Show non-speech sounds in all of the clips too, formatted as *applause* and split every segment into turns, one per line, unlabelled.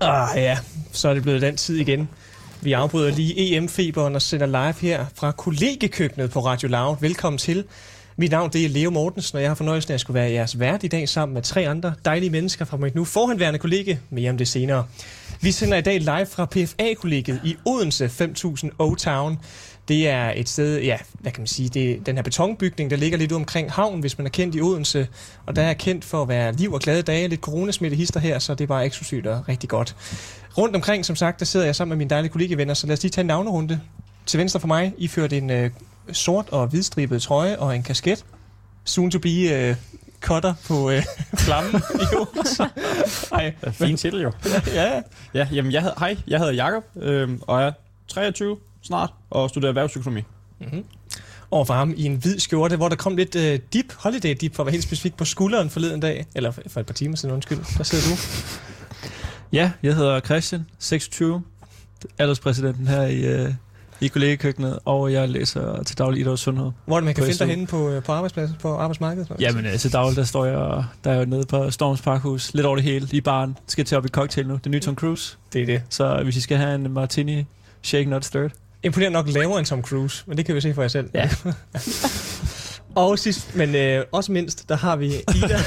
Ah ja, så er det blevet den tid igen. Vi afbryder lige EM-feberen og sender live her fra kollegekøkkenet på Radio Loud. Velkommen til. Mit navn det er Leo Mortensen, og jeg har fornøjelsen af at skulle være jeres vært i dag sammen med tre andre dejlige mennesker fra mit nu forhenværende kollega. Mere om det senere. Vi sender i dag live fra PFA-kollegiet i Odense 5000 O-Town. Det er et sted, ja, hvad kan man sige, det er den her betonbygning, der ligger lidt omkring havnen, hvis man er kendt i Odense. Og der er kendt for at være liv og glade dage, lidt coronasmitte hister her, så det er bare eksklusivt og rigtig godt. Rundt omkring, som sagt, der sidder jeg sammen med mine dejlige kollegevenner, så lad os lige tage en navnerunde. Til venstre for mig, I førte en øh, sort og hvidstribet trøje og en kasket. Soon to be øh, cutter på øh, *laughs*
*laughs*
flammen i Odense. Ej,
Fin titel jo.
ja,
Ja, jamen, jeg hed, hej, jeg hedder Jakob øhm, og jeg er 23 snart, og studerer erhvervsøkonomi.
Mhm. over for ham i en hvid skjorte, hvor der kom lidt øh, dip, holiday dip, for at være helt specifik, på skulderen forleden dag. Eller for, for et par timer siden, undskyld. Der sidder du.
Ja, jeg hedder Christian, 26, alderspræsidenten her i, øh, i kollegekøkkenet, og jeg læser til daglig idræt og sundhed.
Hvor man kan
På
finde dig
SU.
henne på, øh, på arbejdspladsen, på arbejdsmarkedet. tror jeg.
Jamen øh, til daglig, der står jeg, der er jeg nede på Storms Parkhus, lidt over det hele, i baren, skal til op i cocktail nu, det er nye Tom Cruise,
det er det.
så hvis I skal have en martini, shake not stirred.
Imponerende nok lavere end Tom Cruise, men det kan vi se for jer selv.
Ja.
*laughs* Og sidst, men øh, også mindst, der har vi *laughs* Ida.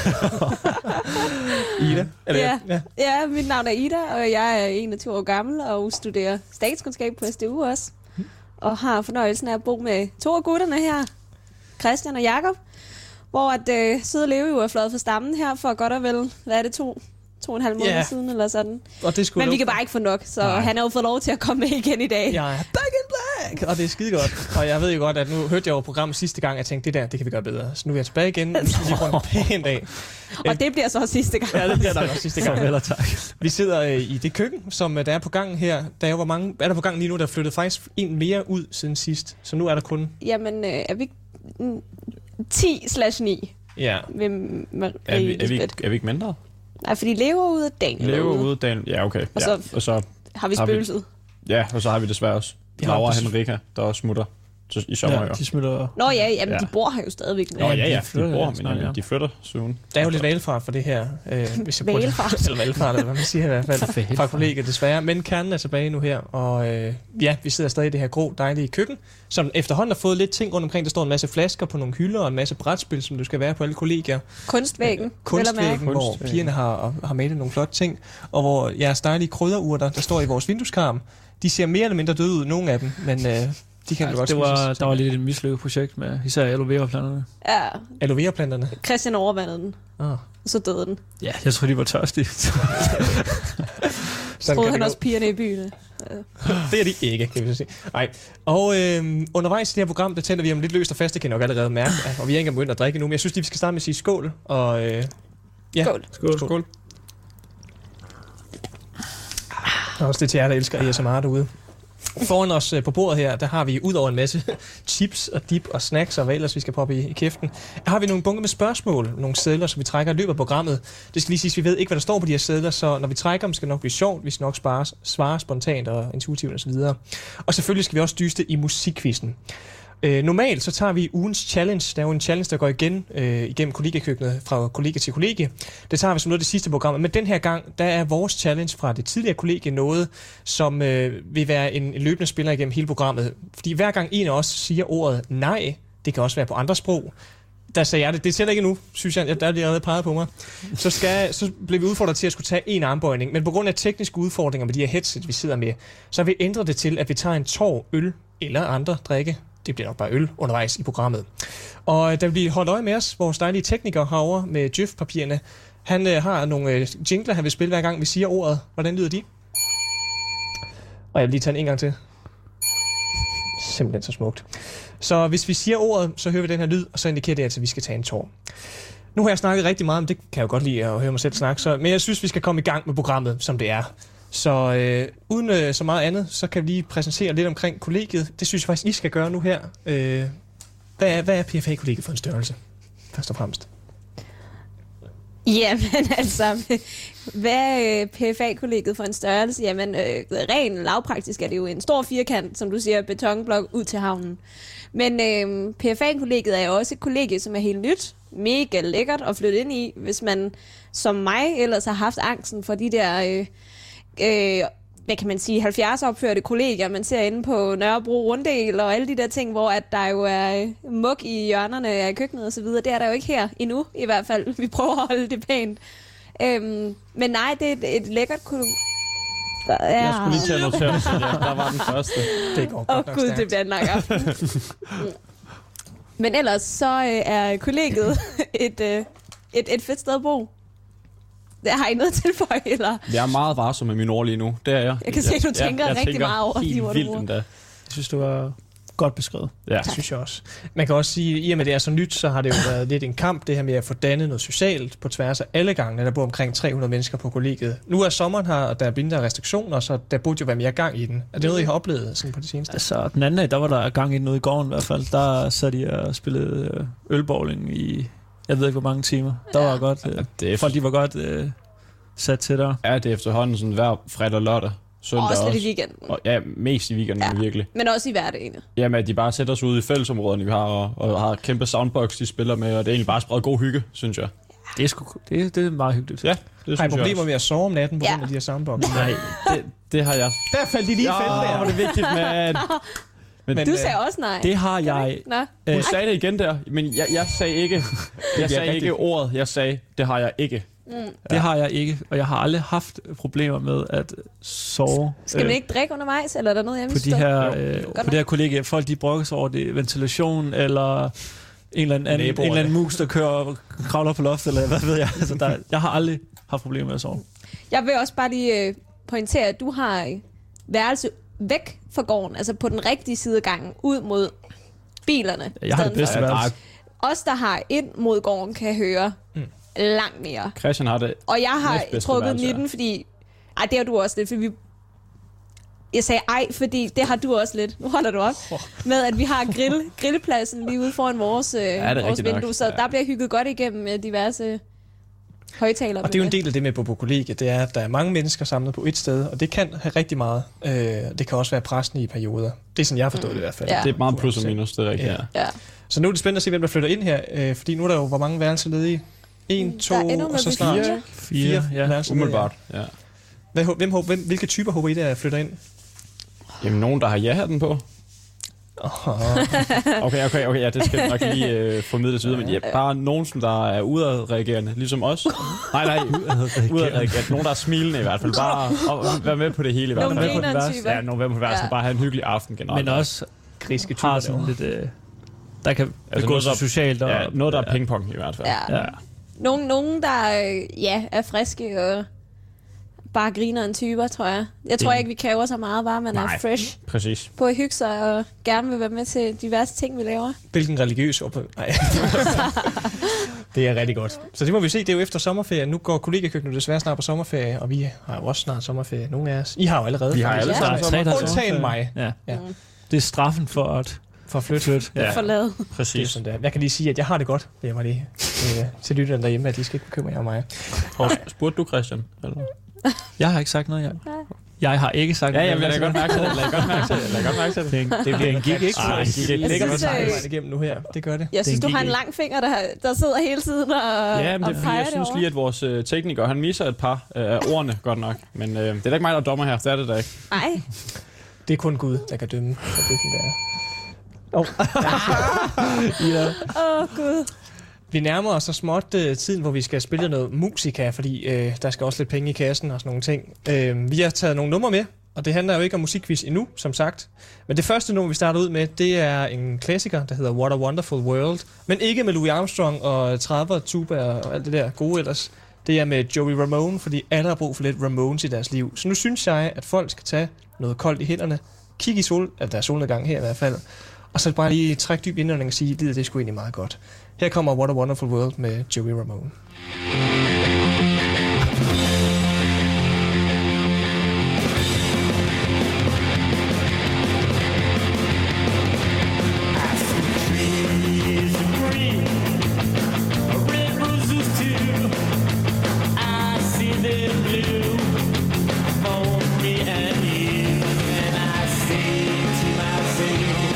Ida?
Ja.
ja.
Ja, mit navn er Ida, og jeg er 21 år gammel og studerer statskundskab på SDU også. Og har fornøjelsen af at bo med to af gutterne her, Christian og Jakob, hvor at øh, Søde Leve jo er fløjet for stammen her for godt og vel, hvad er det, to, to og en halv måned
Ja.
yeah. siden eller sådan.
Og det skulle
Men vi kan bare ikke få nok, så
Nej.
Nej. han har jo fået lov til at komme med igen i dag.
Jeg er back in black, og det er skide godt. Og jeg ved jo godt, at nu hørte jeg jo programmet sidste gang, og jeg tænkte, det der, det kan vi gøre bedre. Så nu er jeg tilbage igen, og vi får *laughs* en pæn dag.
Og det bliver så også sidste gang.
Ja, det bliver der *laughs* også sidste gang.
Eller tak.
Vi sidder øh, i det køkken, som øh, der er på gangen her. Der er jo hvor mange, er der på gangen lige nu, der er flyttet faktisk en mere ud siden sidst. Så nu er der kun...
Jamen, øh, er vi 10 slash 9
Ja.
med Marie
Er, vi, er, vi,
Lisbeth?
er vi ikke mindre?
Nej, fordi Leo er ude, og Daniel er
Leve
ude.
ude, Daniel. Ja, okay.
Og
Ja.
så-
Og, så,
Har vi
Har vi-
spøgelset?
ja, og så har vi desværre også
Ja,
Laura og
det-
Henrika, der også smutter til, i sommer.
Ja,
Ja,
de smutter
Nå ja, jamen,
Ja.
ja. de bor her jo stadigvæk.
Nå, ja,
de
ja, de,
flytter
bor,
snart,
men
ja.
øh, de flytter soon.
Der er jo lidt valgfart for det her. Øh, hvis jeg bruger det-
Valfart.
*laughs* eller valgfart, eller hvad man siger i hvert fald. Fra kollegiet desværre. Men kernen er tilbage nu her. Og øh, ja, vi sidder stadig i det her grå, dejlige køkken, som efterhånden har fået lidt ting rundt omkring. Der står en masse flasker på nogle hylder og en masse brætspil, som du skal være på alle kollegier.
Kunstvæggen, vel at mærke.
kunstvæggen, hvor
Kunstvæggen.
pigerne har, har malet nogle flotte ting, og hvor jeres dejlige krydderurter, der står i vores vindueskarm, de ser mere eller mindre døde ud, nogle af dem, men øh, de kan altså, godt
det var,
spises.
der var lidt et mislykket projekt med især aloe vera planterne.
Ja,
Aloe vera-planterne.
Christian overvandede den,
Ah,
og så døde den.
Ja, jeg tror, de var tørstige.
Så
sådan
troede
kan
han
det
også pigerne i byen.
gå. *laughs* Det er de ikke, kan vi så sige. Nej. Og øh, undervejs i det her program, der tænder vi om lidt løst og fast, det kan I nok allerede mærke, ja, og vi er ikke engang begyndt at drikke nu, men jeg synes lige, vi skal starte med at sige skål, og øh, Ja.
Ja. Skål.
Skål.
Skål. Og også det til jer, der elsker ASMR derude. Foran os øh, på bordet her, der har vi ud over en masse *laughs* chips og dip og snacks og hvad ellers vi skal poppe i, i kæften. Her har vi nogle bunker med spørgsmål, nogle sædler, som vi trækker i løbet af programmet. Det skal lige siges, vi ved ikke, hvad der står på de her sædler, så når vi trækker dem, skal det nok blive sjovt. Vi skal nok spare, svare spontant og intuitivt osv. Og selvfølgelig skal vi også dyste i musikquizzen. Øh, normalt så tager vi ugens challenge. Der er jo en challenge, der går igen øh, igennem kollegakøkkenet fra kollega til kollega. Det tager vi som noget af det sidste program. Men den her gang, der er vores challenge fra det tidligere kollegie noget, som øh, vil være en, en løbende spiller igennem hele programmet. Fordi hver gang en af os siger ordet nej, det kan også være på andre sprog, der sagde jeg det. Det tæller ikke nu, synes jeg. Der bliver allerede peget på mig. Så, skal, så blev vi udfordret til at skulle tage en armbøjning. Men på grund af tekniske udfordringer med de her headset, vi sidder med, så har vi ændret det til, at vi tager en tår øl eller andre drikke. Det bliver nok bare øl undervejs i programmet. Og øh, der vil blive holdt øje med os. Vores dejlige tekniker herovre med Jøf-papirerne. Han øh, har nogle øh, jingler, han vil spille hver gang, vi siger ordet. Hvordan lyder de? Og jeg vil lige tage den en gang til. Simpelthen så smukt. Så hvis vi siger ordet, så hører vi den her lyd, og så indikerer det altså, at vi skal tage en tår. Nu har jeg snakket rigtig meget om, det kan jeg jo godt lide at høre mig selv snakke, så, men jeg synes, vi skal komme i gang med programmet, som det er. Så øh, uden øh, så meget andet, så kan vi lige præsentere lidt omkring kollegiet. Det synes jeg faktisk, I skal gøre nu her. Øh, hvad, er, hvad er PFA-kollegiet for en størrelse? Først og fremmest.
Jamen *laughs* altså, hvad øh, er PFA-kollegiet for en størrelse? Jamen, øh, rent lavpraktisk er det jo en stor firkant, som du siger, betonblok ud til havnen. Men øh, PFA-kollegiet er jo også et kollegie, som er helt nyt, mega lækkert at flytte ind i, hvis man som mig ellers har haft angsten for de der... Øh, øh, hvad kan man sige, 70-opførte kollegier, man ser inde på Nørrebro Runddel og alle de der ting, hvor at der jo er øh, mug i hjørnerne af køkkenet og så videre. Det er der jo ikke her endnu, i hvert fald. *laughs* Vi prøver at holde det pænt. Øhm, men nej, det er et, et lækkert kunne... Ja.
Jeg skulle lige til at notere, så der, der var den første.
Det går
Åh
godt
oh,
nok
gud,
stærkt.
det bliver en lang aften. Mm. Men ellers så øh, er kollegiet *laughs* et, øh, et, et fedt sted at bo. Der har I noget til for, eller?
Jeg er meget varsom med min ord lige nu. Det er jeg.
Jeg kan se, du tænker rigtig meget over de
helt
ord, du
vildt
bruger.
endda.
Jeg synes, det var godt beskrevet.
Ja.
Det synes jeg også. Man kan også sige, at i og med det er så nyt, så har det jo været lidt en kamp, det her med at få dannet noget socialt på tværs af alle gangene. Der bor omkring 300 mennesker på kollegiet. Nu er sommeren her, og der er mindre restriktioner, så der burde jo være mere gang i den. Er det noget, I har oplevet sådan på det seneste?
Altså, den anden dag, der var der gang i noget i gården i hvert fald. Der sad de og spillede øh, ølbowling i, jeg ved ikke hvor mange timer. Der
Ja.
var godt, øh,
Det er,
folk de var godt øh, sat til der.
er det efterhånden sådan hver fredag og lørdag. Søndag
Og
også.
også lidt i weekenden.
Og, ja, mest i weekenden
Ja.
ja. virkelig.
Men også i hverdagen.
Jamen, at de bare sætter sig ud i fællesområderne, vi har, og, og har kæmpe soundbox, de spiller med, og det er egentlig bare spredt god hygge, synes jeg.
Det er, sgu, det, det er meget hyggeligt.
Ja. Det
Har I
synes jeg
problemer
også.
med at sove om natten på
Ja.
grund af de her soundboxer?
Nej, det, det har jeg.
Der faldt de lige i fælden
Ja, hvor er
der.
det vigtigt, mand. Men,
Men,
Men
Du
øh,
sagde også nej.
Det har jeg
Nå,
hun Øh, sagde det igen der, men jeg, jeg sagde ikke, jeg sagde ikke
rigtigt.
ordet, jeg sagde, det har jeg ikke.
Det har jeg ikke, og jeg har aldrig haft problemer med at sove øh,
skal man ikke drikke undervejs, eller er der noget, jeg
på, de
misforstår?
Jo,
her, øh, på
nok.
det her kollegier. Folk de brokker sig over det, ventilation eller en eller anden, anden, en
Naboerne.
eller anden mus, der kører og kravler på loftet, eller hvad ved jeg. Altså,
*laughs*
der, jeg har aldrig haft problemer med at sove.
Jeg vil også bare lige øh, pointere, at du har øh, værelse væk fra gården, altså på den rigtige side af gangen, ud mod bilerne.
Jeg har det
i stedet
bedste
for.
værelse.
Os, der har ind mod gården, kan høre mm. langt mere.
Christian har det.
Og jeg har
Næstbedste
trukket
værelse, ja.
19, fordi... Ej, det har du også lidt, fordi vi... Jeg sagde ej, fordi det har du også lidt. Nu holder du op. Med at vi har
*laughs*
grill, grillpladsen lige ude foran vores, øh,
er
vores
rigtigt nok.
vindue, så
Ja.
der bliver hygget godt igennem øh, diverse højtalere.
Og det er jo en del af det med at bo på kollegiet, det er, at der er mange mennesker samlet på et sted, og det kan have rigtig meget. Øh, det kan også være pressende i perioder. Det er sådan, jeg har forstået det i hvert fald.
Ja.
Det er meget plus og minus, det er rigtigt.
Ja.
Ja.
Ja.
Så nu er det spændende at se, hvem der flytter ind her, øh, fordi nu er der jo, hvor mange værelser ledige? En,
Der
to,
ender med
og så
at blive
snart
fire.
Fire, ja.
værelser ledige.
Umiddelbart, ja.
Hvad, hå- hvem, hå- hvem, hvilke typer håber I, der flytter ind?
Jamen, nogen, der har ja-hatten på. Okay, okay, okay, ja, det skal jeg nok lige øh, formidles videre, men ja, bare nogen, som der er udadreagerende, ligesom os. Nej, nej, udadreagerende. Nogen, der er smilende i hvert fald, bare og være med på det hele i hvert fald.
Nogle
Være med på den
grineren
værste.
typer.
Ja, nogle være på værste,
Ja.
ja. bare have en hyggelig aften generelt.
Men også
Griske
har sådan lidt... Øh, der kan altså begå
noget,
sig
der-
socialt. Og,
Ja, noget, der er pingpong i hvert fald.
Ja.
Ja.
Nogen, nogen der øh, ja, er friske og bare griner en typer, tror jeg. Jeg tror
Det-
ikke, vi kræver så meget, bare man er
Nej.
fresh
Præcis.
på at hygge sig og gerne vil være med til diverse ting, vi laver.
Hvilken religiøs oplevelse? Nej. det er rigtig godt. Så det må vi se, det er jo efter sommerferien. Nu går kollegakøkkenet desværre snart på sommerferie, og vi har jo også snart sommerferie. Nogle af os. I har jo allerede.
Vi har
faktisk.
alle
Ja.
sammen
Tre, der
sommer.
har
Undtagen
sovet.
mig.
Ja.
Ja.
Det er straffen for at
For at flytte.
flytte. Ja.
Ja. Forlade.
Det er
Præcis.
sådan der. Jeg kan lige sige, at jeg har det godt, vil jeg mig lige øh, til lytterne derhjemme, at de skal ikke bekymre jer om mig.
Hov, Spurgte du, Christian? Eller?
Jeg har ikke sagt noget, jeg.
Nej.
Jeg har ikke sagt
Ja,
noget.
jamen, lad godt mærke til det. Lad godt mærke til det. Lad godt mærke til det.
det. Det bliver en gig, ikke?
Ej, det er
Det ligger
synes,
også
øh,
arbejde igennem nu her. Det gør det.
Jeg synes,
Den
du
gik
har en
ikke.
lang finger, der, der sidder hele tiden og,
Ja, men
og
det er fordi,
peger
jeg synes
derovre.
lige, at vores øh, tekniker, han misser et par øh, af ordene, godt nok. Men øh, det er da ikke mig, der er dommer her, det er det da ikke.
Ej,
Det er kun Gud, der kan dømme. Og det er sådan der. *laughs*
åh oh, gud.
Vi nærmer os så småt øh, tiden, hvor vi skal spille noget musika, fordi øh, der skal også lidt penge i kassen og sådan nogle ting. Øh, vi har taget nogle numre med, og det handler jo ikke om musikquiz endnu, som sagt. Men det første nummer, vi starter ud med, det er en klassiker, der hedder What a Wonderful World. Men ikke med Louis Armstrong og 30'er, tuba og alt det der gode ellers. Det er med Joey Ramone, fordi alle har brug for lidt Ramones i deres liv. Så nu synes jeg, at folk skal tage noget koldt i hænderne, kigge i sol, at der er solnedgang her i hvert fald, og så bare lige trække dyb indånding og sige, at livet det er sgu egentlig meget godt. Her kommer What a Wonderful World med Joey Ramone.
Thank you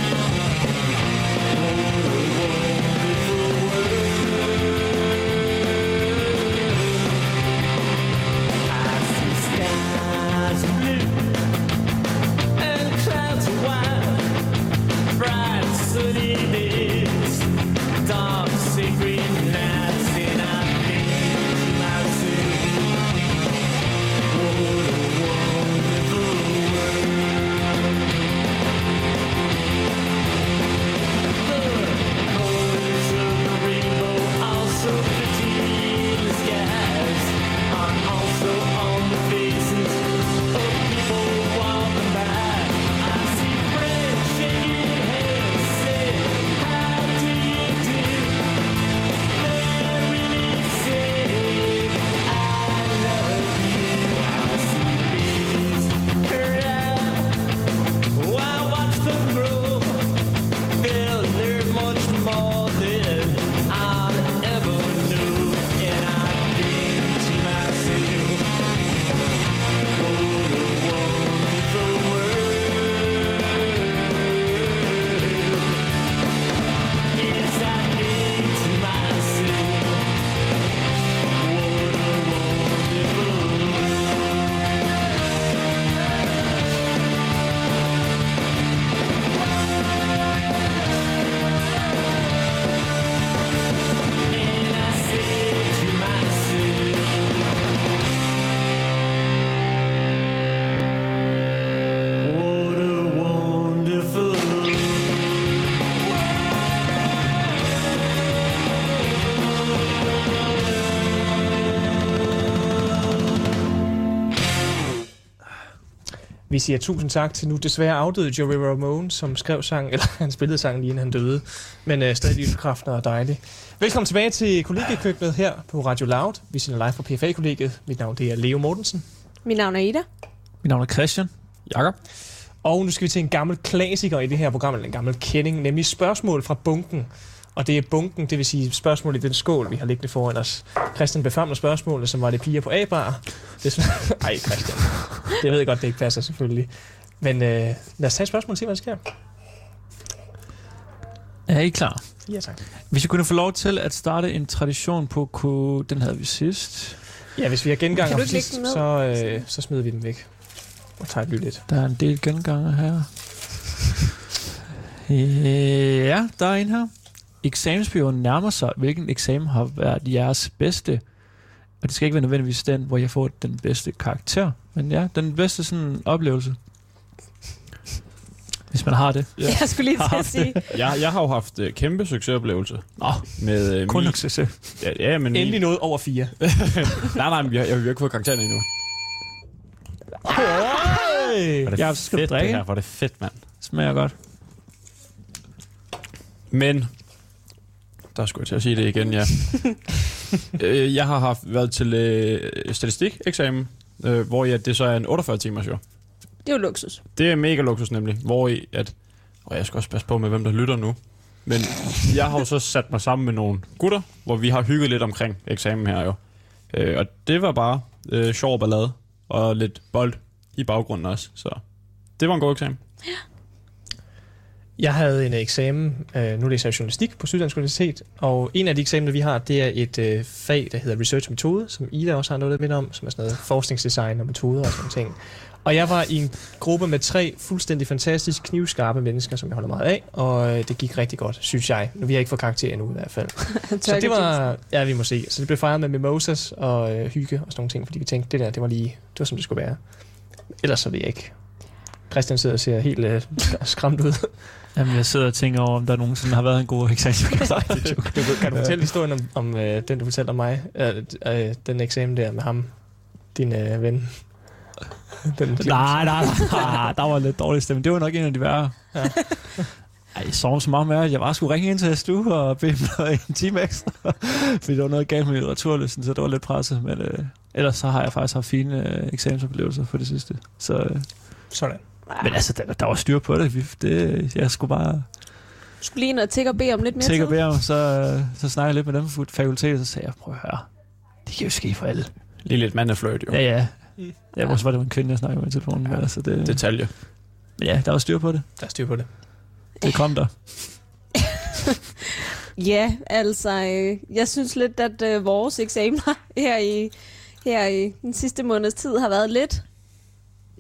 Vi siger tusind tak til nu desværre afdøde Joey Ramone, som skrev sang, *laughs* eller han spillede sangen lige inden han døde, men øh, stadig livskræften og dejlig. Velkommen tilbage til kollegiekøkkenet her på Radio Loud. Vi sender live fra PFA-kollegiet. Mit navn det er Leo Mortensen.
Mit navn er Ida.
Mit navn er Christian.
Jakob.
Og nu skal vi til en gammel klassiker i det her program, eller en gammel kending, nemlig spørgsmål fra bunken. Og det er bunken, det vil sige spørgsmål i den skål, vi har liggende foran os. Christian befamler spørgsmålet, som var det piger på A-bar. Det er *laughs* Ej, Christian. Det ved jeg godt, det ikke passer selvfølgelig. Men øh, lad os tage et spørgsmål og se, hvad der sker.
Er I klar?
Ja, tak.
Hvis jeg kunne få lov til at starte en tradition på K... Den havde vi sidst.
Ja, hvis vi har gengang
Kan
om
du ikke lægge
sidst,
den ned?
så, øh, så smider vi den væk. Og tager et lidt.
Der er en del genganger her. Øh, Ja, der er en her. Eksamensperioden nærmer sig. Hvilken eksamen har været jeres bedste? Og det skal ikke være nødvendigvis den, hvor jeg får den bedste karakter. Men ja, den bedste sådan oplevelse. Hvis man har det.
Ja.
*laughs* Jeg skulle lige til
*laughs*
at sige.
Jeg, jeg har jo haft øh, kæmpe succesoplevelse
Nå,
med... Øh,
kun
min,
succes.
ja, ja, men min-
Endelig noget over
*laughs*
fire.
Nej, nej, men jeg, jeg, jeg har ikke fået karakteren endnu.
Hey!
Ja, så skal du drikke.
Hvor er det fedt, mand.
Smager godt.
Men, der skulle jeg til at sige det igen, *laughs* ja. øh, jeg har haft, været til øh, statistikeksamen, øh, hvor jeg, det så er en 48-timers jo.
Det er jo luksus.
Det er mega luksus nemlig, hvor i at... Og jeg skal også passe på med, hvem der lytter nu. Men jeg har jo så sat mig sammen med nogle gutter, hvor vi har hygget lidt omkring eksamen her jo. Øh, og det var bare øh, sjov ballade og lidt bold i baggrunden også. Så det var en god eksamen.
Jeg havde en eksamen, øh, nu læser jeg journalistik på Syddansk Universitet, og en af de eksamener, vi har, det er et øh, fag, der hedder research metode, som Ida også har noget lidt om, som er sådan noget forskningsdesign og metoder og sådan ting. Og jeg var i en gruppe med tre fuldstændig fantastisk knivskarpe mennesker, som jeg holder meget af, og øh, det gik rigtig godt, synes jeg. Nu vi har ikke fået karakter endnu i hvert fald. Så det var, ja, vi må se. Så det blev fejret med mimosas og øh, hygge og sådan nogle ting, fordi vi tænkte, det der, det var lige, det var som det skulle være. Ellers så ved jeg ikke. Christian sidder og ser helt øh, skræmt ud.
Jamen, jeg sidder og tænker over, om der nogensinde har været en god eksamen. *laughs*
Du, kan du fortælle historien om, om øh, den, du fortalte om mig? Øh, øh, den eksamen der med ham, din øh, ven? *laughs* Den,
nej, nej, nej, der var lidt dårlig stemning. Det var nok en af de værre.
Ja.
Ja. Ej, jeg sov så meget med, at jeg bare skulle ringe ind til jeres stue og bede dem noget- en time ekstra. Fordi der var noget galt med litteraturlysten, så det var lidt presset. Men øh, ellers så har jeg faktisk haft fine øh, eksamensoplevelser for det sidste. Så, øh,
Sådan.
men altså, der, der var styr på det. Vi, det jeg skulle bare
Du skulle lige ind og tække og bede om lidt mere
tænke og
tid.
bede om, så, øh, så snakkede jeg lidt med dem fra fakultetet, så sagde jeg, prøv at høre, det kan jo ske for alle.
Lige lidt mandefløjt jo.
Ja, ja.
Mm.
Ja, måske var det en kvinde, jeg snakkede med i telefonen.
Ja.
Ja. Altså, det, det
Detalje.
ja, der var styr på det.
Der er styr på det.
Det kom der.
Ja, altså, øh, jeg synes lidt, at øh, vores eksamener *laughs* her i, her i den sidste måneds tid har været lidt,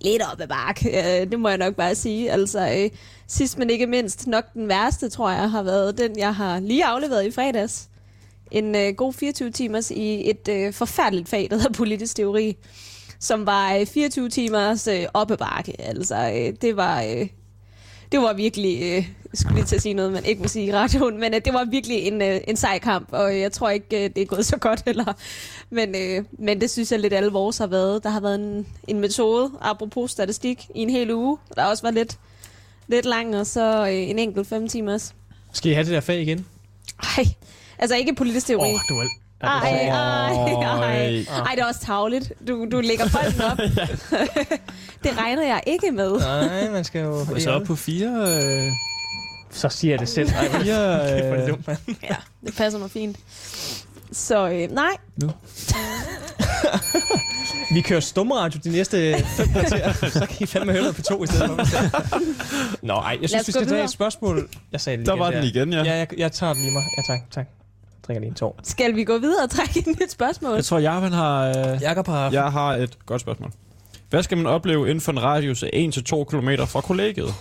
lidt op ad bak. Øh, det må jeg nok bare sige. Altså, øh, sidst men ikke mindst, nok den værste, tror jeg, har været den, jeg har lige afleveret i fredags. En øh, god 24 timers i et øh, forfærdeligt fag, der hedder politisk teori, som var øh, 24 timers øh, op ad bakke. Altså, øh, det var... Øh, det var virkelig, øh, jeg skulle lige til at sige noget, man ikke må sige i radioen, men øh, det var virkelig en, øh, en sej kamp, og jeg tror ikke, øh, det er gået så godt heller. Men, øh, men det synes jeg lidt alle vores har været. Der har været en, en metode, apropos statistik, i en hel uge, der også var lidt, lidt lang, og så øh, en enkelt fem timers.
Skal I have det der fag igen?
Ej, altså ikke politisk
Åh,
teori.
oh, du er...
Ej, ej, ej.
Ej.
Ej, det er også tavligt. Du, du lægger bolden
*laughs*
op. *laughs* det regner jeg ikke med.
Nej, man skal jo...
Og så op på fire... Øh,
så siger jeg det selv. Ej, hvor
fire
*laughs* kæft, hvor er det
øh,
dumt, mand.
Ja, det passer mig fint. Så øh, nej,
Vi kører stumradio de næste fem kvarter, *laughs* så kan I fandme høre noget på to i stedet for. Nå, ej, jeg
Lad
synes,
os gå
vi skal tage
videre.
et spørgsmål. Jeg sagde det lige
Der var den igen, ja.
Ja, jeg, jeg tager den lige mig. Ja, tak, tak. Jeg drikker lige en tår.
Skal vi gå videre og trække et nyt spørgsmål?
jeg tror, Jarvan har... Øh,
Jakob har...
Jeg har et godt spørgsmål. Hvad skal man opleve inden for en radius af 1-2 km fra kollegiet?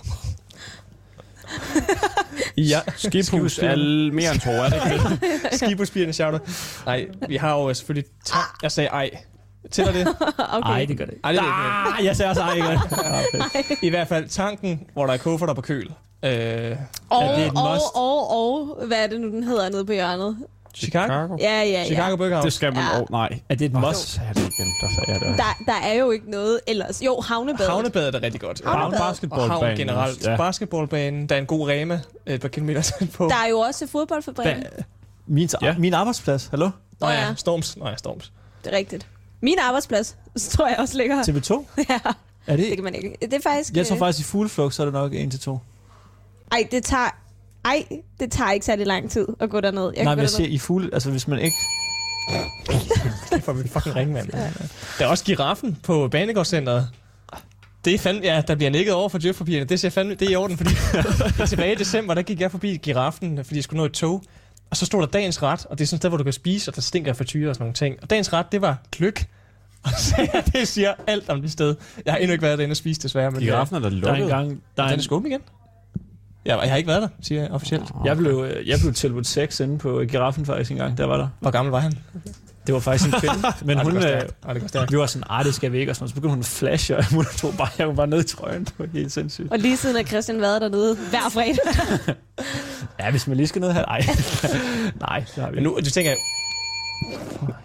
Ja.
Skibhus er l- mere end to, er det ikke det?
*laughs* Skibudspirende shouter. Nej, vi har jo øh, selvfølgelig...
Ah.
Ta- jeg sagde ej. Tæller det?
*laughs* Okay.
Ej, det gør det ikke.
Ej, det ved jeg
Ah, jeg sagde også ej, ikke?
ikke. *laughs* I hvert fald tanken, hvor der er kufferter på køl. Øh,
og,
er det et
og,
must?
og, og, hvad er det nu, den hedder nede på hjørnet?
Chicago?
Ja, ja, ja.
Chicago Burger
Det
House.
skal man...
Ja.
Ja. Oh, nej.
*laughs* Er det et
Nå,
must?
så sagde jeg det igen. Der sagde jeg det.
Der, der er jo ikke noget ellers. Jo, havnebadet.
Havnebadet er rigtig godt.
Havnebadet.
Bare
Og havn
basketballbanen.
generelt.
Ja.
Ja. Basketballbanen, der er en god rema et par kilometer tæt på.
Der er jo også fodboldfabrikken.
Min,
Ja.
min arbejdsplads, hallo?
Nå
Ja.
ja, Storms. Nå ja, Storms.
Det er rigtigt. Min arbejdsplads, *laughs* så tror jeg også ligger her. *laughs*
TV2?
Ja,
Er det,
det kan man ikke. Det er faktisk...
jeg tror
øh,
faktisk, i fugleflugt, så er det nok 1 til 2.
Ej, det tager... Ej, det tager ikke særlig lang tid at gå derned. Jeg
Nej,
kan
men
gå
jeg siger i fugle, altså hvis man ikke...
*laughs* Det får vi fucking ringe, mand. Der er også giraffen på Banegårdscenteret. Det er fandme, ja, der bliver nikket over for djøfpapirerne. Det ser fandme, det er i orden,
*laughs*
fordi tilbage i december, der gik jeg forbi giraffen, fordi jeg skulle nå et tog. Og så stod der dagens ret, og det er sådan et sted, hvor du kan spise, og der stinker af frityre og sådan nogle ting. Og dagens ret, det var kløk. Og så, det siger alt om det sted. Jeg har endnu ikke været derinde og spise, desværre. Men
Giraffen er da
Der er
lukket.
en gang... Der er
Den
en,
er skum igen. Ja, jeg har ikke været der, siger jeg officielt.
jeg blev, øh, jeg blev tilbudt sex inde på giraffen faktisk en gang, der var der.
Hvor gammel var han?
Det var faktisk en *laughs* kvinde, men
Ej,
hun,
det går
øh,
stærkt. Ej, det går stærkt.
vi var sådan, nej, det skal vi ikke, og sådan, noget. så begyndte hun at flashe, og hun tog bare, jeg var bare ned i trøjen, det var helt sindssygt.
derned. Og lige siden har Christian været dernede hver fredag.
Ja, hvis man lige skal ned her, nej, *laughs* nej, det har vi
Men
ikke.
nu du tænker jeg,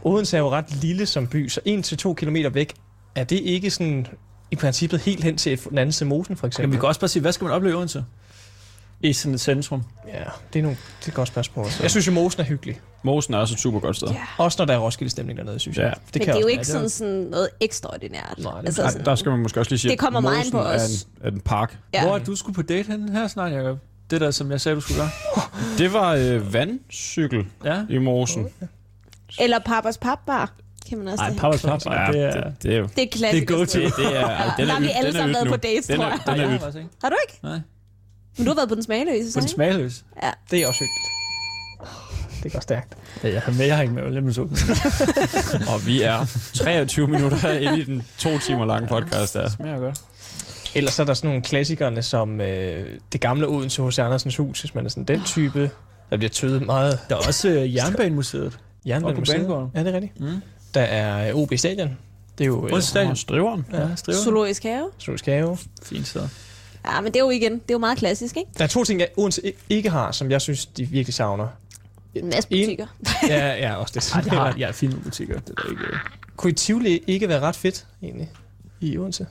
Odense er jo ret lille som by, så 1-2 km væk, er det ikke sådan i princippet helt hen til et- den anden side af mosen, for
Jamen,
eksempel?
vi kan også bare sige, hvad skal man opleve i Odense? I sådan et centrum.
Ja, det er, nogle, det er et godt spørgsmål. Jeg synes jo, mosen er hyggelig.
Mosen er også et super godt sted.
Ja.
Også når der er Roskilde-stemning dernede, synes jeg.
Ja.
Det
men det er jo
også-
ikke
ja,
sådan, sådan noget ekstraordinært. Altså
Nej, det-
Ej,
sådan,
der skal man måske også lige sige,
Det kommer
at
meget an
Mosen
på
er
os.
en, er en park.
ja.
Hvor er du skulle på date henne her snart, Jacob? Det der, som jeg sagde, du skulle gøre.
Det var øh, vandcykel
Ja.
i Mosen.
Eller Papas Papbar, kan man også
Nej,
sige.
Papas Papas, det er...
det, det er
Det er klassisk.
Det er go-to.
at
Det er, ej, den
Der
er
har vi
ydt-
alle
den er
sammen
ydt
været
nu.
på dates,
den er,
tror altså, jeg.
Den
Nej,
er
jeg har
ydt.
faktisk ikke.
stå. Har du ikke?
Nej.
Men du har været på den smagløse,
På den
ikke?
smagløs.
Det er også hyggeligt. Det går stærkt.
Ja, jeg har med, jeg har ikke med. Lad mig så.
Og vi er 23 minutter inde i den to timer lange podcast. Der.
Det smager godt.
Ellers er der sådan nogle klassikerne som øh, det gamle Odense hos Andersens hus, hvis man er sådan den type, der bliver tødet meget.
Der er også øh, Jernbanemuseet.
Jernbanemuseet.
Banegården.
Ja, det er rigtigt.
Mm.
Der er øh, OB Stadion. Det er jo øh,
Odense Stadion.
Og striveren.
Ja, striver.
Zoologisk have.
Zoologisk Have.
Fint sted.
Ja, men det er jo igen, det er jo meget klassisk, ikke?
Der er to ting, jeg Odense i- ikke har, som jeg synes, de virkelig
*laughs*
savner.
En masse
En-
butikker.
Ja, ja også det.
Ej, jeg har, jeg har fine butikker. Det er der ikke... øh.
Kunne i Tivoli ikke være ret fedt, egentlig, i Odense?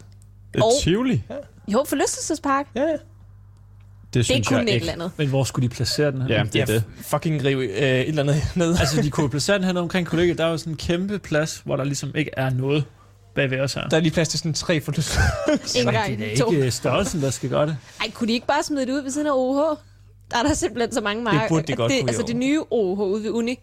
Det
Og-
er Tivoli.
Jo, forlystelsespark.
Ja, ja.
Det
Det er
synes
kun
jeg
et
ikke.
eller andet.
Men hvor skulle de placere den her?
Ja, det er det.
Fucking rive øh, et eller andet *laughs* ned.
Altså, de kunne jo placere den her omkring kollegiet. Der er jo sådan en kæmpe plads, hvor der ligesom ikke er noget bagved os her.
Der er lige plads til sådan tre
*laughs*
forlystelser.
En gang,
det er
to.
ikke øh, størrelsen, der skal gøre det.
Ej, kunne de ikke bare smide det ud ved siden af OH? Der er der simpelthen så mange marker.
burde de godt kunne,
Altså
jo.
det nye OH ude ved Uni.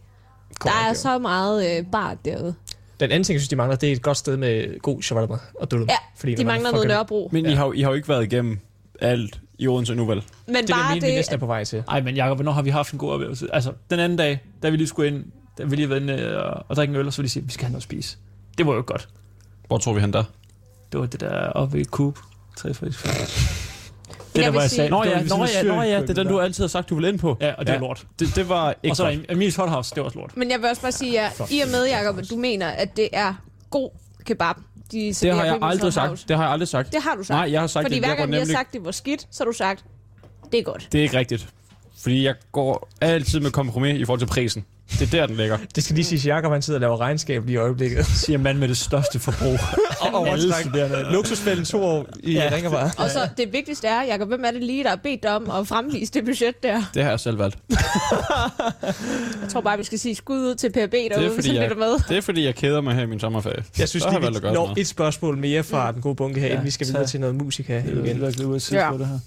Der er så meget øh, bar derude.
Den anden ting, jeg synes, de mangler, det er et godt sted med god shawarma og dulum.
Ja,
Fordi
De
når man
mangler noget
fucking-
Nørrebro.
Men I har, jo- I har jo ikke været igennem alt i Odense nu, vel?
Men
Det er
bare
det, vi
det,
næsten er på vej til.
Ej, men Jacob, hvornår har vi haft en god oplevelse? Altså, den anden dag, da vi lige skulle ind, da vi lige var inde øh, og drikke en øl, og så ville de sige, vi skal have noget at spise. Det var jo godt.
Hvor tror vi han der?
Det var det der oppe ved Coop. 345. Det
Jeg vil
der, hvor jeg
sige-
sagde,
Nå
det
ja,
var ved
nå
siden af
ja, nå ja,
Syrien-
det er den, du altid har sagt, du vil ind på.
Ja, og det var lort.
Det, det var ikke
Og så er
godt.
der Emils Hot House, det var også lort.
Men jeg vil også bare sige, at I og med, Jacob, at du mener, at det er god kebab. De
Det
serverer
har
på
jeg
Emil's
aldrig
Hot
sagt.
House.
Det har jeg aldrig sagt.
Det har du sagt.
Nej, jeg har sagt,
Fordi
det.
hver
Jeg går
gang vi har
nemlig...
sagt, det var skidt, så har du sagt, det er godt.
Det er ikke rigtigt. Fordi jeg går altid med kompromis i forhold til prisen. Det er der, den ligger.
Det skal lige siges, at Jacob han sidder og laver regnskab lige i øjeblikket.
Siger mand med det største forbrug.
og overstræk.
studerende.
Luksusfælden to år i ja. ringer bare.
Og *laughs* så det vigtigste er, Jacob, hvem er det lige, der har bedt dig om at fremvise det budget der?
Det har jeg selv valgt.
Jeg tror bare, vi skal sige skud ud til PRB
Det er,
derude,
fordi
som
jeg,
lytter med.
det er fordi, jeg keder mig her i min sommerferie.
Jeg synes
Så har
lige,
jeg valgt at
vi
gøre
når
sådan
et spørgsmål mere
Mm.
fra den gode bunke her,
Ja,
inden vi skal
så-
videre til noget musik her igen.
Jeg ud af
sidde Ja.
ja.
på
på det her.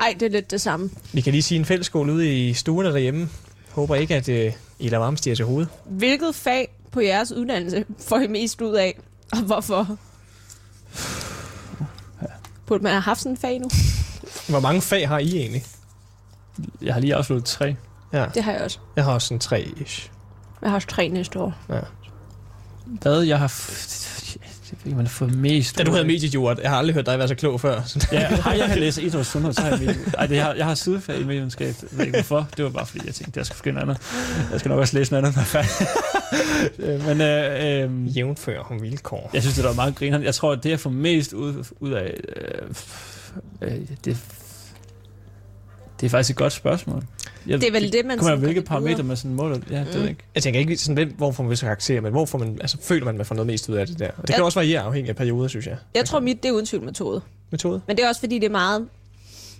Ej, det er lidt det samme.
Vi kan lige sige en fællesskål ude i stuerne derhjemme. Håber ikke, at øh, I lader varme stiger til hovedet.
Hvilket fag på jeres uddannelse får I mest ud af, og
*sighs*
hvorfor? Burde man have haft sådan en fag nu?
Hvor mange fag har I egentlig?
Jeg har lige afsluttet tre.
Ja,
Det har jeg også.
jeg har også sådan tre ish.
Jeg har også tre næste år.
Hvad jeg har... F- jeg ved ikke, man har fået mest.
Da du
ud
havde
af.
mediejord, jeg har aldrig hørt dig være så klog *laughs* før. Så
Ja, har jeg har læst idræt og sundhed, så har jeg medie... Ej, det, jeg, har, jeg har sidefag i medievidenskab. Jeg ved ikke hvorfor. Det var bare fordi, jeg tænkte, jeg skal finde andet. Jeg skal nok også læse noget andet, når jeg er færdig. Øh, Men øh, øh,
jævnfører om vilkår.
jeg synes, det var meget grinerende. Jeg tror, at det, jeg får mest ud, ud af... Øh, øh, det, det er faktisk et godt spørgsmål. Jeg,
Det er vel det, man
Kommer
sådan
an,
kan
hvilke
lægge videre.
parametre man sådan måler? Ja, det ved
Mm.
jeg ikke.
Altså, Jeg tænker ikke sådan, hvem, hvor får man så karakterer, men hvor får man, altså, føler man, man får noget mest ud af det der. Og det kan
Jeg-
også variere afhængig af perioder, synes jeg.
Jeg tror, mit det er uden tvivl metode.
Metode.
Men det er også, fordi det er meget,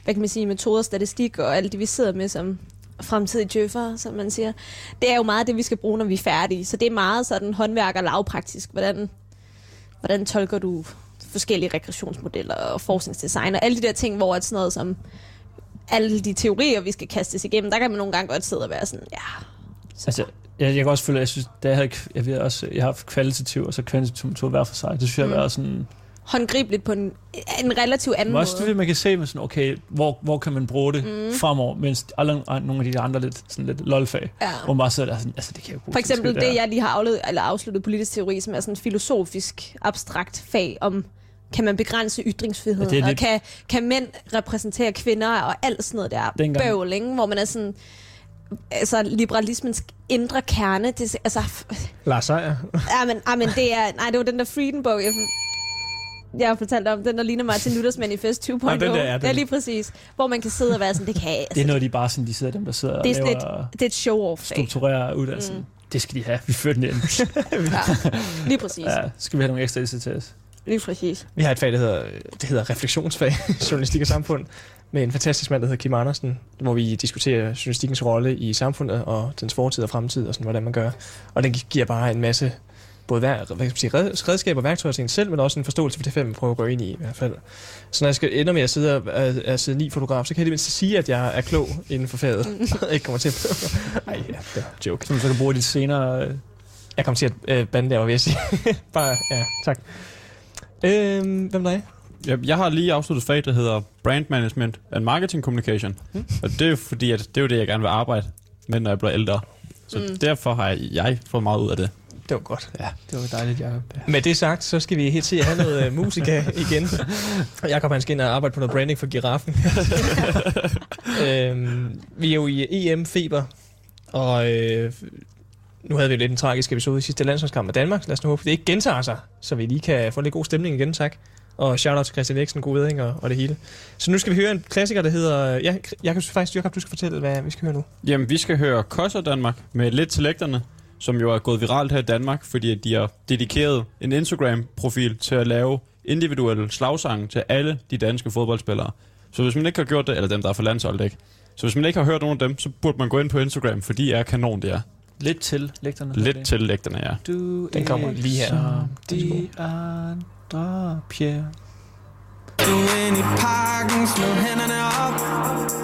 hvad kan man sige, metoder, statistik og alt det, vi sidder med som fremtidige djøffere, som man siger. Det er jo meget det, vi skal bruge, når vi er færdige. Så det er meget sådan håndværk og lavpraktisk. Hvordan, hvordan tolker du forskellige regressionsmodeller og forskningsdesign og alle de der ting, hvor at sådan noget som alle de teorier, vi skal kastes igennem, der kan man nogle gange godt sidde og være sådan, ja,
Altså, jeg, jeg kan også føle, at jeg synes, da jeg havde, k- jeg, ved også, jeg har haft kvalitativ og så kvantitativ metode hver for sig. Det synes jeg
Mm.
har været sådan...
håndgribeligt på en, en relativ anden
Men også
måde.
det, man kan se med sådan, okay, hvor, hvor kan man bruge det mm. fremover, mens alle, øh, nogle af de andre lidt, sådan lidt lolfag,
Ja.
hvor man bare sidder der sådan, altså det kan jeg jo bruge
For
til en
eksempel
skid,
det,
her.
jeg lige har afledet, eller afsluttet politisk teori, som er sådan et filosofisk, abstrakt fag om, kan man begrænse ytringsfriheden,
Ja, det
ja,
er
og
lidt-
kan, kan mænd repræsentere kvinder, og alt sådan noget der
Dengang-
Dengang. bøvl, ikke? hvor man er sådan, altså liberalismens indre kerne, det, altså, f- *laughs*
Lars Seier.
ja, men, ja, men det er, nej, det var den der Friedenbog, jeg, jeg har fortalt om, den der ligner Martin Luthers Manifest 2.0,
Nå, den der, ja,
det er
den-
lige præcis, hvor man kan sidde og være sådan, det kan jeg, altså,
Det er noget, de bare sådan, de sidder dem, der sidder og
Det er sådan
laver
det er et show-off-fag,
*laughs* strukturerer uddannelsen. Mm. Det skal de have, vi fører den ind.
lige præcis, ja.
ja, så skal vi have nogle ekstra ECTS.
lige præcis.
Vi har et fag, der hedder, det hedder refleksionsfag, *laughs* journalistik og samfund, med en fantastisk mand, der hedder Kim Andersen, hvor vi diskuterer journalistikkens rolle i samfundet og dens fortid og fremtid, og sådan, hvordan man gør. Og den gi- giver bare en masse både hver, hvad kan man sige, red- redskaber og værktøjer til en selv, men også en forståelse for det fag, man prøver at gå ind i i hvert fald. Så når jeg skal ender med at sidde og er, er sidde ni fotograf, så kan jeg det mindste sige, at jeg er klog inden for faget. *laughs* ikke kommer til at... Ej, ja, det var en joke.
Som så kan bruge dit senere... øh,
Jeg kom til at øh, bande der, var jeg ved at sige. *laughs* bare, ja, tak. Øhm, hvem er dig?
Jeg, jeg har lige afsluttet fag, der hedder Brand Management and Marketing Communication. Mm. Og det er jo fordi, at det er jo det, jeg gerne vil arbejde med, når jeg bliver ældre. Så mm. derfor har jeg, jeg fået meget ud af det.
Det var godt.
Det var dejligt, Jacob.
Med det sagt, så skal vi helt til at have noget uh, musika igen. Jakob han skal ind og arbejde på noget branding for giraffen. øhm, vi er jo i EM-feber, og øh, nu havde vi jo lidt en tragisk episode i sidste landsholdskamp med Danmark. Lad os nu håbe, det ikke gentager sig, så vi lige kan få lidt god stemning igen, tak. Og shout-out til Christian Eriksen, god vedhæng og, og det hele. Så nu skal vi høre en klassiker, der hedder... øh, Ja, jeg kan faktisk, Jacob, du skal fortælle, hvad vi skal høre nu.
Jamen, vi skal høre Kosser Danmark med lidt til lægterne, som jo er gået viralt her i Danmark, fordi at de har dedikeret en Instagram-profil til at lave individuelle slagsange til alle de danske fodboldspillere. Så hvis man ikke har gjort det, eller dem, der er for landsholdet, ikke? Så hvis man ikke har hørt nogen af dem, så burde man gå ind på Instagram, for de er kanon, det er.
Lidt til lægterne.
Lidt til lægterne, ja.
Du
Den kommer
ikke
lige her.
Som de andre, Pierre.
Du ind i parken, slå hænderne op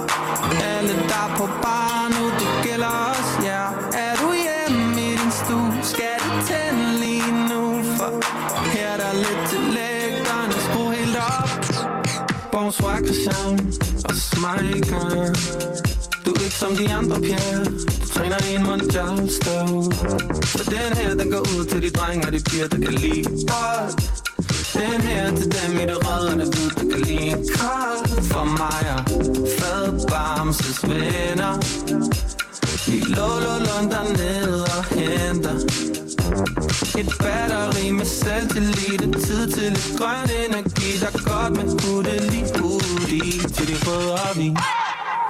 Alle der er på bar nu, det gælder os, ja Er du hjemme i din stue, skal det tænde lige nu For her er der lidt til lægterne, skru helt op Bonsoir Christian og smile girl Du er ikke som de andre piger Du træner i en mondial støv Så den her den går ud til de drenge og de piger der kan lide bold den her til dem i det røde og det hvide, der kan lide en kold for mig og fadbamses venner. Vi lå, lå, lunder ned og henter et batteri med selvtillid og tid til lidt grøn energi, der godt med putte lige ud i til det røde og vin.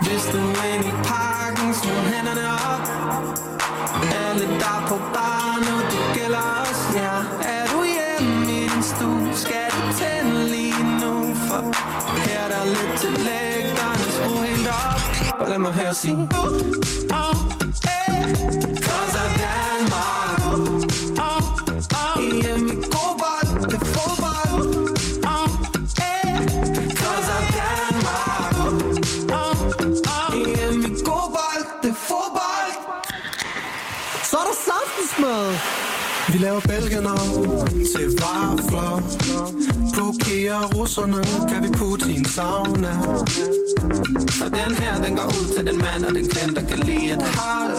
Hvis du er inde i parken, slå hænderne op alle der er på barn, og det gælder os, ja Er du hjemme i din stue, skal du tænde lige nu For her er der lidt til lægterne, skru helt op Og lad mig høre sige Oh, oh, eh Cause of Danmark Oh, oh, EM i god bold, det er fodbold Oh, eh Cause of Danmark Oh, oh, EM i god bold, det er fodbold så er der saftensmad. Vi laver bælgener til vafler. Blokerer russerne, kan vi Putin savne. Så den her, den går ud til den mand og den kvinde, der kan lide et hold.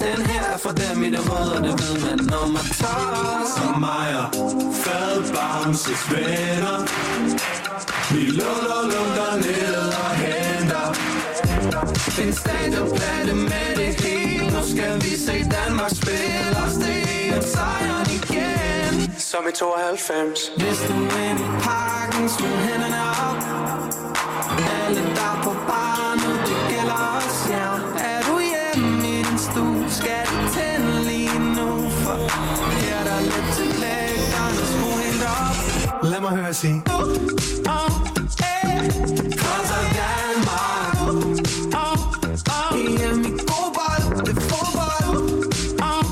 Den her er for dem i det røde, og det ved man nummer 12. Som mig og fadbamses venner. Vi luller lunder ned og henter en stadionplade med det hele Nu skal vi se Danmark spille os det er sejren igen Som i 92 Hvis du er inde i parken, slå hænderne op Alle der er på barnet, det gælder os, ja mig sige uh, uh, yeah. Kom så Danmark uh, uh, uh. EM i fodbold, det er fodbold uh,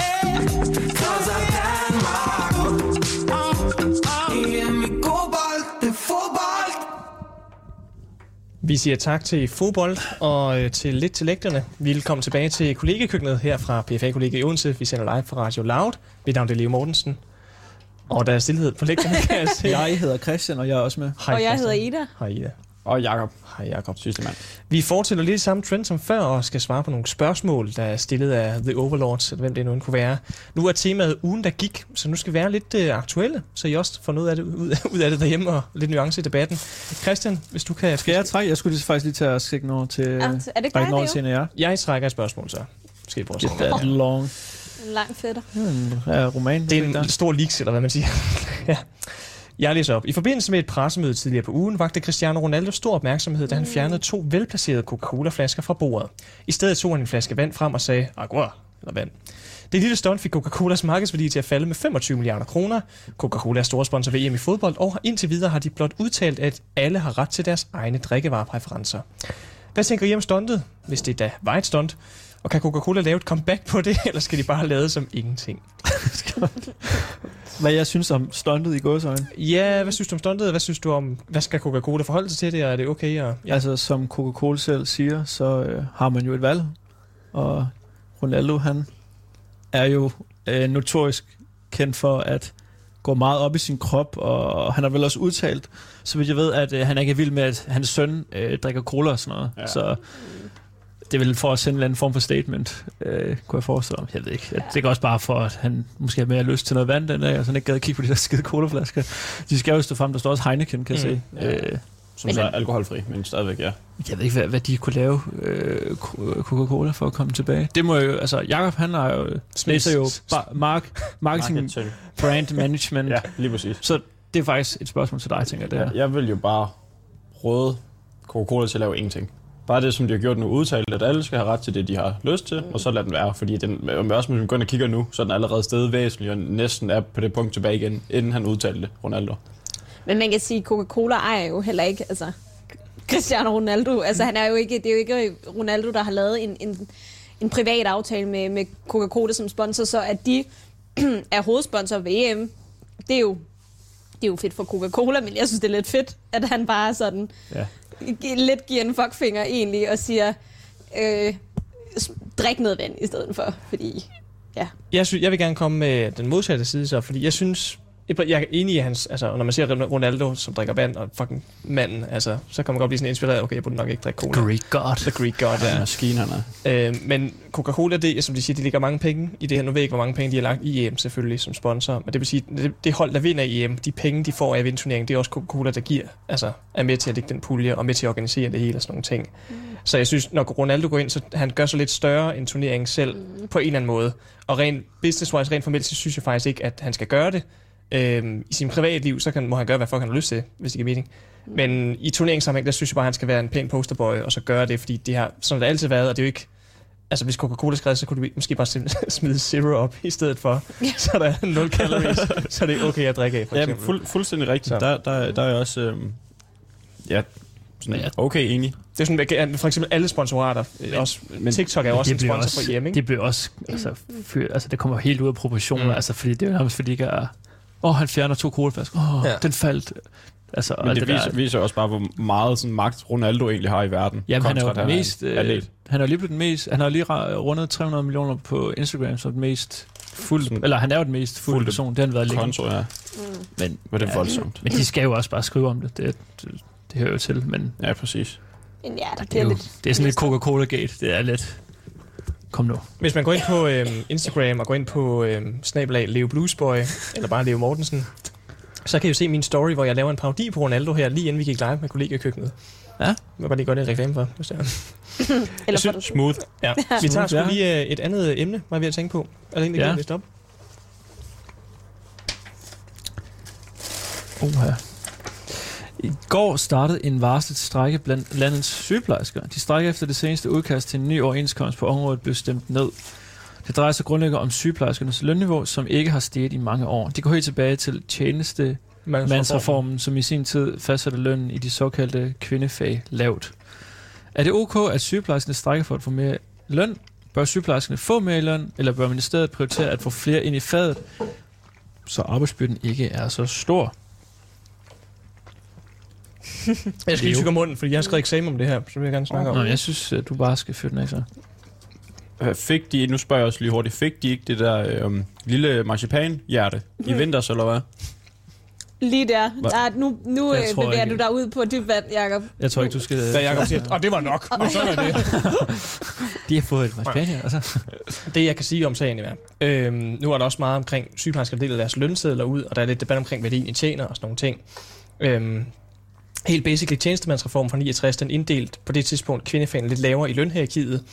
yeah. Kom så Danmark uh, uh. EM i fodbold, det er fodbold
Vi siger tak til fodbold og øh, til lidt til lægterne. Vi vil komme tilbage til kollegekøkkenet her fra PFA-kollega i Odense. Vi sender live fra Radio Loud. Mit navn er Leo Mortensen. Og der er stillhed på lægterne, kan jeg
*laughs*
se.
Jeg hedder Christian, og jeg er også med.
Hej,
og jeg hedder
Christian.
Ida.
Hej, Ida.
Og Jakob,
Hej, Jakob.
sidste mand.
Vi fortsætter lidt i samme trend som før og skal svare på nogle spørgsmål, der er stillet af The Overlords, eller hvem det nu end kunne være. Nu er temaet ugen, der gik, så nu skal vi være lidt øh, aktuelle, så I også får noget af det, ud, *laughs* ud af det derhjemme og lidt nuance i debatten. Christian, hvis du kan...
Skal jeg trække? Jeg skulle lige, faktisk lige tage og stikke noget til...
Øh,
Er det ikke dig,
der er ikke noget
Leo?
til jer.
Jeg trækker et spørgsmål, så skal I prøve at svare.
Det er en long
En lang fætter.
ja, øh, roman.
Det er en stor leaks, eller hvad man siger. *laughs* ja. Jeg læser op. I forbindelse med et pressemøde tidligere på ugen, vagte Cristiano Ronaldo stor opmærksomhed, da han fjernede to velplacerede Coca-Cola-flasker fra bordet. I stedet tog han en flaske vand frem og sagde, agua, eller vand. Det lille stunt fik Coca-Colas markedsværdi til at falde med 25 milliarder kroner. Coca-Cola er storsponsor ved EM i fodbold, og indtil videre har de blot udtalt, at alle har ret til deres egne drikkevarepræferencer. Hvad tænker I om stuntet, hvis det da var et stunt? Og kan Coca-Cola lave et comeback på det, *laughs* eller skal de bare lade som ingenting?
Hvad jeg synes om stuntet i gåsøjne.
Ja, hvad synes du om stuntet? Hvad synes du om, hvad skal Coca-Cola forholde sig til det? Og er det okay? Og,
Ja.
ja.
Altså, som Coca-Cola selv siger, så øh, har man jo et valg. Og Ronaldo, han er jo øh, notorisk kendt for at gå meget op i sin krop, og han har vel også udtalt, så vidt jeg ved, at øh, han ikke er vild med, at hans søn øh, drikker cola og sådan noget.
Ja.
Ja. Så det er vel for at sende en eller anden form for statement, øh, kunne jeg forestille mig. Jeg ved ikke. Det kan også bare for, at han måske har mere lyst til noget vand den dag, og så han ikke gad at kigge på de der skide colaflasker. De skal jo stå frem, der står også Heineken, kan jeg
Mm.
mm. se.
Ja.
Øh,
Som så er alkoholfri, men stadigvæk ja.
jeg ved ikke, hvad, hvad de kunne lave øh, Co- Coca-Cola for at komme tilbage. Det må jo, altså, Jacob han har jo, læser jo bar, mark, marketing, brand management.
*laughs* Ja,
ja.
lige præcis.
Så det er faktisk et spørgsmål til dig, tænker jeg, det her.
Ja. Jeg vil jo bare råde Coca-Cola til at lave ingenting. Bare det, som de har gjort nu, udtalt, at alle skal have ret til det, de har lyst til, og så lad den være. Fordi den, om jeg også, hvis vi går ind og kigger nu, så er den allerede stedet væsentligt, og næsten er på det punkt tilbage igen, inden han udtalte det, Ronaldo.
Men man kan sige, at Coca-Cola ejer jo heller ikke, altså Cristiano Ronaldo. Altså, han er jo ikke, det er jo ikke Ronaldo, der har lavet en, en, en privat aftale med, med Coca-Cola som sponsor, så at de *clears throat* er hovedsponsor ved EM, det er jo det er jo fedt for Coca-Cola, men jeg synes, det er lidt fedt, at han bare sådan
Ja.
gi- lidt giver en fuckfinger egentlig og siger, øh, s- drik noget vand i stedet for, fordi ja.
Jeg, synes, jeg vil gerne komme med den modsatte side så, fordi jeg synes, jeg er enig i hans, altså når man ser Ronaldo, som drikker vand, og fucking manden, altså, så kan man godt blive sådan inspireret, okay, jeg burde nok ikke drikke cola.
Great God.
The Greek God,
Den
ja.
maskine, han er.
Øh, men Coca-Cola, det, er, som de siger, de lægger mange penge i det her. Nu ved jeg ikke, hvor mange penge de har lagt i EM selvfølgelig som sponsor. Men det vil sige, det, det hold, der vinder EM, de penge, de får af at vinde turneringen, det er også Coca-Cola, der giver. Altså er med til at lægge den pulje og med til at organisere det hele og sådan nogle ting. Mm. Så jeg synes, når Ronaldo går ind, så han gør sig lidt større end turneringen selv mm. på en eller anden måde. Og rent business-wise, rent formelt, så synes jeg faktisk ikke, at han skal gøre det. Øhm, I sin privatliv, så kan, må han gøre, hvad fuck han har lyst til, hvis det giver mening. Men i turneringssammenhæng, der synes jeg bare, at han skal være en pæn posterboy, og så gøre det, fordi det har, sådan har det altid været, og det er jo ikke Altså, hvis Coca-Cola skrev, så kunne de måske bare sim- *laughs* smide zero op i stedet for. *laughs* Så der er nul calories, så det er okay at drikke af, for
Ja, men
eksempel.
fuld, fuldstændig
Så.
rigtigt. Der, der, der er også... Øhm, ja, sådan, okay, enig.
Det er sådan, at- at for eksempel alle sponsorater, men, også, men, TikTok er jo også en sponsor også, for EM, ikke?
det bliver også, altså, fyr, altså, det kommer helt ud af proportioner,
Mm.
mm. altså, fordi det er jo nærmest, fordi der er, åh, oh, han fjerner to colaflasker, åh, oh,
Ja.
ja. den faldt. Altså, og
Men
alt
det,
der-
viser, viser også bare, hvor meget sådan, magt Ronaldo egentlig har i verden.
Jamen, han er jo
kontra
den
der
mest...
en
Øh,
atlet.
han er jo lige blevet den mest... Han har lige ra- rundet 300 millioner på Instagram som den mest fulde...
Sådan-
Eller han er jo den mest fulde
Fulde
person. Det har han været længe.
Konto, ja.
Men,
Hvor det er
Ja.
voldsomt.
men de skal jo også bare skrive om det. Det, det, det hører jo til, men...
Ja, præcis.
Men ja, der
Det er,
bliver
jo,
lidt...
det er sådan lidt Coca-Cola-gate. Det er lidt... Kom nu.
Hvis man går ind på øhm, Instagram og går ind på øhm, snabelag Leo Bluesboy, eller bare Leo Mortensen, så kan I jo se min story, hvor jeg laver en parodi på Ronaldo her, lige inden vi gik live med kollegekøkkenet.
Ja.
Jeg vil bare lige gøre det en reklame for. Hvis det er.
Eller
synes-
får du-
Smooth.
Ja. Vi tager sgu
Ja.
lige øh, et andet emne, var jeg ved at tænke på. Er der en, der
Ja.
ja. liste op?
Oha. I går startede en varslet strække blandt landets sygeplejersker. De strækker efter det seneste udkast til en ny overenskomst på området blev stemt ned. Det drejer sig grundlæggende om sygeplejerskernes lønniveau, som ikke har steget i mange år. Det går helt tilbage til tjeneste
mandsreformen, som i sin tid fastsatte lønnen i de såkaldte kvindefag lavt. Er det ok, at sygeplejerskerne strækker for at få mere løn? Bør sygeplejerskerne få mere i løn, eller bør ministeriet prioritere at få flere ind i faget, så arbejdsbyrden ikke er så stor?
Jeg skal lige tykke om munden, fordi jeg har skrevet eksamen om det her, så vil jeg gerne snakke om
Nå,
det.
jeg synes, at du bare skal fyre den af så.
Øh, Fik de, nu spørger jeg også lige hurtigt, fik de ikke det der øhm, lille marcipan-hjerte i vinters, eller hvad?
Lige der.
Hva?
der nu nu
Jeg
øh,
tror
bevæger
ikke-
du dig ud på dybt vand, Jacob.
Jeg tror ikke, du skal...
Da Jacob siger, og det var nok. Og så er det.
De har fået et marcipan, altså.
det, jeg kan sige om sagen i hvert øhm, Nu er der også meget omkring, sygeplejersker deler deres lønsedler ud, og der er lidt debat omkring, hvad de egentlig tjener og sådan nogle ting. Øhm, helt basically tjenestemandsreformen fra 69, den inddelt på det tidspunkt kvindefagene lidt lavere i lønhierarkiet.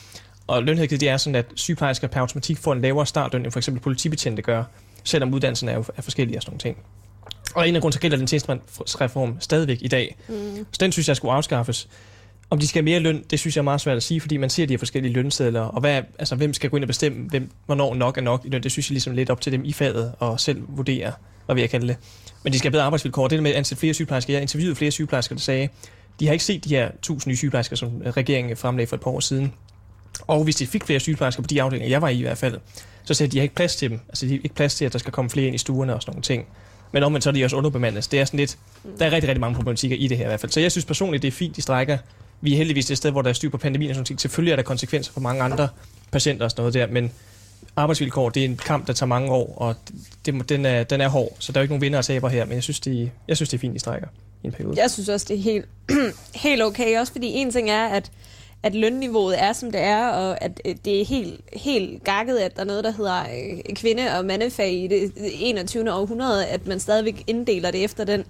Og lønhierarkiet det er sådan, at sygeplejersker per automatik får en lavere startløn, end for eksempel politibetjente gør, selvom uddannelsen er jo er forskellige og sådan nogle ting. Og en af grundene til, at gælder den tjenestemandsreform stadigvæk i dag.
Mm.
Så den synes jeg skulle afskaffes. Om de skal have mere løn, det synes jeg er meget svært at sige, fordi man ser de her forskellige lønsedler, og hvad, altså, hvem skal gå ind og bestemme, hvem, hvornår nok er nok i løn, det synes jeg ligesom er lidt op til dem i faget og selv vurdere, hvad vil jeg kalde det. Men de skal have bedre arbejdsvilkår. Det der med at ansætte flere sygeplejersker, jeg interviewede flere sygeplejersker, der sagde, de har ikke set de her tusind nye sygeplejersker, som øh, regeringen fremlagde for et par år siden. Og hvis de fik flere sygeplejersker på de afdelinger, jeg var i i hvert fald, så sagde de, at de har ikke plads til dem. Altså, de har ikke plads til, at der skal komme flere ind i stuerne og sådan nogle ting. Men omvendt så er de også underbemandet. Det er sådan lidt, der er rigtig, rigtig mange problematikker i det her i hvert fald. Så jeg synes personligt, det er fint, de strækker. Vi er heldigvis et sted, hvor der er styr på pandemien og sådan ting. Selvfølgelig er der konsekvenser for mange andre patienter og sådan noget der, men arbejdsvilkår, det er en kamp, der tager mange år, og det, må- den, er, den er hård, så der er jo ikke nogen vinder og taber her, men jeg synes, de, jeg synes det er fint, de strækker i en periode.
Jeg synes også, det er helt, *clears throat* helt okay. Også fordi en ting er, at, at lønniveauet er, som det er, og at øh, det er helt, helt gakket, at der er noget, der hedder øh, kvinde- og mandefag i det 21. århundrede, at man stadigvæk inddeler det efter den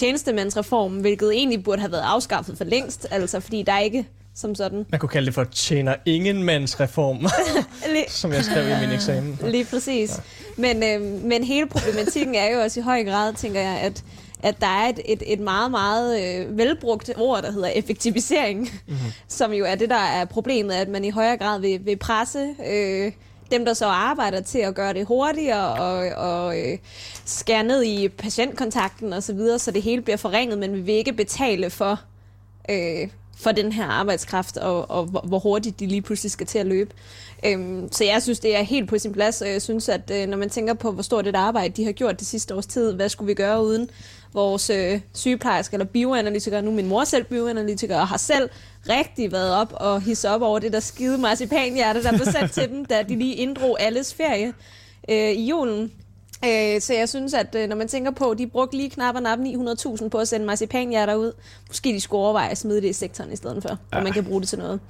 tjenestemandsreform, hvilket egentlig burde have været afskaffet for længst, altså fordi der er ikke som sådan.
Man kunne kalde det for tjener ingenmandsreform, *laughs*
Lige-
som jeg skrev i min eksamen.
Lige præcis. Men, øh, men hele problematikken er jo også i høj grad, tænker jeg, at, at der er et, et, et meget, meget øh, velbrugt ord, der hedder effektivisering, mm-hmm. *laughs* som jo er det, der er problemet, at man i højere grad vil, vil presse øh, dem, der så arbejder til at gøre det hurtigere og, og øh, skære ned i patientkontakten osv., så, videre, så det hele bliver forringet, men vi vil ikke betale for øh, for den her arbejdskraft, og, og hvor hvor hurtigt de lige pludselig skal til at løbe. Øhm, så jeg synes, det er helt på sin plads, og jeg synes, at øh, når man tænker på, hvor stort et arbejde de har gjort det sidste års tid, hvad skulle vi gøre uden vores øh, sygeplejersker eller bioanalytikere, nu er min mor selv bioanalytiker, og har selv rigtig været op og hisse op over det der skide marcipanhjerte, der blev sat til dem, da de lige inddrog alles ferie øh, i julen. Øh, så jeg synes, at øh, når man tænker på, de brugte lige knap og nap 900.000 på at sende marcipanhjerter ud, måske de skulle overveje at smide det i sektoren i stedet for, ja. og man kan bruge det til noget.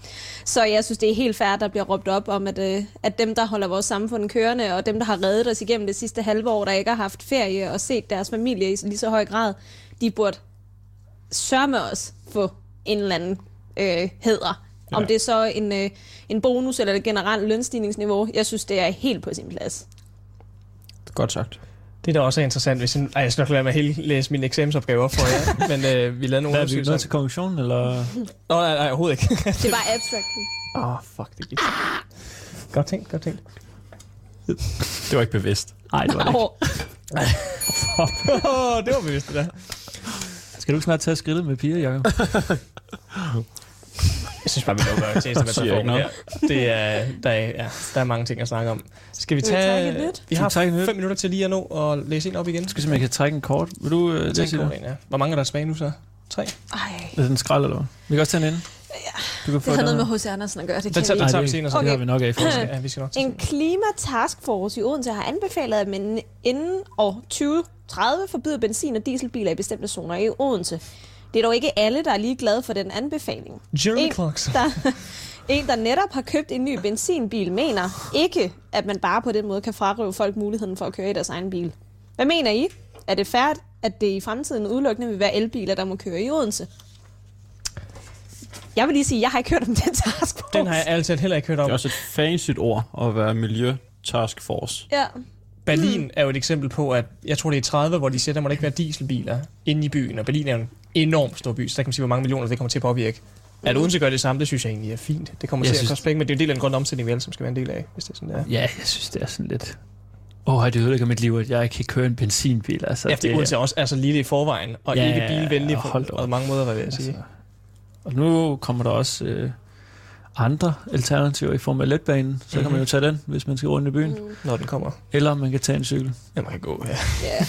Så jeg synes, det er helt fair, at der bliver råbt op om, at, øh, at dem, der holder vores samfund kørende, og dem, der har reddet os igennem det sidste halve år, der ikke har haft ferie og set deres familie i lige så høj grad, de burde sørme os få en eller anden øh, hæder. Om
Ja.
det er så en, øh, en bonus eller et generelt lønstigningsniveau, jeg synes, det er helt på sin plads.
Godt sagt.
Det, der også er interessant, hvis en, ej, jeg skal nok lade være med at hele læse min eksamensopgave op for *laughs* jer, men øh, vi lavede nogle
Hvad er vi
undersøgelser.
nået til konklusionen, eller?
Nå, nej, nej, overhovedet ikke.
Det var abstrakt.
Åh, oh, fuck, det gik. *laughs* Godt tænkt, godt tænkt.
Det var ikke bevidst.
Nej, det var det ikke.
Åh,
Åh, *laughs* oh, det var bevidst, det der.
Skal du ikke snart tage skridtet med piger, Jacob?
Jeg synes bare, vi *laughs* lukker
Siger ikke
tjenestemandsreformen
noget.
her. Det er, der, er, ja, der er mange ting at snakke om. Skal vi
Skal vi
tage...
trække lidt?
vi
Skal
har
vi trække lidt?
fem minutter til lige at nå og læse en op igen.
Skal vi se, om jeg kan trække en kort. Vil du øh,
Tænk
læse
over
det?
en, ja. Hvor mange er der tilbage nu så? *clears throat* Tre?
ej.
Er den skrald, eller hvad? Vi kan også tage den ind. Du kan
Det har
den
noget med
her.
H.C. Andersen at gøre, det
Den
kan
tager,
vi
den
ikke.
tager vi
det-
senere, så
Det
det
har vi nok af for.
skal,
*laughs*
ja, vi skal nok til
En klimataskforce i Odense har anbefalet, at man inden år 2030 forbyder benzin- og dieselbiler i bestemte zoner i Odense. Det er dog ikke alle, der er lige glade for den anbefaling.
Jeremy
en-
Clarks.
Der, *laughs* en, der netop har købt en ny benzinbil, mener ikke, at man bare på den måde kan frarøve folk muligheden for at køre i deres egen bil. Hvad mener I? Er det færdigt, at det i fremtiden udelukkende vil være elbiler, der må køre i Odense? Jeg vil lige sige, at jeg har ikke hørt om den *laughs* taskforce.
Den har jeg altid heller ikke hørt
Det
om.
er også et fancy ord at være miljø task force.
Ja.
Berlin er jo et eksempel på, at jeg tror, det er i 30, hvor de siger, der må der ikke være dieselbiler inde i byen, og Berlin er jo en enorm stor by, så der kan man sige, hvor mange millioner det kommer til at påvirke. At Odense gør det samme, det synes Mm. jeg egentlig er fint. Det kommer
Jeg
til at
synes-
koste penge, men det er jo en del af den grønne omstilling, vi alle sammen skal være en del af, hvis det er sådan, det er.
Ja, jeg synes, det er sådan lidt...
Åh, oh, det ødelægger mit liv, at jeg ikke kan køre en benzinbil. Altså,
Ja, det er uanset også altså lille i forvejen, og
Ja,
ja, ikke bilvenlig
ja,
på,
hold da op.
på mange måder, hvad jeg vil sige.
Altså, og nu kommer der også øh, andre alternativer i form af letbanen. Så mm-hmm.
Mhm.
kan man jo tage den, hvis man skal rundt i byen.
Mm.
Når den kommer.
Eller man kan tage en cykel.
Ja, man kan gå, ja.
Ja.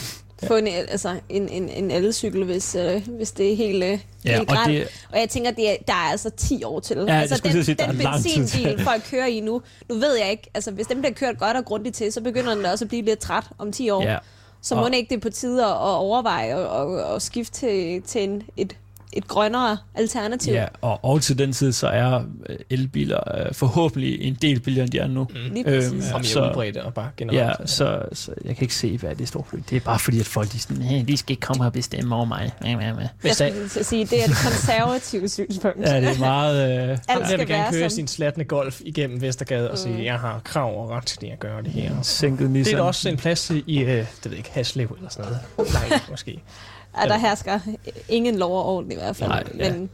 Få en, el- altså, en, en, en elcykel, hvis, øh, hvis det er helt, øh, ja, helt
og
og,
det,
og jeg tænker, det er, der er altså 10 år til.
jeg
altså,
skulle
den,
til at sige, der
den
er lang tid til.
benzinbil, folk kører i nu, nu ved jeg ikke, altså, hvis den bliver kørt godt og grundigt til, så begynder den også at blive lidt træt om 10 år.
ja,
Så
Og-
må det ikke det er på tide at, at overveje og, og, og skifte til, til en, et, et grønnere alternativ.
ja, og, og til den tid, så er øh, elbiler øh, forhåbentlig en del billigere, end de er nu.
Mm,
Lige
Øhm,
præcis.
Og mere
Så-
så, udbredte og bare generelt.
Ja, så, så jeg kan ikke se, hvad det står for. Det er bare fordi, at folk de er sådan, hey, de skal ikke komme her og bestemme over mig. Ja, ja, ja.
Jeg skulle til at sige, det er et konservativt synspunkt.
Ja,
*laughs*
det er meget... Øh,
Ham
Alt
der vil
skal
gerne
være Mm.
køre
som...
sin slatne golf igennem Vestergade og sige, jeg har krav og ret til at gøre det her.
sænket
Det er
Nissan.
der også en plads til i, øh, det ved jeg ikke, Haslev eller sådan noget. Nej, måske.
Ja, der hersker ingen lov og orden i hvert fald.
Nej, ja.
Men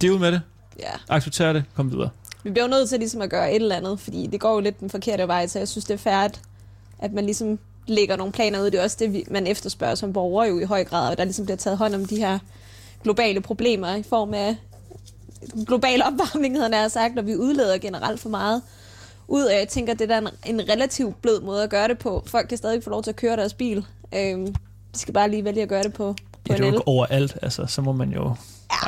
Deal med det.
ja,
Accepter det. Kom videre.
vi bliver jo nødt til ligesom at gøre et eller andet, fordi det går jo lidt den forkerte vej, så jeg synes, det er færdigt, at man ligesom lægger nogle planer ud. Det er også det, vi- man efterspørger som borger jo i høj grad, og der ligesom bliver taget hånd om de her globale problemer i form af global opvarmning, havde jeg nær sagt, og vi udleder generelt for meget ud af. Jeg tænker, det er da en, en relativt blød måde at gøre det på. Folk kan stadig få lov til at køre deres bil. Øhm, de skal bare lige vælge at gøre det på, på
Ja,
en
det er jo
el.
ikke overalt, altså, så må man jo...
Ej,
Ja,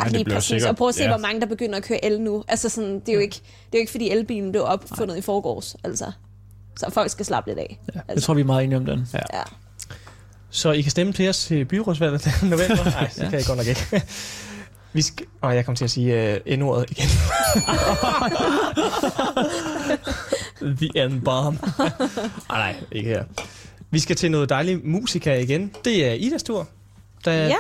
det
lige
bliver
præcis.
sikkert-
Og prøv at se,
ja.
ja. hvor mange der begynder at køre el nu. Altså sådan, det er jo ikke, det er jo ikke fordi elbilen blev opfundet Nej. i forgårs, altså. Så folk skal slappe lidt af.
Ja, jeg tror, vi er meget enige om
*laughs*
den. Ja.
Ja.
Så I kan stemme til os til byrådsvalget den november? *laughs* Nej, det kan I godt nok ikke. *laughs* Vi skal... Og jeg kom til at sige øh, N-ordet igen. *laughs* The N-bomb. Ej, nej, ikke her. Vi skal til noget dejlig musika igen. Det er Idas tur. Der...
ja.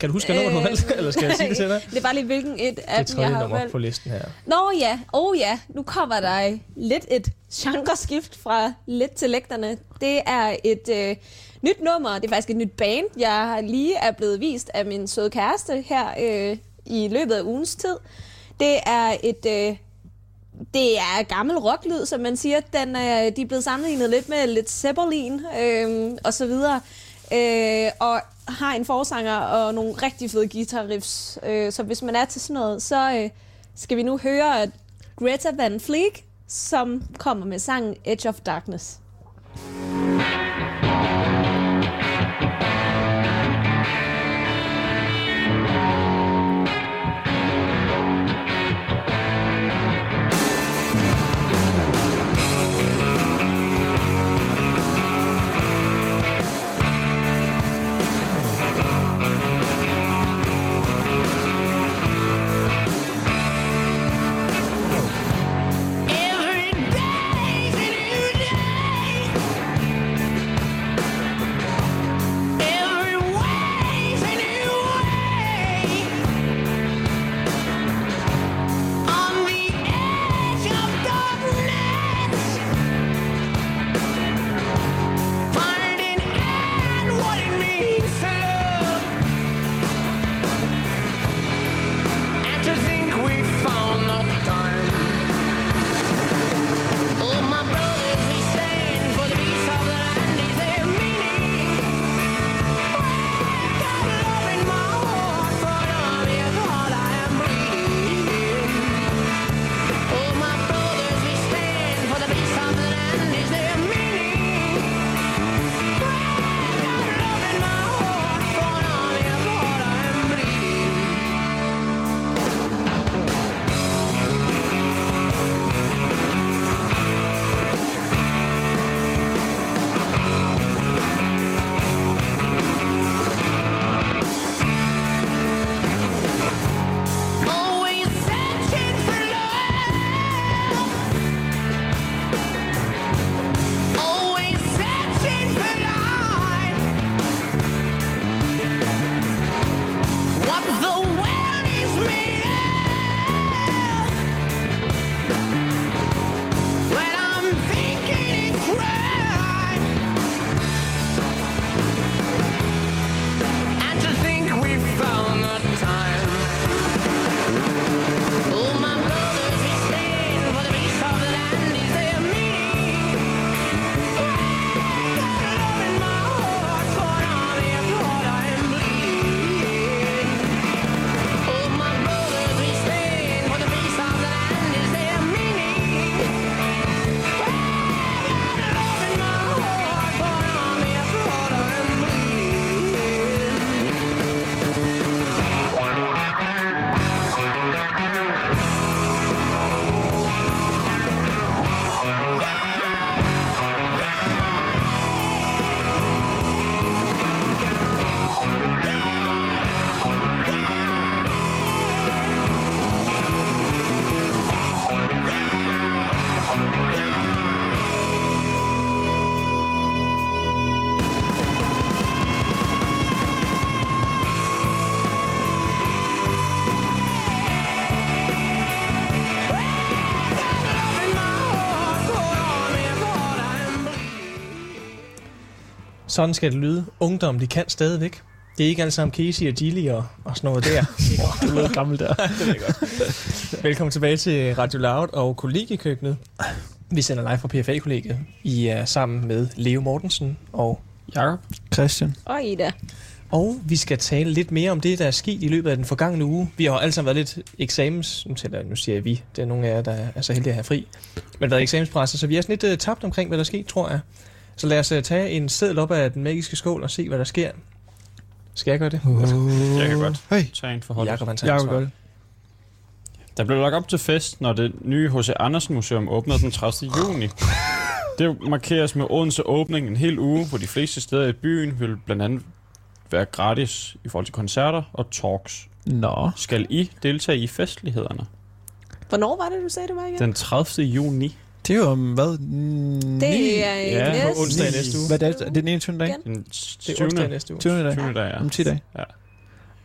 Kan du huske, hvornår du valgte? *laughs* Eller skal jeg sige
*laughs*
det til dig?
det er bare lige, hvilken et af
Det
dem, jeg
tredje
har
nummer
valgt.
på listen her.
Nå ja, oh ja, nu kommer der lidt et genreskift fra lidt til lægterne. Det er et øh, nyt nummer, det er faktisk et nyt band, jeg lige er blevet vist af min søde kæreste her øh, i løbet af ugens tid. Det er et... Øh, det er gammel rocklyd, som man siger. Den, øh, de er blevet sammenlignet lidt med lidt Zeppelin øh, og så videre. Øh, og har en forsanger og nogle rigtig fede guitarriffs. Øh, så hvis man er til sådan noget, så øh, skal vi nu høre Greta Van Fleek, som kommer med sangen Edge of Darkness.
Every day's a new day. Every way's a new way. On the edge of darkness, finding out what it means to love, and to think we found the time. All my brothers, we stand for the peace of the land is their meaning. Got love in my heart, for love is all I am bleeding. All my brothers, we stand for the peace of the land is their meaning. Got love in my heart, for love is all I am bleeding. Always searching for love. Always searching for light. What the world is made of. When I'm thinking it's right. And to think we found the time. All my brothers we stand for the peace of the land is their meaning. Right
Sådan skal det lyde. Ungdom, de kan stadigvæk. Det er ikke alle sammen Casey og Gilly og, og sådan noget der.
Du lyder gammel der.
Velkommen tilbage til Radio Loud og kollegiekøkkenet. Vi sender live fra PFA-kollegiet. I er sammen med Leo Mortensen og
Jakob?
Christian.
Og Ida.
Og vi skal tale lidt mere om det, der er sket i løbet af den forgangne uge. Vi har alle sammen været lidt eksamens... Nu, tæller, jeg- nu siger jeg vi. Det er nogle af jer, der er så heldige at have fri. Men været eksamenspresset, så vi er sådan lidt uh, tabt omkring, hvad der er sket, tror jeg. Så lad os uh, tage en seddel op af den magiske skål og se, hvad der sker. Skal jeg gøre det?
Jeg kan godt
Hey.
tage en forhold.
Jakob, han tager
Jeg
ansvar.
kan godt.
Der blev lagt op til fest, når det nye H.C. Andersen Museum åbnede den 30. juni. Det markeres med Odense åbning en hel uge, hvor de fleste steder i byen vil blandt andet være gratis i forhold til koncerter og talks.
Nå.
Skal I deltage i festlighederne?
Hvornår var det, du sagde det var igen?
Den 30. juni.
Det er jo om hvad? Mm,
det er
Ja,
ja,
på
næste.
onsdag i næste uge.
Hvad er det? Er det den 21. dag?
Igen.
Den
Det
20.
er onsdag i næste uge.
20. dag?
20. dag, ja.
Om 10 dage?
Ja.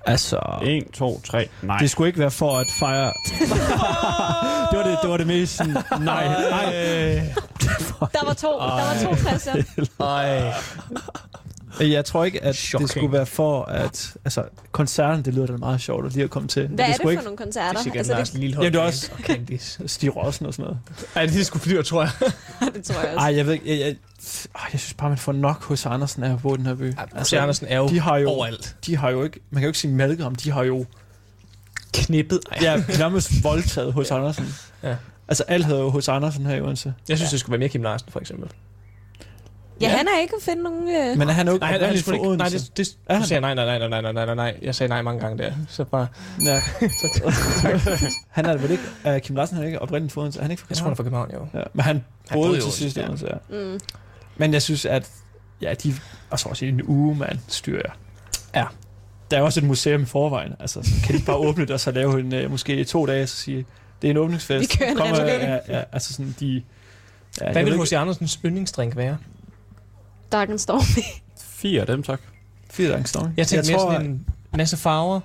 Altså,
1, 2, 3. Nej.
det skulle ikke være for at fejre...
*laughs*
det, var det, det var det mest sådan, nej, nej.
Der var to, der var to Christian.
Ej.
Jeg tror ikke, at Shocking. det
Shocking.
skulle være for at... Altså, koncerten, det lyder da meget sjovt at lige at komme til. Men
Hvad er det
skulle
for nogle koncerter?
Det er sikkert
Altså,
altså, Lars
det,
Lillehold.
Jamen, det er også-
og Candice.
ikke Stig Rossen og sådan noget.
Ej, det er sgu dyrt, tror jeg.
*laughs* det tror jeg
Altså.
også.
Ej, jeg ved ikke... Jeg, jeg, øh, jeg synes bare, man får nok hos Andersen af at bo i den her by.
Altså, Andersen er jo,
de har jo-
overalt.
De har jo ikke... Man kan jo ikke sige malke om, de har jo
Knippet. Ej.
ja, nærmest voldtaget hos Andersen.
Ja.
Altså, alt havde jo hos Andersen her i Odense.
Jeg synes, det skulle være mere Kim Larsen, for eksempel.
Ja, han er ikke at finde nogen... Øh,
Men er han jo ikke
Nej, han, han er
oprindeligt
sgu
fra
ikke.
Odense?
Nej, det, det,
Er
du
han?
sagde nej, nej, nej, nej, nej, nej, nej, nej, nej. Jeg sagde nej mange gange der. Så bare, *laughs*
Ja. han er vel ikke... Uh, Kim Larsen er ikke oprindeligt fra Odense. Er han ikke fra
jeg tror, han er fra København, jo.
Ja, men han
Han boede
boede
i
til
Odense,
sidst i
ja.
Odense, ja.
mm.
Men jeg synes, at ja, de, og så også i en uge, man styrer jeg.
Ja.
Der er også et museum i forvejen. Altså, så kan de
*laughs*
ikke bare åbne det, og så lave en, øh, måske i to dage, og så sige, det er en åbningsfest.
Vi kører en
Kom, øh,
renovering.
ja, ja, altså sådan, de... Ja,
Hvad
jeg
vil
ved
H.C. Andersens yndlingsdrink være?
Dark and Storm.
4 af dem, tak.
ikke? Fire dage storm.
Jeg tænkte
jeg
mere
tror,
sådan en masse farver.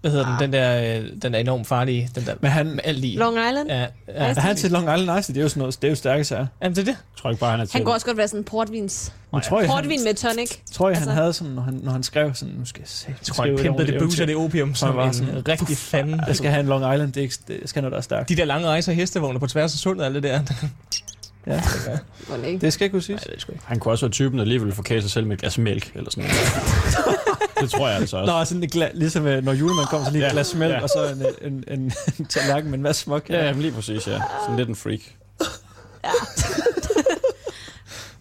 Hvad hedder den? Den der, øh, den er enormt farlige. Den der
men han,
med alt i.
Long Island.
Ja, ja.
er han til Long Island Ice, det er jo sådan noget, det er jo stærke sager.
Jamen, det er det.
Jeg tror ikke bare, han er til.
Han kunne også godt være sådan en portvins.
Men tror jeg, han,
Portvin med tonic.
tror jeg, han
altså-
havde sådan, når han, når han skrev sådan, nu skal jeg se,
Jeg tror, han pimpede det booze og det opium som
var
en
sådan,
rigtig fanden.
Jeg skal have en Long Island, det er ikke, det, jeg skal have noget, der er stærkt.
De der lange rejser i hestevogne på tværs af sundet og alt det der.
Ja.
Må det ikke.
Det skal ikke kunne siges.
det er sgu ikke.
Han kunne også være typen, der lige ville forkæle sig selv med et glas mælk, eller sådan noget. det tror jeg altså også.
Nå, sådan et gla- ligesom øh, når julemanden kommer, så lige et
Ja.
glas mælk,
Ja.
og så en, øh, en, en, en tallerken med en masse smuk.
Ja, jamen lige præcis, ja. Sådan lidt en freak.
*laughs*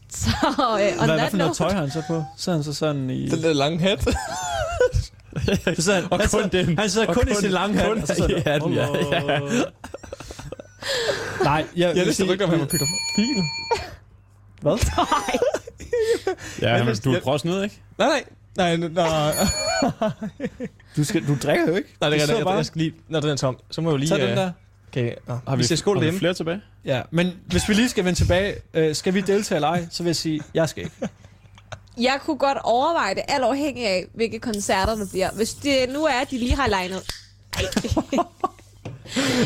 Så øh, on
Hvad, hvad
that
for noget
note,
tøj har han så på? Så er han så sådan i...
Den der lange hat. Altså,
Så sidder han,
Og kun
han, sidder,
den.
han sidder
Og
kun, i
kun-
sin lange hat.
kun
og så sidder
i
han,
hatten, ja,
"Åh, åh, åh." Nej, jeg,
Jeg vidste ikke, om han var Peter Fil.
Hvad?
Ja,
Men
men
hvis-
du er prost ned, ikke?
Nej, nej. Nej, nej, *laughs* nej.
Du, skal, du drikker jo ikke.
Nej,
Du
det er
sidder
rigtigt. Jeg,
bare-
jeg skal lige... Når den er tom, så må jeg jo lige...
Tag den
øh,
der.
Okay, nå.
Har
vi, vi skal skåle
har vi
dem.
flere tilbage?
Ja, men hvis vi lige skal vende tilbage, øh, skal vi deltage eller ej, så vil jeg sige, jeg skal ikke.
jeg kunne godt overveje det, alt afhængig af, hvilke koncerter der bliver. Hvis det nu er, at de lige har legnet. Ej.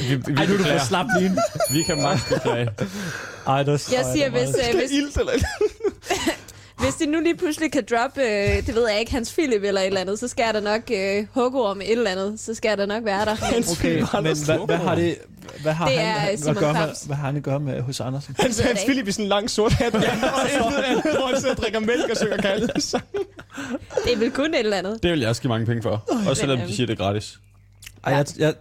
Vi, vi,
Ej, nu er du for
beklager.
slap lige.
vi kan max beklage.
Ej, det var
Jeg siger, hvis, øh, hvis,
Ilt eller
hvis de nu lige pludselig kan droppe, øh, det ved jeg ikke, Hans Philip eller et eller andet, så skal jeg da nok øh, hugge om et eller andet. Så skal jeg da nok være der.
Okay, Øh, men hvad, hvad har det... Hvad har
Det er, øh,
han, hvad,
Simon
gør,
Kvaps.
med, hvad har han at gøre med hos Andersen?
Hans,
ved jeg
Hans
ikke.
Philip i sådan en lang sort hat, *laughs* ja, *laughs* hvor han sidder og drikker mælk og synger kaldet.
*laughs* Det er vel kun et eller andet.
Det vil jeg også give mange penge for. Også selvom de siger, det er gratis.
Ej, jeg, jeg,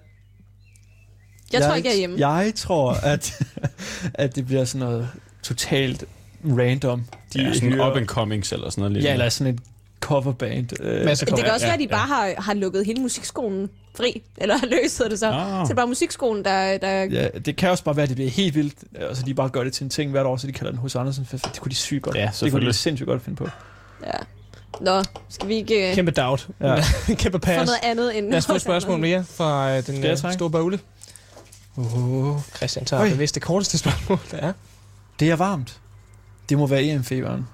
Jeg tror ikke, jeg er hjemme.
Jeg tror, at, *laughs* at det bliver sådan noget totalt random.
De ja, sådan up and comings eller sådan noget.
ja, eller sådan et coverband. Øh,
Masse
Det
kommer.
kan også
Ja,
være, at de bare har, har lukket hele musikskolen fri, eller *laughs* har løst det så.
Ah.
Så det er bare musikskolen, der... der... Ja.
ja, det kan også bare være, at det bliver helt vildt, øh, og så de bare gør det til en ting hvert år, så de kalder den hos Andersen Fest. Det kunne de sygt godt.
Ja,
det kunne de
selvfølgelig.
sindssygt godt finde på.
Nå, skal vi ikke øh,
Kæmpe doubt.
Ja.
*laughs* Kæmpe
få
pass.
noget andet end...
Lad os få et spørgsmål mere fra øh, den
jeg
øh,
trække?
store bagle. Oh, Christian tager
Oj.
bevidst det korteste spørgsmål, der er.
Det er varmt. Det må være EM-feberen.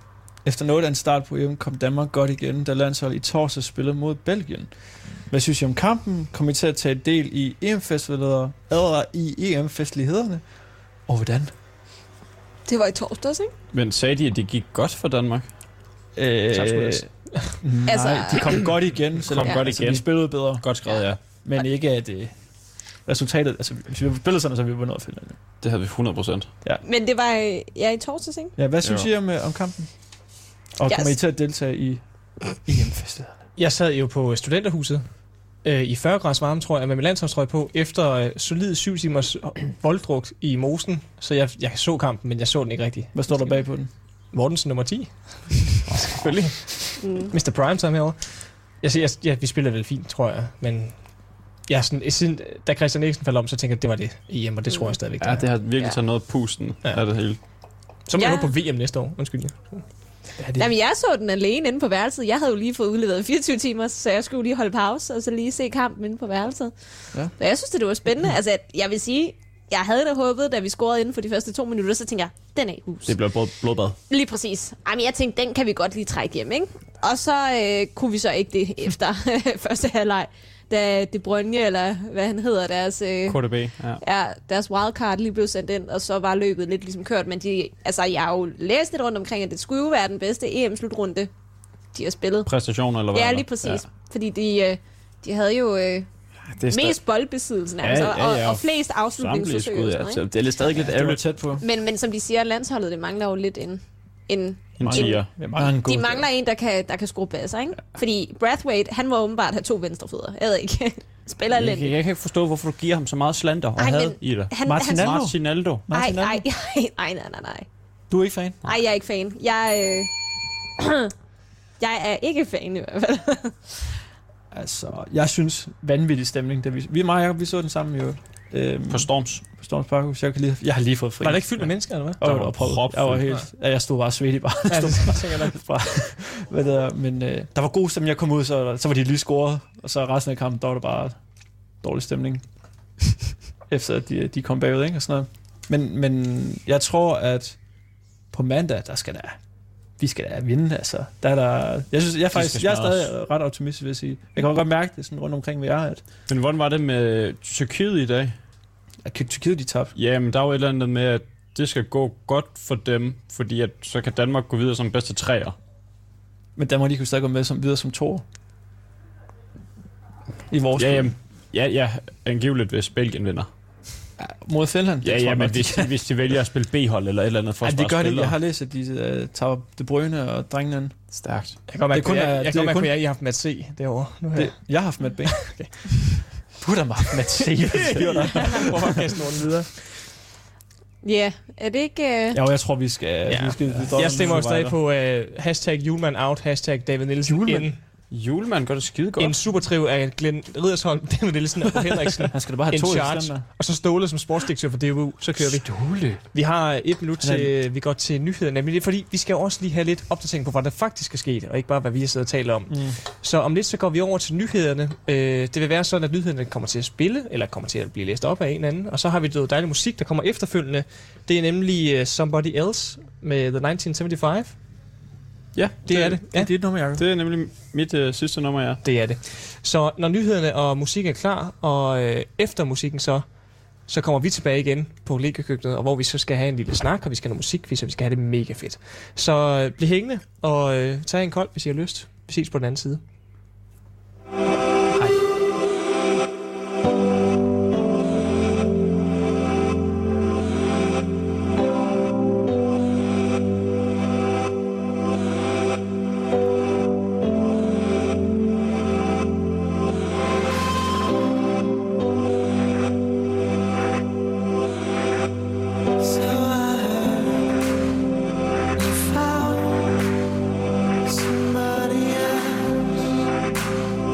Efter noget af en start på EM kom Danmark godt igen, da landsholdet i torsdag spillede mod Belgien. Hvad synes I om kampen? Kom I til at tage del i EM-festlighederne? Eller i EM-festlighederne? Og hvordan?
Det var i torsdags, ikke?
Men sagde de, at det gik godt for Danmark?
Øh,
Tak skal du have.
*laughs* nej,
Altså-
altså, de kom godt igen, selvom
Kom godt
altså,
igen.
de spillede bedre.
Godt skrevet, ja.
Men ikke at øh, resultatet, altså hvis vi havde spillet sådan, så ville vi vundet over Finland.
Det havde vi 100 procent.
Men det var øh, ja, i torsdags, ikke?
Ja, hvad synes
Jo.
I om, øh, om kampen? Og
Yes.
yes. kommer I til at deltage i EM-festet?
Jeg sad jo på øh, studenterhuset øh, i 40 grads varme, tror jeg, med min landsholdstrøje på, efter øh, solid syv timers volddruk i mosen. Så jeg, jeg så kampen, men jeg så den ikke rigtig.
Hvad står der bag på den?
Mortensen nummer
*laughs*
10. Selvfølgelig.
Mm.
Mr. Primetime herovre. Jeg siger, jeg, ja, vi spiller vel fint, tror jeg, men jeg er sådan, siden, da Christian Eriksen faldt om, så tænker jeg, at det var det EM, og det tror jeg stadigvæk.
Ja, det har virkelig
Ja.
taget noget af pusten
Ja.
ja. af det hele.
Så må jeg
Ja.
håbe på VM næste år. Undskyld, ja.
Er det,
Jamen, jeg så den alene inde på værelset. Jeg havde jo lige fået udleveret 24 timer, så jeg skulle lige holde pause, og så lige se kampen inde på værelset.
Ja.
Og jeg synes, det var spændende. Altså, at jeg vil sige, jeg havde da håbet, da vi scorede inden for de første to minutter, så tænkte jeg, den er i hus.
Det blev både blodbad.
Lige præcis. Jamen, jeg tænkte, den kan vi godt lige trække hjem, ikke? Og så øh, kunne vi så ikke det efter *laughs* første halvleg, da De Bruyne, eller hvad han hedder, deres... Øh,
KDB, ja.
Ja, deres wildcard lige blev sendt ind, og så var løbet lidt ligesom kørt. Men de, altså, jeg har jo læst lidt rundt omkring, at det skulle jo være den bedste EM-slutrunde, de har spillet.
Præstationer eller hvad?
Ja,
eller?
lige præcis. Ja. Fordi de, øh, de havde jo øh,
Ja, det er stadig-
mest boldbesiddelse nærmest,
Ja,
ja,
ja,
ja,
ja.
Og, og flest
samtlige
afslutningsforsøg. og
skud, ja.
sådan noget,
Så Det er lidt stadig lidt
det var
ærgerligt.
tæt på.
ikke? Men, men som de siger, landsholdet det mangler jo lidt en, en
En tiger.
Jeg mangler en god
de mangler en, der kan, der kan skrue basser, ikke? Ja. Fordi Brathwaite, han må åbenbart have to venstrefødder. Jeg ved ikke. *laughs* Spiller
Jeg, kan-
lidt.
jeg kan ikke forstå, hvorfor du giver ham så meget slander og
Ej,
had
men
i dig.
han-
Martinello?
han-
Martinaldo.
Ej,
Martin Allen?
ej, ej, ej, nej, nej, nej.
Du er ikke fan?
Ej, jeg er ikke fan. Jeg, øh, *clears throat* jeg er ikke fan i hvert fald.
Altså, jeg synes, vanvittig stemning. Da vi, vi og mig og Jacob, vi så den sammen jo. Øhm,
På Storms.
på Storms Parkhus. Jeg, kan lige, jeg har lige fået fri.
Var det ikke fyldt med mennesker, eller hvad?
Og,
Der var
og prøvet,
propfyldt.
jeg var helt, ja, jeg stod bare svedig bare.
Ja, det tænker jeg da.
fra, hvad det er, men øh, der var god stemning, jeg kom ud, så, så var de lige scoret, og så resten af kampen, der var der bare dårlig
*laughs*
stemning, efter at de, de kom bagud, ikke, og sådan noget. Men, men jeg tror, at på mandag, der skal der, vi skal da vinde, altså. Der er der, jeg synes, jeg, er faktisk,
skal
jeg er
smadres.
stadig ret optimistisk, vil jeg sige. Jeg kan godt mærke det sådan rundt omkring, hvor jeg er, at,
Men hvordan var det med Tyrkiet i dag?
at Tyrkiet, de tabte.
Jamen, der er jo et eller andet med, at det skal gå godt for dem, fordi at så kan Danmark gå videre som bedste træer.
Men Danmark, de kunne stadig gå med som, videre som to. I vores
Ja,
gruppe.
jamen, ja, ja, angiveligt hvis Belgien vinder.
mod Finland. det
Ja,
tror
ja,
jeg nok,
men
de
hvis, de, hvis de vælger at spille B-hold eller et eller andet for
Ja, det gør det ikke. Jeg har læst, at de uh, tager De Bruyne og drengene. ind.
Stærkt.
*laughs* Jeg kan godt mærke,
Det kun
at
er-
jeg, jeg,
det
kan
er
godt mærke,
kun-
at jeg ikke har haft med at se derovre. Nu her.
Det, jeg har haft
*laughs*
Matt Bain. Du har da haft *laughs* Matt C.
Hvorfor har jeg nogen videre?
Ja, er det ikke... Øh,
Ja, og jeg tror, vi skal...
Ja.
Vi skal
Jeg stemmer jo stadig på øh, hashtag julemand out, hashtag David Nielsen
Julemand?
ind.
Julemand gør det skide godt.
En supertriv af Glenn Ridersholm, *laughs* David Nielsen og Bo Henriksen.
Han skal da bare have
En
to
charge.
eksempler.
og så Ståle som sportsdirektør for DBU. Så kører vi.
Stole.
Vi har et minut
Han er-
til, vi går til nyheder, nemlig det, er fordi vi skal jo også lige have lidt opdatering på, hvad der faktisk er sket, og ikke bare, hvad vi har siddet og talt om.
Mm.
Så om lidt, så går vi over til nyhederne. Øh, det vil være sådan, at nyhederne kommer til at spille, eller kommer til at blive læst op af en eller anden. Og så har vi noget dejlig musik, der kommer efterfølgende. Det er nemlig øh, Somebody Else med The 1975.
Ja,
Det er Øh, det. Ja,
Det er et nummer, Jacob.
Det er nemlig mit øh, sidste nummer, ja.
det er det. Så når nyhederne og musik er klar, og øh, efter musikken så, så kommer vi tilbage igen på Lekekøkkenet, og hvor vi så skal have en lille snak, og vi skal have noget musikquiz, og vi skal have det mega fedt. Så øh, bliv hængende, og øh, tag en kold, hvis I har lyst. Vi ses på den anden side.
So I heard you found somebody else.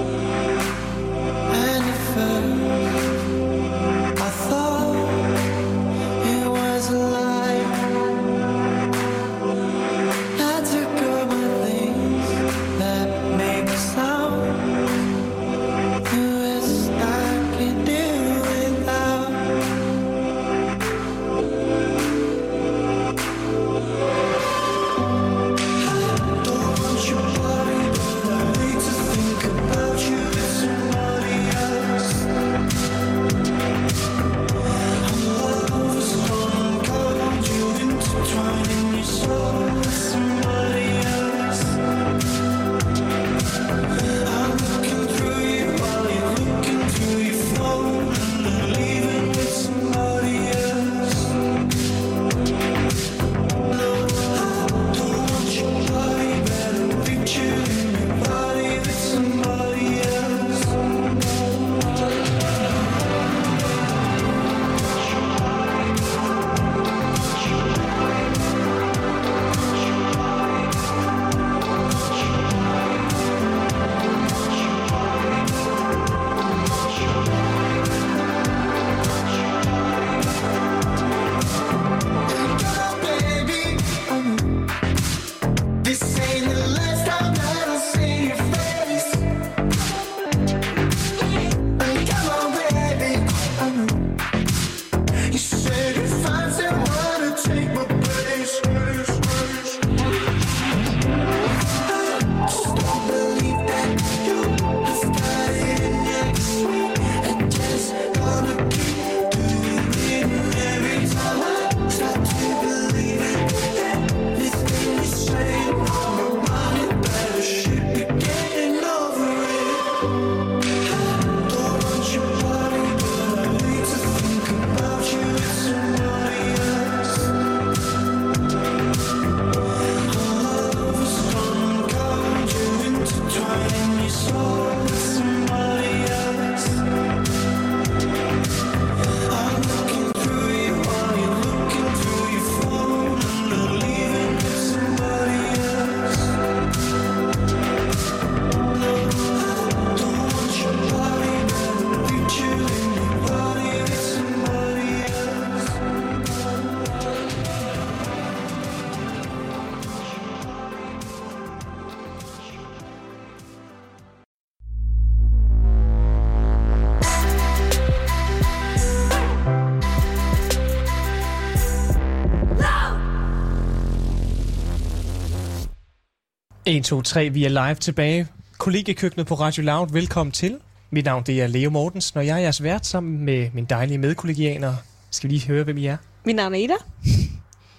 1, 2, 3, vi er live tilbage. Kollegekøkkenet på Radio Loud, velkommen til. Mit navn det er Leo Mortens, Når jeg er jeres vært sammen med mine dejlige medkollegianer. Skal vi lige høre, hvem I er?
Mit navn er Ida.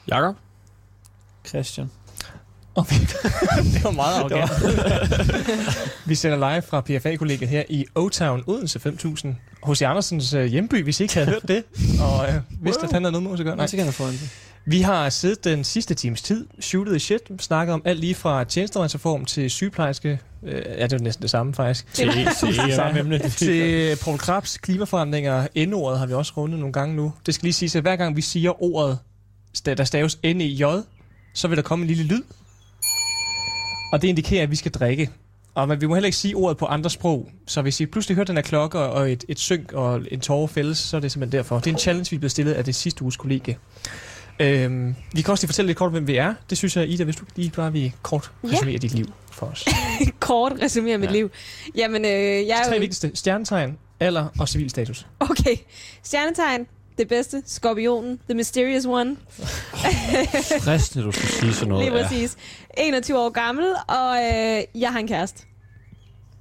Jakob?
Christian.
*laughs* Det var meget arrogant. *laughs* vi sender live fra PFA-kollegiet her i O-Town, Odense 5000. H.C. Andersens øh, hjemby, hvis I ikke havde hørt det. Og øh, vidste, at han havde noget med os at gøre. Nej.
Så kan jeg få en.
Vi har siddet den sidste times tid, shootet i shit, snakket om alt lige fra tjenestemandsreform til sygeplejerske, øh, ja, det er jo næsten det samme faktisk,
Til, til,
Samme emne.
til Paul Krabs klimaforandringer. N-ordet har vi også rundet nogle gange nu. Det skal lige siges, at hver gang vi siger ordet, sta- der staves N-E-J, så vil der komme en lille lyd. Og det indikerer, at vi skal drikke. Og men vi må heller ikke sige ordet på andre sprog. Så hvis I pludselig hører den her klokke og et, et synk og en tårer fælles, så er det simpelthen derfor. Det er en challenge, vi er blevet stillet af det sidste uges kollega. Øhm, vi kan også lige fortælle lidt kort, hvem vi er. Det synes jeg, Ida, hvis du lige bare vil kort
Ja.
resumere dit liv for os.
Kort resumere mit
Ja.
liv. Jamen, øh, jeg er
Tre
jo...
vigtigste. Stjernetegn, alder og civilstatus.
Okay. Stjernetegn, det bedste. Skorpionen, the mysterious one.
fristende, du skulle sige sådan noget.
Lige præcis. 21 år gammel, og øh, jeg har en kæreste.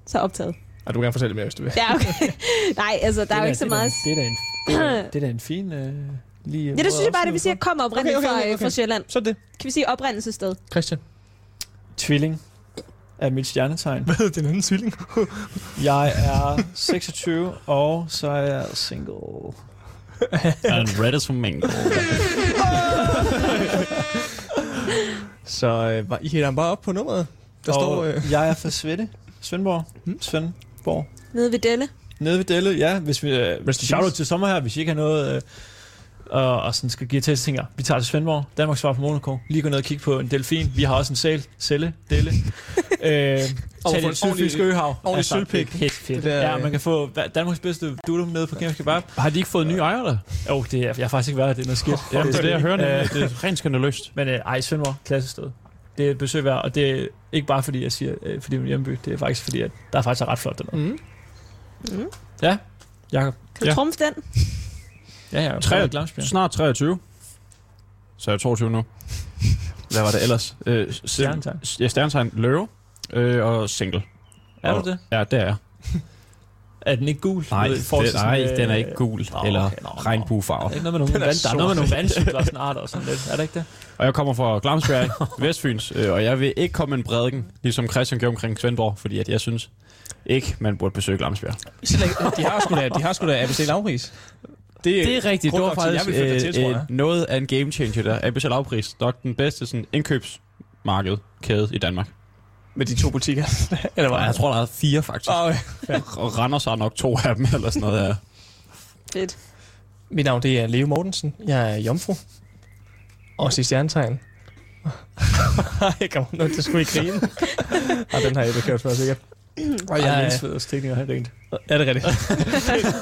Så optaget.
Og du kan gerne fortælle mere, hvis du vil.
Ja, okay. *laughs* Nej, altså, der er jo ikke så meget...
Det er da en, det er da- det er da en fin... Øh, lige
Ja, det synes jeg bare, det vi siger, kom oprindeligt
Okay, okay,
fra, øh,
okay.
fra Sjælland.
Så er det.
Kan vi sige oprindelsessted?
*laughs* Christian.
Tvilling er mit stjernetegn.
Hvad hedder den anden tvilling?
Jeg er 26, og så er jeg single.
And red as a mango.
Så øh, bare- I hælder ham bare op på nummeret. Der
og
står... Øh,
jeg er fra Svette, Svendborg.
Hmm?
Svendborg.
Nede ved Delle.
Nede ved Delle, ja. Hvis vi, øh,
Rest in
shout out
peace.
til sommer her, hvis I ikke har noget... Øh, og, og sådan skal give til, så tænker jeg, vi tager til Svendborg, Danmarks svar på Monaco. Lige gå ned og kigge på en delfin. Vi har også en sæl, celle, delle. øh,
få
tag
en
det sydfyske
ordentlig-
øhav.
ordentlig sølvpik.
det er pisse fedt.
Det der,
Ja,
øh,
man kan få hva- Danmarks bedste dudum nede på Kæmpe Kebab.
Har de ikke fået nye ejere, da?
Jo, det er, jeg har faktisk ikke været der, det er noget skidt.
Jamen, det er det, jeg hører.
Øh,
nemlig. Det er rent skandaløst.
Men øh, ej, Svendborg, klassested. Det er et besøg værd, og det er ikke bare fordi, jeg siger, øh, fordi det er min hjemby. Det er faktisk fordi, at der er faktisk er ret flot dernede.
Mm-hmm.
mm.
Jakob.
Mhm. Kan du
Ja.
trumfe den?
Ja, ja.
Tre-
Frederik Glamsbjerg.
Snart 23. Så er jeg 22 nu. Hvad var det ellers? Øh, sim-
Stjernetegn.
Ja, stjernetegn. Løve. Øh, og single.
Er
Og-
du det?
Ja, det er jeg.
Er den ikke gul?
Nej,
Du ved, i forhold
det,
til
nej
sådan, øh,
den er ikke gul
nå,
eller
okay, nå, nå.
regnbuefarve.
Er ikke noget med nogle
Den er
vand, der er
sort.
noget med nogle vandcykler og sådan arter og sådan lidt. Er det ikke det?
Og jeg kommer fra
*laughs*
Glamsbjerg, Vestfyns, øh, og jeg vil ikke komme med en prædiken, ligesom Christian gjorde omkring Svendborg, fordi at jeg synes ikke, man burde besøge Glamsbjerg.
Så længe- de har sgu da, de har sgu da ABC Lavpris. Det,
Det er rigtigt. Det var
Grunden nok til,
faktisk
jeg ville flytte
øh,
dertil, tror
øh,
jeg.
noget af en game changer der. ABC Lavpris, nok den bedste sådan, indkøbsmarked kæde i Danmark.
med de to butikker. *laughs* Eller
Og
hvad?
jeg tror, der er fire faktisk.
Og, øh,
Og render sig nok to af dem *laughs* eller sådan noget der.
Fedt.
mit navn det er Leo Mortensen. Jeg er jomfru. Også i stjernetegn. *laughs* Ej, kom nu, det skulle I grine. *laughs* og den har jeg bekævet for, sikkert. Og
Ej,
jeg
Jens
er,
ved også tekniker, han *laughs* rent.
er det rigtigt?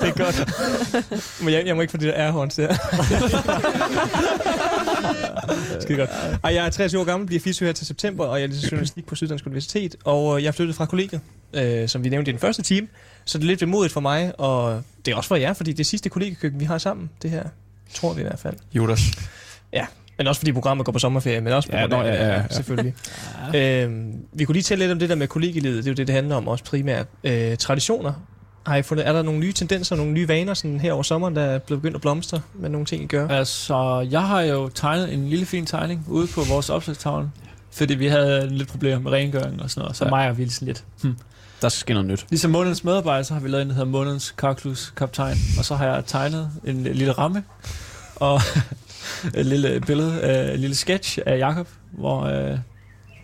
det er godt. Men jeg, jeg må ikke få de der airhorns der. Skide godt. Ej, jeg er 23 år gammel, bliver 24 her til september, og jeg læser journalistik på Syddansk Universitet, og øh, jeg er flyttet fra kollegiet, øh, som vi nævnte i den første time. Så det er lidt vemodigt for mig, og det er også for jer, fordi det er sidste kollegekøkken, vi har sammen, det her, tror vi i hvert fald.
Judas.
Men også fordi programmet går på sommerferie, men også på
Ja,
grund af-
nå, ja, ja, ja.
selvfølgelig. øhm, vi kunne lige tale lidt om det der med kollegelivet, det er jo det, det handler om også primært. Øh, traditioner. Har I fundet, er der nogle nye tendenser, nogle nye vaner sådan her over sommeren, der er blevet begyndt at blomstre med nogle ting, I gør?
Altså, jeg har jo tegnet en lille fin tegning ude på vores opslagstavle, fordi vi havde lidt problemer med rengøring og sådan noget. Så
Ja.
ja. mig og vi sådan lidt. Hmm.
Der skal ske noget nyt.
Ligesom månedens medarbejder, så har vi lavet en, der hedder månedens kaklus kaptajn. Og så har jeg tegnet en øh, lille ramme og *laughs* et lille billede, øh, en lille sketch af Jakob, hvor, øh,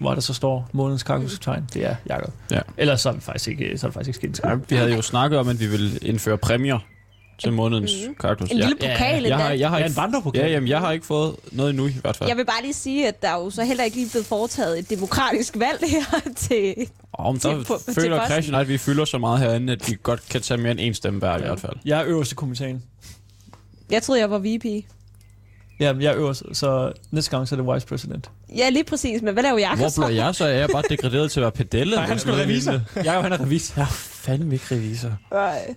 hvor der så står månedens kaklus kaptajn. Det er Jakob.
Ja.
Ellers så er, vi faktisk ikke, så er det faktisk ikke sket en skid.
Ja, vi havde jo snakket om, at vi ville indføre præmier til månedens
Mhm.
mm. kaktus.
En lille pokal
jeg,
endda.
har, jeg, har
Ja, en
ikke,
vandrepokal.
ja, jamen, jeg har ikke fået noget endnu i hvert fald.
Jeg vil bare lige sige, at der er jo så heller ikke lige blevet foretaget et demokratisk valg *laughs* her til...
Og om der
Til- på- til
føler
posten.
Christian, at vi fylder så meget herinde, at vi godt kan tage mere end en stemme hver i hvert fald.
Jeg er øverst i komiteen.
Jeg troede, jeg var VP.
Jamen, jeg er øverst, så næste gang så er det vice president.
Ja, lige præcis, men hvad laver jeg
Hvor blev jeg så? Er jeg bare degraderet til at være pedelle?
Nej, han skulle revisor.
Jakob, han er revisor.
Jeg er fandme ikke revisor.
Nej.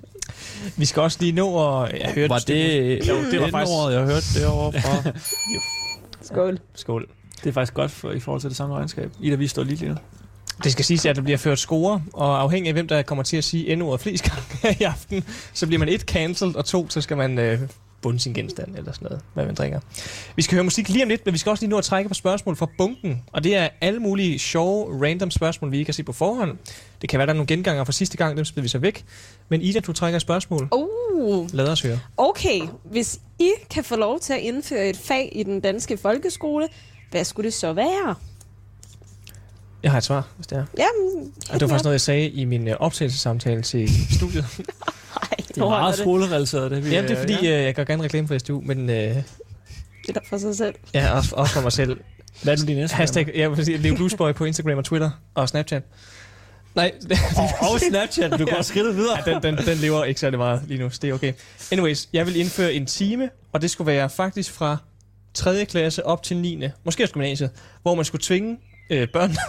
Vi skal også lige nå at... Jeg hørte
Var det, jo,
det var faktisk-
ordet, jeg hørte derovre fra? *laughs*
Skål.
Skål.
Det er faktisk godt for, i forhold til det samme regnskab. Ida, vi står lige lige nu.
Det skal siges, at der bliver ført score, og afhængig af hvem der kommer til at sige endordet flest gange her i aften, så bliver man et cancelled, og to, så skal man øh, bunde sin genstand eller sådan noget, hvad man drikker. Vi skal høre musik lige om lidt, men vi skal også lige nå at trække på spørgsmål fra bunken, og det er alle mulige sjove, random spørgsmål, vi ikke har set på forhånd. Det kan være, der er nogle genganger fra sidste gang, dem smider vi så væk. Men Ida, du trækker et spørgsmål.
Uh,
Lad os høre.
okay, hvis I kan få lov til at indføre et fag i den danske folkeskole, hvad skulle det så være?
Jeg har et svar, hvis det er.
Jamen,
Og det var faktisk noget, jeg sagde i min øh, optagelsesamtale til studiet.
nej,
Det er meget skolerelateret, det vi...
Jamen, det er
øh,
fordi, øh, jeg gør gerne reklame for SDU, men øh,
det er der for sig selv.
ja, også, også for mig selv.
Hvad er nu din næste?
Hashtag, jeg vil sige, Leo Bluesboy på Instagram og Twitter og Snapchat. Nej,
Og, og Snapchat,
*laughs*
du går skridtet videre.
den, den, den lever ikke særlig meget lige nu, så det er okay. Anyways, jeg vil indføre en time, og det skulle være faktisk fra 3. klasse op til 9. Måske også gymnasiet, hvor man skulle tvinge øh, børn *laughs*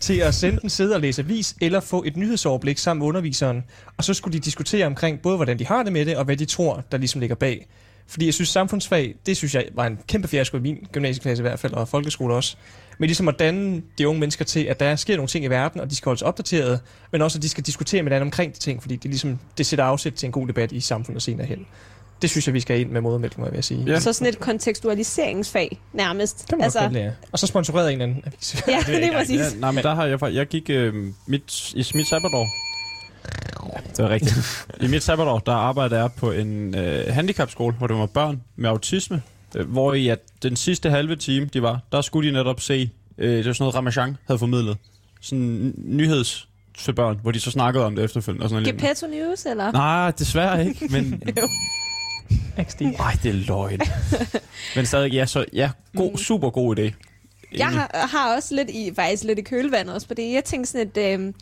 til at sende en sidde og læse avis, eller få et nyhedsoverblik sammen med underviseren. Og så skulle de diskutere omkring både, hvordan de har det med det, og hvad de tror, der ligesom ligger bag. Fordi jeg synes, samfundsfag, det synes jeg var en kæmpe fiasko i min gymnasieklasse i hvert fald, og folkeskole også. Men ligesom at danne de unge mennesker til, at der sker nogle ting i verden, og de skal holdes opdateret, men også at de skal diskutere med hinanden omkring de ting, fordi det, ligesom, det sætter afsæt til en god debat i samfundet senere hen. Det synes jeg, vi skal ind med modermælken, vil jeg sige.
Ja.
Så sådan et kontekstualiseringsfag, nærmest.
Det må altså, godt lære. Og så sponsoreret en eller anden avis.
ja,
ved jeg
det er
ikke.
præcis.
Ja, nej, men der har jeg faktisk... Jeg gik øh, mit, i mit sabbatår. Ja, Det var rigtigt. *laughs* I mit sabbatår, der arbejdede jeg på en øh, handicapskole, hvor det var børn med autisme. Øh, hvor i at den sidste halve time, de var, der skulle de netop se... Øh, det var sådan noget, Ramachan havde formidlet. Sådan n- nyheds til børn, hvor de så snakkede om det efterfølgende. Og sådan noget lignende.
Gepetto News, eller?
Nej, desværre
*laughs*
ikke, men...
XD.
Nej, det er løgn. men stadig, ja, så ja, god, super god idé.
Jeg
Enig.
har, har også lidt i, faktisk lidt i kølevandet også på det. Jeg tænker sådan et, øh,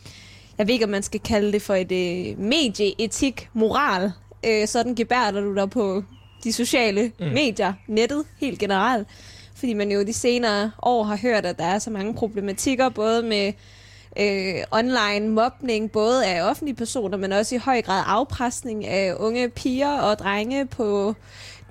jeg ved ikke, om man skal kalde det for et øh, medieetik, moral. Øh, sådan gebærder du dig på de sociale mm. medier, nettet helt generelt. Fordi man jo de senere år har hørt, at der er så mange problematikker, både med øh, online mobning, både af offentlige personer, men også i høj grad afpresning af unge piger og drenge på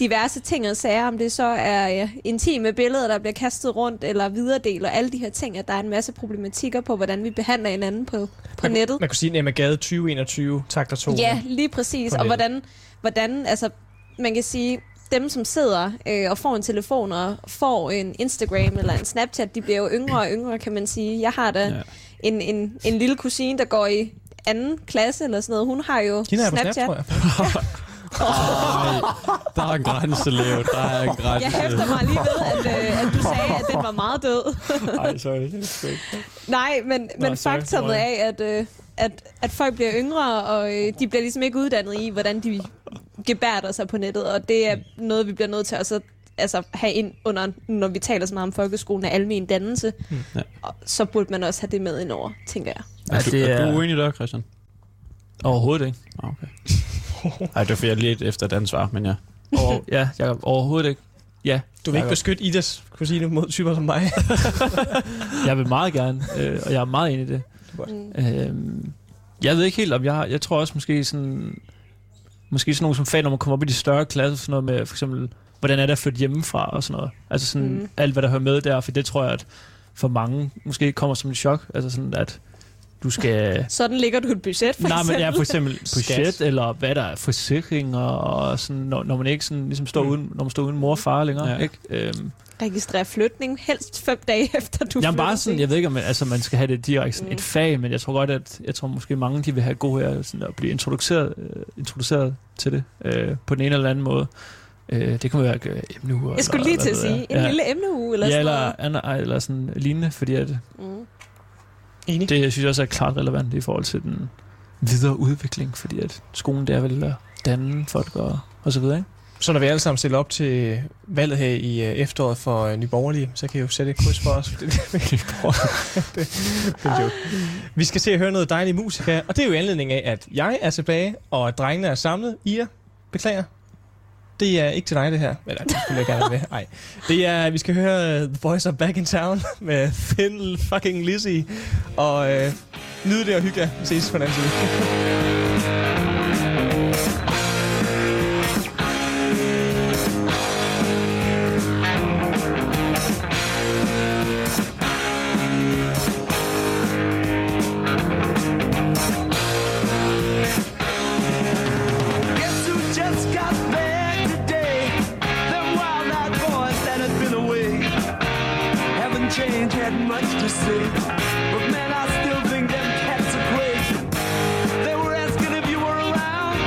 diverse ting og sager, om det så er øh, intime billeder, der bliver kastet rundt, eller videredel, og alle de her ting, at der er en masse problematikker på, hvordan vi behandler hinanden på, *laughs* på
Man,
nettet.
man kunne sige, at Emma Gade 2021, takter 2.
Ja, lige præcis.
på
Og
nettet.
hvordan, hvordan, altså, man kan sige, dem, som sidder øh, og får en telefon og får en Instagram eller en Snapchat, de bliver jo yngre og yngre, kan man sige. Jeg har da
Ja.
ja. en, en, en lille kusine, der går i anden klasse eller sådan noget. Hun har jo
Hende er på
Snapchat.
Snap, tror jeg.
Der er en grænse, Leo. Der er en grænse.
jeg hæfter mig lige ved, at, øh, at du sagde, at den var meget død.
*laughs* Nej, sorry. Det er sgu ikke.
Nej, men, men
sorry,
faktum
sorry.
af, at, øh, at, at folk bliver yngre, og øh, de bliver ligesom ikke uddannet i, hvordan de gebærder sig på nettet, og det er noget, vi bliver nødt til også at altså, have ind under, når vi taler så meget om folkeskolen og almen dannelse,
Hmm.
Ja.
og så burde man også have det med ind over, tænker jeg.
Er, du,
Ja, det
er...
er-
du uenig der, Christian?
Overhovedet ikke.
Ah, Okay. *laughs* Ej, det var fordi, jeg lidt efter et ansvar, men ja.
*laughs* Over, ja, Jacob, overhovedet ikke. Ja,
Du vil ikke
Jacob.
beskytte Idas kusine mod typer som mig.
Jeg vil meget gerne, øh, og jeg er meget enig i det.
Godt.
Mm.
Øh, jeg ved ikke helt, om jeg har... Jeg tror også måske sådan... Måske sådan nogle som fag, når man kommer op i de større klasser, sådan noget med for eksempel, hvordan er det at flytte hjemmefra og sådan noget. Altså sådan
Mm.
mm. alt, hvad der hører med der, for det tror jeg, at for mange måske kommer som et chok. Altså sådan, at du skal...
Sådan ligger du et budget, for
Nej, men
eksempel.
ja, for eksempel
*laughs*
budget,
Skat.
eller hvad der er forsikring, og, og sådan, når, når, man ikke sådan, ligesom står,
Mm.
uden, når man står uden mor og far længere.
Ja.
Ja. Ikke? Øhm,
Registrere flytning, helst fem dage *laughs* efter du
Jamen bare
flytter
sådan,
til.
jeg ved ikke, om altså, man skal have det direkte sådan
Mm.
et fag, men jeg tror godt, at jeg tror måske mange, de vil have god her sådan at blive introduceret, øh, introduceret til det øh, på den ene eller anden måde. Øh, det kan være øh, emneuger.
jeg skulle lige til at sige, en lille emneuge eller
eller, ja,
sådan
eller, eller, eller, eller sådan lignende, fordi at,
noget. Mm.
Enig.
det jeg synes jeg også er klart relevant i forhold til den videre udvikling, fordi at skolen der er vel at danne folk og, og så videre, ikke?
Så når vi alle sammen stiller op til valget her i øh, efteråret for øh, Nye Borgerlige, så kan I jo sætte et kryds for os. Det, det, det, det er en joke. Vi skal se og høre noget dejlig musik her, og det er jo i anledning af, at jeg er tilbage, og at drengene er samlet. Ida, beklager. Det er ikke til dig, det her. Eller, det skulle jeg gerne være med. Ej. Det er, vi skal høre øh, The Boys Are Back in Town med Thin fucking Lizzy. Og øh, nyde det og hygge jer. Vi ses på den anden side.
I
back today. Them wild eyed boys that had been away haven't changed, had much to say. But man, I still think them cats are crazy. They were asking if you were around,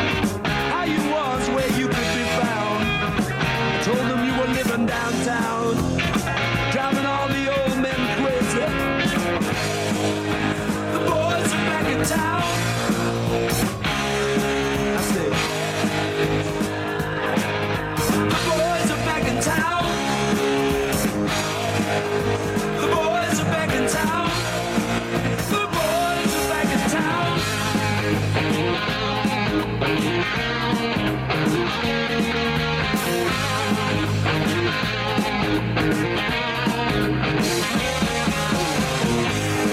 how you was, where you could be found. I told them you were living downtown, driving all the old men crazy. The boys are back in town. I said, the boys are back in town. The boys are back in town. The boys are back in town.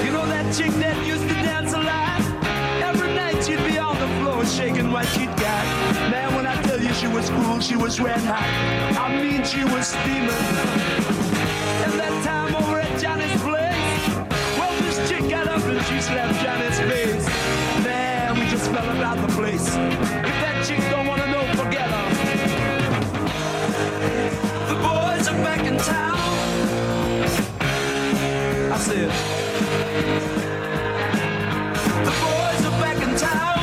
You know that chick that used to dance a lot? Every night she'd be on the floor shaking what she'd got. Man, when I tell you she was cool, she was red hot. I mean, she was steaming. And that time over at Johnny's place, well, this chick got up and she slapped Johnny's face. Man, we just fell about the place. If that chick don't wanna know, forget her. The boys are back in town. I said. The boys are back in town.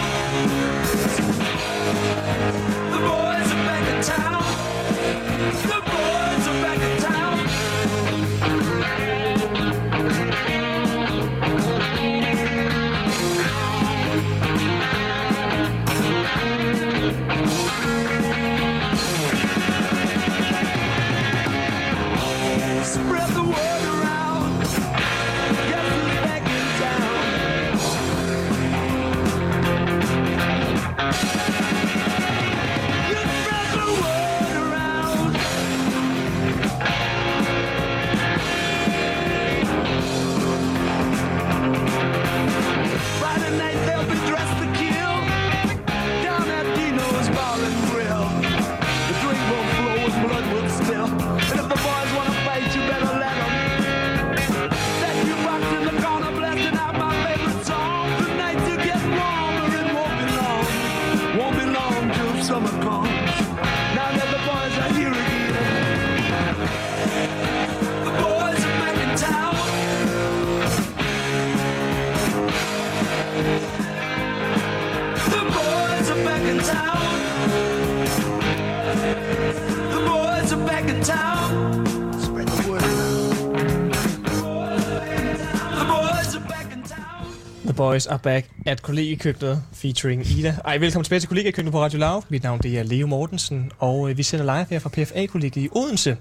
The boys are back in town. The boys are back in town. Spread the word around. Yes, it's back in town. You spread the word around. Friday night they'll be dressed to kill down at Dino's Bar and Grill. The drink will flow and blood will spill. And if the boys wanna fight, you better let 'em. That you rocked in the corner, blasting out my favorite song. The nights will get warmer, it won't be long. Won't be long till summer comes. Now that the boys are here again. The boys are back in town. The boys are back in town. The boys are back in town. Spread the word around. The boys are back in town.
The Boys Are Back at Kollegekøkkenet featuring Ida. Ej, velkommen tilbage til Kollegekøkkenet på Radio Lav. Mit navn det er Leo Mortensen, og øh, vi sender live her fra PFA-kollegiet i Odense.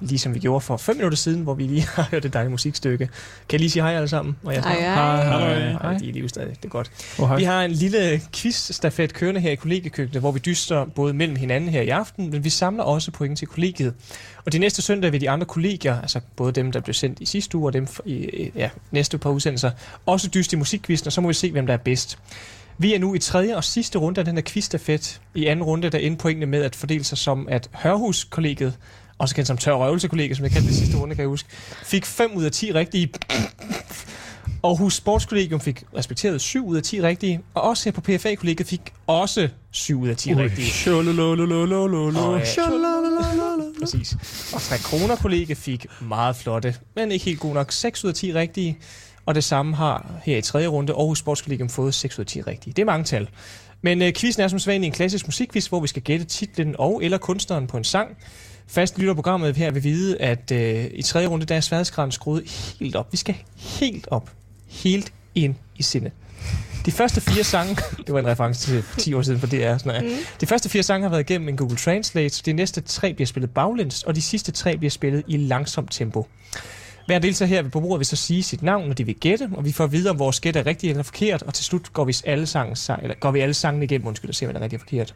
Ligesom vi gjorde for 5 minutter siden, hvor vi lige *laughs* har hørt et dejligt musikstykke. Kan jeg lige sige hej alle sammen? Og jeg
Hej,
snakker.
hej.
Hej,
Hej.
hej. De er lige stadig. Det er godt.
Oh,
Vi har en lille quiz-stafet kørende her i kollegekøkkenet, hvor vi dyster både mellem hinanden her i aften, men vi samler også point til kollegiet. Og de næste søndag vil de andre kolleger, altså både dem, der blev sendt i sidste uge, og dem f- i øh, ja, næste par udsendelser, også dyste i musikquizzen, og så må vi se, hvem der er bedst. Vi er nu i tredje og sidste runde af den her quiz I anden runde, der endte pointene med at fordele sig som, at Hørhus-kollegiet, også kendt som Tør Røvelse-kollegiet, som jeg kaldte det i sidste runde, kan jeg huske, fik 5 ud af 10 rigtige Aarhus Sportskollegium fik respekteret 7 ud af 10 rigtige, og også her på PFA-kollegiet fik også 7 ud af 10 rigtige. Og, øh, Præcis. Og Trekroner kollega fik meget flotte, men ikke helt gode nok. 6 ud af 10 rigtige. Og det samme har her i tredje runde Aarhus Sportskollegium fået 6 ud af 10 rigtige. Det er mange tal. Men øh, quizzen er som sædvanlig en klassisk musikquiz, hvor vi skal gætte titlen og eller kunstneren på en sang. Fast lytter programmet her vil vide, at øh, i tredje runde, der er sværhedsgraden skruet helt op. Vi skal helt op. Helt ind i sindet. De første fire sange, *laughs* det var en reference til 10 år siden for DR, sådan noget. De første fire sange har været igennem en Google Translate, så de næste tre bliver spillet baglæns, og de sidste tre bliver spillet i langsomt tempo. Hver deltager her ved bordet vil så sige sit navn, når de vil gætte, og vi får at vide, om vores gæt er rigtigt eller forkert, og til slut går vi alle, sangen, eller går vi alle sangene igennem, undskyld, og ser, om den er rigtig og forkert.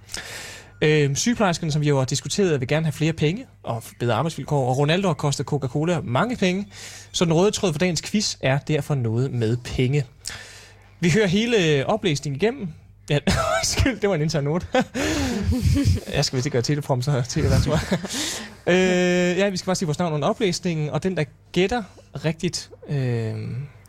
Øh, sygeplejerskerne, som vi jo har diskuteret, vil gerne have flere penge og bedre arbejdsvilkår, og Ronaldo har kostet Coca-Cola mange penge, så den røde tråd for dagens quiz er derfor noget med penge. Vi hører hele øh, oplæsningen igennem. Ja, *laughs* undskyld, det var en intern note. jeg skal vist ikke gøre teleprom, så til det, tror jeg. øh, ja, vi skal bare sige vores navn under oplæsningen, og den, der gætter rigtigt, øh,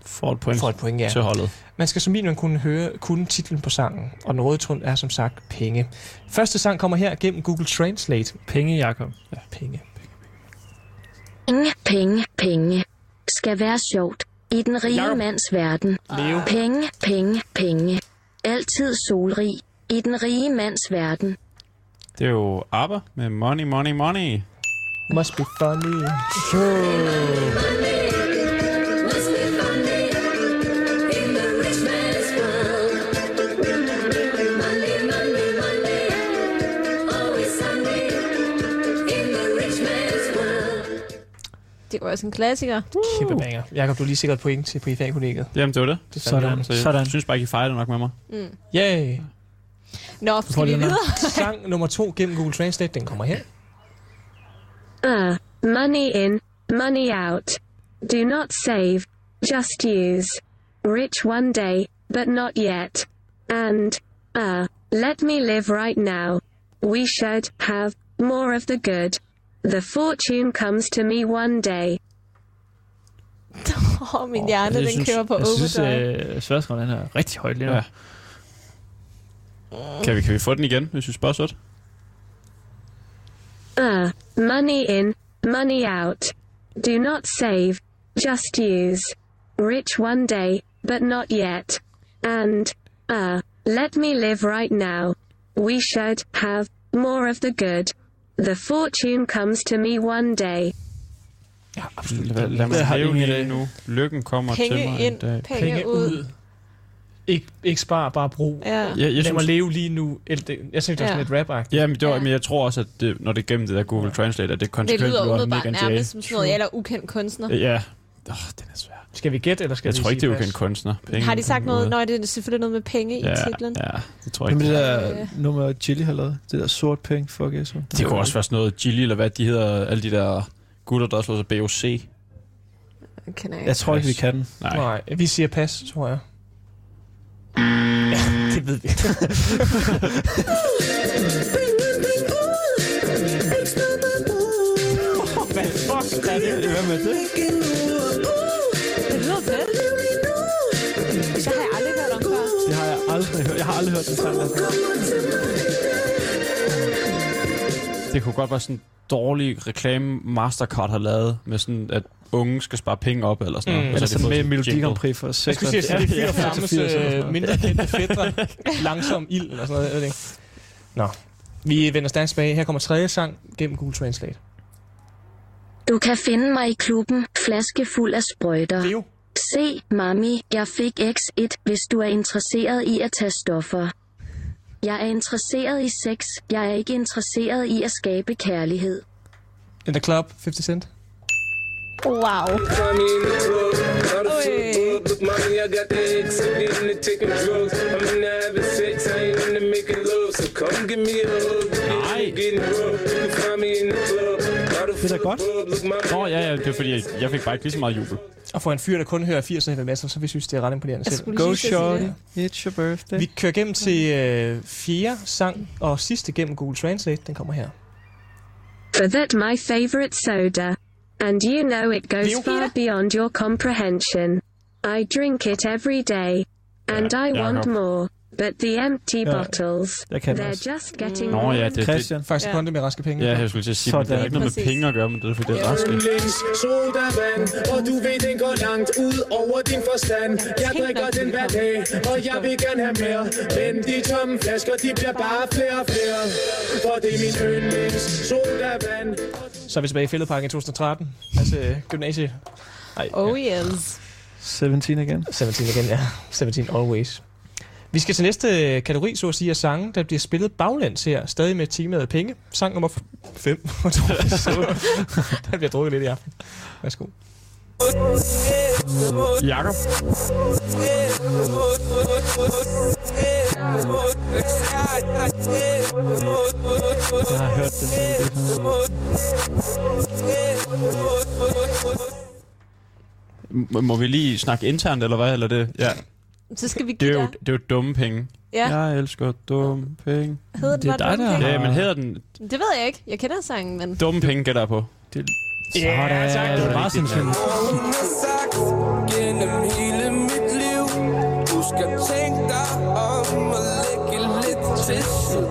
får et point
for et point, ja.
til holdet.
Man skal som minimum kunne høre kun titlen på sangen, og den røde tråd er som sagt penge. Første sang kommer her gennem Google Translate.
Penge, Jakob.
Penge.
Penge, penge, penge. Skal være sjovt. I den rige
Jakob.
mands verden.
Leo.
Penge, penge, penge. Altid solrig. I den rige mands verden.
Det er jo ABBA med Money, Money, Money.
Must be funny.
Det var også en klassiker.
Kæmpe banger. Jakob, du er lige sikkert point til på IFA-kollegiet.
Jamen, det var det.
Det er fandme
Sådan,
Så jeg
sådan.
synes bare ikke, I fejrer det nok med mig.
Yay!
Nå, skal vi
det er
videre?
Sang nummer to gennem Google Translate, den kommer her.
Uh, money in, money out. Do not save, just use. Rich one day, but not yet. And, uh, let me live right now. We should have more of the good. The fortune comes to me one day.
Åh, oh, min hjerne,
Jeg
den
synes-
kører på
Jeg synes,
overdrive.
øh, Sværdskåren, den er rigtig højt lige nu.
Ja. Kan vi, kan vi få den igen, hvis vi spørger sødt?
Uh, money in, money out. Do not save, just use. Rich one day, but not yet. And, uh, let me live right now. We should have more of the good. The fortune comes to me one day.
Lad, lad mig
Jeg har
hæve
ingen
lige
idé.
nu. Lykken kommer til
Penge
mig en
ind,
dag.
penge, ud.
Ikke, ikke spar, bare brug. Ja.
Ja.
Ja, jeg
Lad mig
synes,
leve lige nu. Eller det- Jeg synes, det er
Ja.
sådan lidt rap
ja, men, det var,
Ja.
men jeg tror også, at det, når det er gennem det der Google Translate, at det
Det
konsekvent
lyder
bliver
umiddelbart
Nick and Jay.
nærmest som sådan noget, ja, eller ukendt kunstner.
Ja. Åh, den er svær.
Skal vi gætte, eller skal
Jeg
vi
tror ikke,
sige
det er
pas?
ukendt kunstner. Penge
Har de sagt
på
noget?
den
Nå,
måde.
det er selvfølgelig noget med penge i titlen.
Ja, ja, det tror jeg
Jamen,
ikke.
det
Det,
der
Øh.
nummer, Chili har lavet. Det der sort penge, fuck yes.
det kunne også være sådan noget Gilly, eller hvad de hedder, alle de der gutter, der også lå sig BOC.
Det Kan jeg ikke.
Jeg tror ikke, vi kan den.
Nej.
Nej, vi siger pas, tror jeg. Ja, det ved vi. Hvad fuck er det?
Hvad med det?
Det lyder fedt. Så har jeg aldrig hørt om før.
Det har jeg aldrig hørt. Jeg har aldrig hørt den sang. der.
Det kunne godt være sådan en dårlig reklame, Mastercard har lavet, med sådan, at unge skal spare penge op, eller sådan
Mm.
noget. og
Eller
så har de
sådan
fået
med
sådan en
Melodi
jingle.
Grand Prix for 6
Jeg skulle sige, at det er
Ja, ja,
øh,
ja.
fire øh, mindre *laughs* kendte fædre, langsom ild eller sådan noget. Jeg ved det ikke. Nå, vi vender stærkt tilbage. Her kommer tredje sang gennem Google Translate.
Du kan finde mig i klubben, flaske fuld af sprøjter.
Leo,
Se, mami, jeg fik X1, hvis du er interesseret i at tage stoffer. Jeg er interesseret i sex. Jeg er ikke interesseret i at skabe kærlighed.
In The Club, 50 Cent.
Wow.
Money in the club, not a
Oi.
fool, but mommy, I got the X, I'm getting to taking drugs. I'm in the having sex, I ain't into making love, so come give me a hug.
Aye.
Get getting rough, you can find me in the club, not a
Det er da godt.
fool, look, mommy,
Nå, ja, ja, det er fordi, jeg, jeg fik bare ikke lige så meget jubel.
Og for en fyr, der kun hører 80'er FMS'er, så vi synes, det er ret imponerende
Jeg
selv.
skulle
Go
lige til at sige
shorty,
det.
it's your birthday.
Vi kører gennem til øh, fjerde sang, og sidste gennem Google Translate. Den kommer her.
For that my favorite soda. And you know it goes
Leo.
far beyond your comprehension. I drink it every day. And I
ja,
want
ja.
more. But the empty bottles,
Jeg kan den
they're
også.
just getting
Nå, ja, det, det,
Christian.
Faktisk
Ja.
ja. med raske penge.
Ja, jeg skulle til at sige, men det har
Sådan.
ikke noget med
Præcis.
penge at gøre, men det er fordi, det er raske.
Yndlings sodavand Og du ved, den går langt ud over din forstand Jeg drikker den hver dag, og jeg vil gerne have mere Men de tomme flasker, de bliver bare flere og flere For det er min yndlings sodavand
Så er vi tilbage i Fældeparken i 2013. Altså øh, gymnasie. Ej,
Oh
ja.
yes.
17 igen.
17 igen, ja. 17 always. Vi skal til næste øh, kategori, så at sige, af sange, der bliver spillet baglæns her. Stadig med temaet penge. Sang nummer *laughs* 5. der bliver drukket lidt i aften. Værsgo.
Jakob,
Jeg har hørt den.
m- må vi lige snakke internt, eller hvad? Eller det? Ja,
Så skal vi
det er
give
jo,
dig.
det er jo dumme penge.
Ja,
Jeg elsker dumme penge.
hedder den
Det er
bare
dig, der-
Dumping?
Ja, men hedder den
Det ved jeg ikke. Jeg kender sangen, men...
dumme penge, gætter jeg på.
Ja, tak.
Det er bare sindssygt.
Hun har sagt gennem hele mit liv Du skal tænke dig om og lægge lidt til side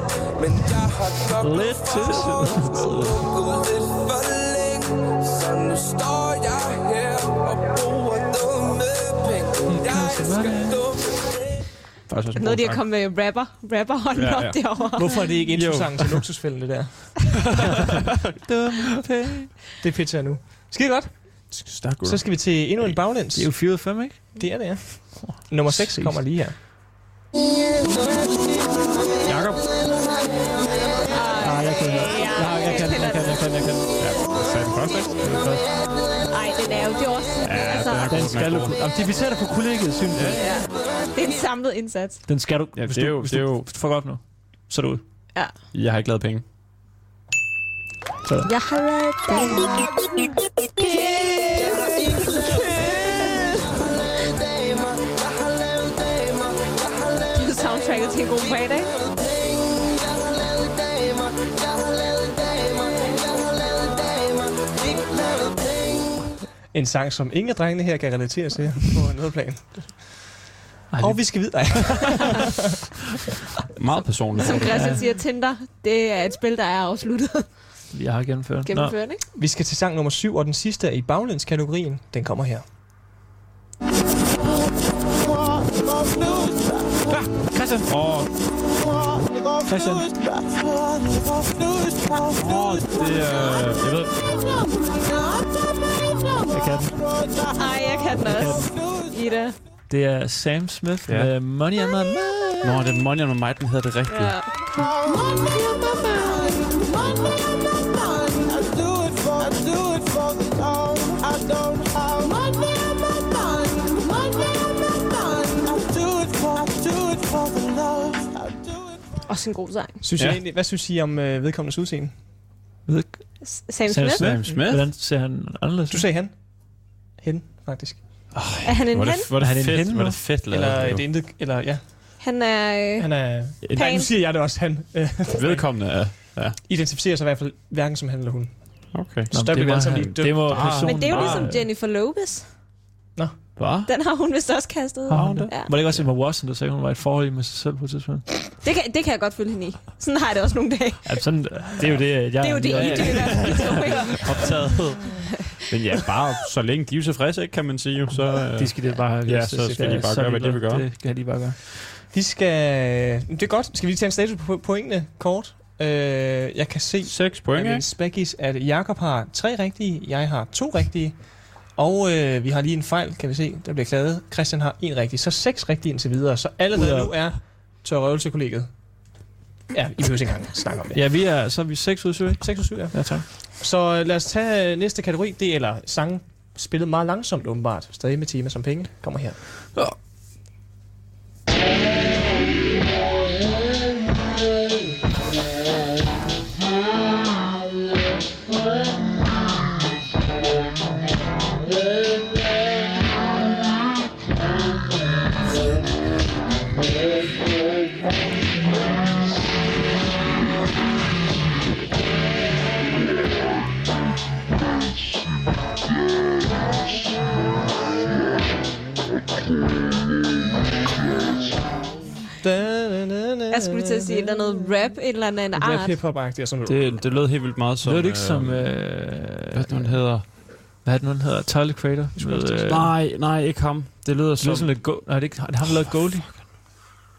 Men jeg har kommet
Lidt til
fra
side.
gået lidt for længe Så nu står jeg her og bruger dumme
Mm,
penge Jeg elsker dumme ting
Faktisk også en
Noget
god
de har
sang.
kommet med rapper, rapper hånden
Ja,
ja, ja.
ja.
op derovre.
Hvorfor er det ikke introsangen til luksusfælden, det *laughs* der?
Dumme penge.
Det pitcher jeg nu. Skide godt.
Stærk,
Så skal vi til endnu en baglæns.
Det er jo 4 ud af 5, ikke?
Det er det, ja. Nummer 6 kommer lige her.
Jakob.
Nej, jeg kan ikke. Nej, jeg kan, jeg kan, jeg kan, jeg kan.
Ja, sagde den første, ikke?
Ej, den er jo det er også.
Ja,
altså,
den er god.
Den skal du... Jamen, det, vi ser det på kollegiet, synes jeg.
det er en samlet indsats.
Den skal du...
Ja,
hvis
det er
du-
jo-
hvis
det er
du-
jo-
Hvis du fucker op nu, så er du ud.
Jeg har ikke lavet penge.
Jeg har lavet Det er soundtracket til en god fredag.
En sang, som ingen af drengene her kan relatere til på noget plan.
Ej,
Og vi skal videre.
Meget personligt.
Som Christian siger, Tinder, det er et spil, der er afsluttet
vi har gennemført. Nå,
gennemført, ikke?
Vi skal til sang nummer 7, og den sidste er i baglæns-kategorien. Den kommer her.
Christian. Åh, Christian.
Åh, det er... Jeg ved...
Jeg kan den.
Ej, jeg kan den også. Ida.
Det er Sam Smith
Ja.
ja. med Money and My Mind.
Nå, det er Money on Might, den hedder det rigtigt.
Ja. Også en god sang.
Synes
Ja.
ja. jeg egentlig, hvad synes I om øh, vedkommendes udseende?
Ved ikke,
S- Sam
Sam
Smith,
Sam Smith.
Hvordan ser han anderledes?
Du sagde han. Hen, faktisk.
er han en
Hvor er
han?
det, hvor er
Er det
det
en
fedt,
hen,
hvor er det fedt lavet.
Eller et
det
intet, eller ja.
Han er... øh,
Han er...
Et-
Nej, nu siger jeg det også, han. Øh, *laughs*
er jo. Vedkommende er...
identificerer sig i hvert fald hverken som han eller hun.
Okay.
Så der
det
bliver vi
må
alle sammen
han-
lige dømt.
det må
Ah.
personen
Men det er jo
bare-
ligesom Jennifer Lopez.
Hvad?
Den har hun vist også kastet.
Har hun det?
Ja.
Var det ikke også Emma Watson, der sagde, at hun var i et forhold med sig selv på et tidspunkt?
Det kan, det kan jeg godt følge hende i. Sådan har jeg det også nogle dage.
Ja, sådan, det er jo det, jeg
Det er jo det, I
jeg
deler. I to, ikke?
er optaget.
Men ja, bare så længe de er tilfredse, ikke, kan man sige. jo, Så, øh,
De skal det bare have
Ja,
lyst til
så
at se.
skal de bare
så
gøre, hvad de vil gøre.
Det kan de bare gøre.
Vi skal... Det er godt. Skal vi lige tage en status på pointene kort? Øh, jeg kan se,
6 point,
af mine
ikke?
spækkies, at Jakob har tre rigtige, jeg har to rigtige, og øh, vi har lige en fejl, kan vi se, der bliver klaget. Christian har en rigtig, så seks rigtige indtil videre, så allerede
Udover-
nu er tør røvelse kollegiet. Ja, I behøver ikke engang snakke om det.
Ja, vi er, så er vi 6 ud af 7, ikke?
6 og 7, ja.
Ja, tak.
Så øh, lad os tage øh, næste kategori, det er, eller sange spillet meget langsomt åbenbart, stadig med tema som penge, kommer her.
Jeg skulle lige til at sige, at der er noget rap, et eller andet en
Rap
art.
hip-hop-agtigt og sådan noget.
Det, det lød helt vildt meget som...
Lød det ikke som... Øh,
Hvad er det, hun hedder?
hvad er det nu, han hedder? Tyler Creator? Med, øh,
Nej, nej, ikke ham. Det lyder
det lyder sådan lidt... Go- Nej, det er ikke... Han har lavet Goldie.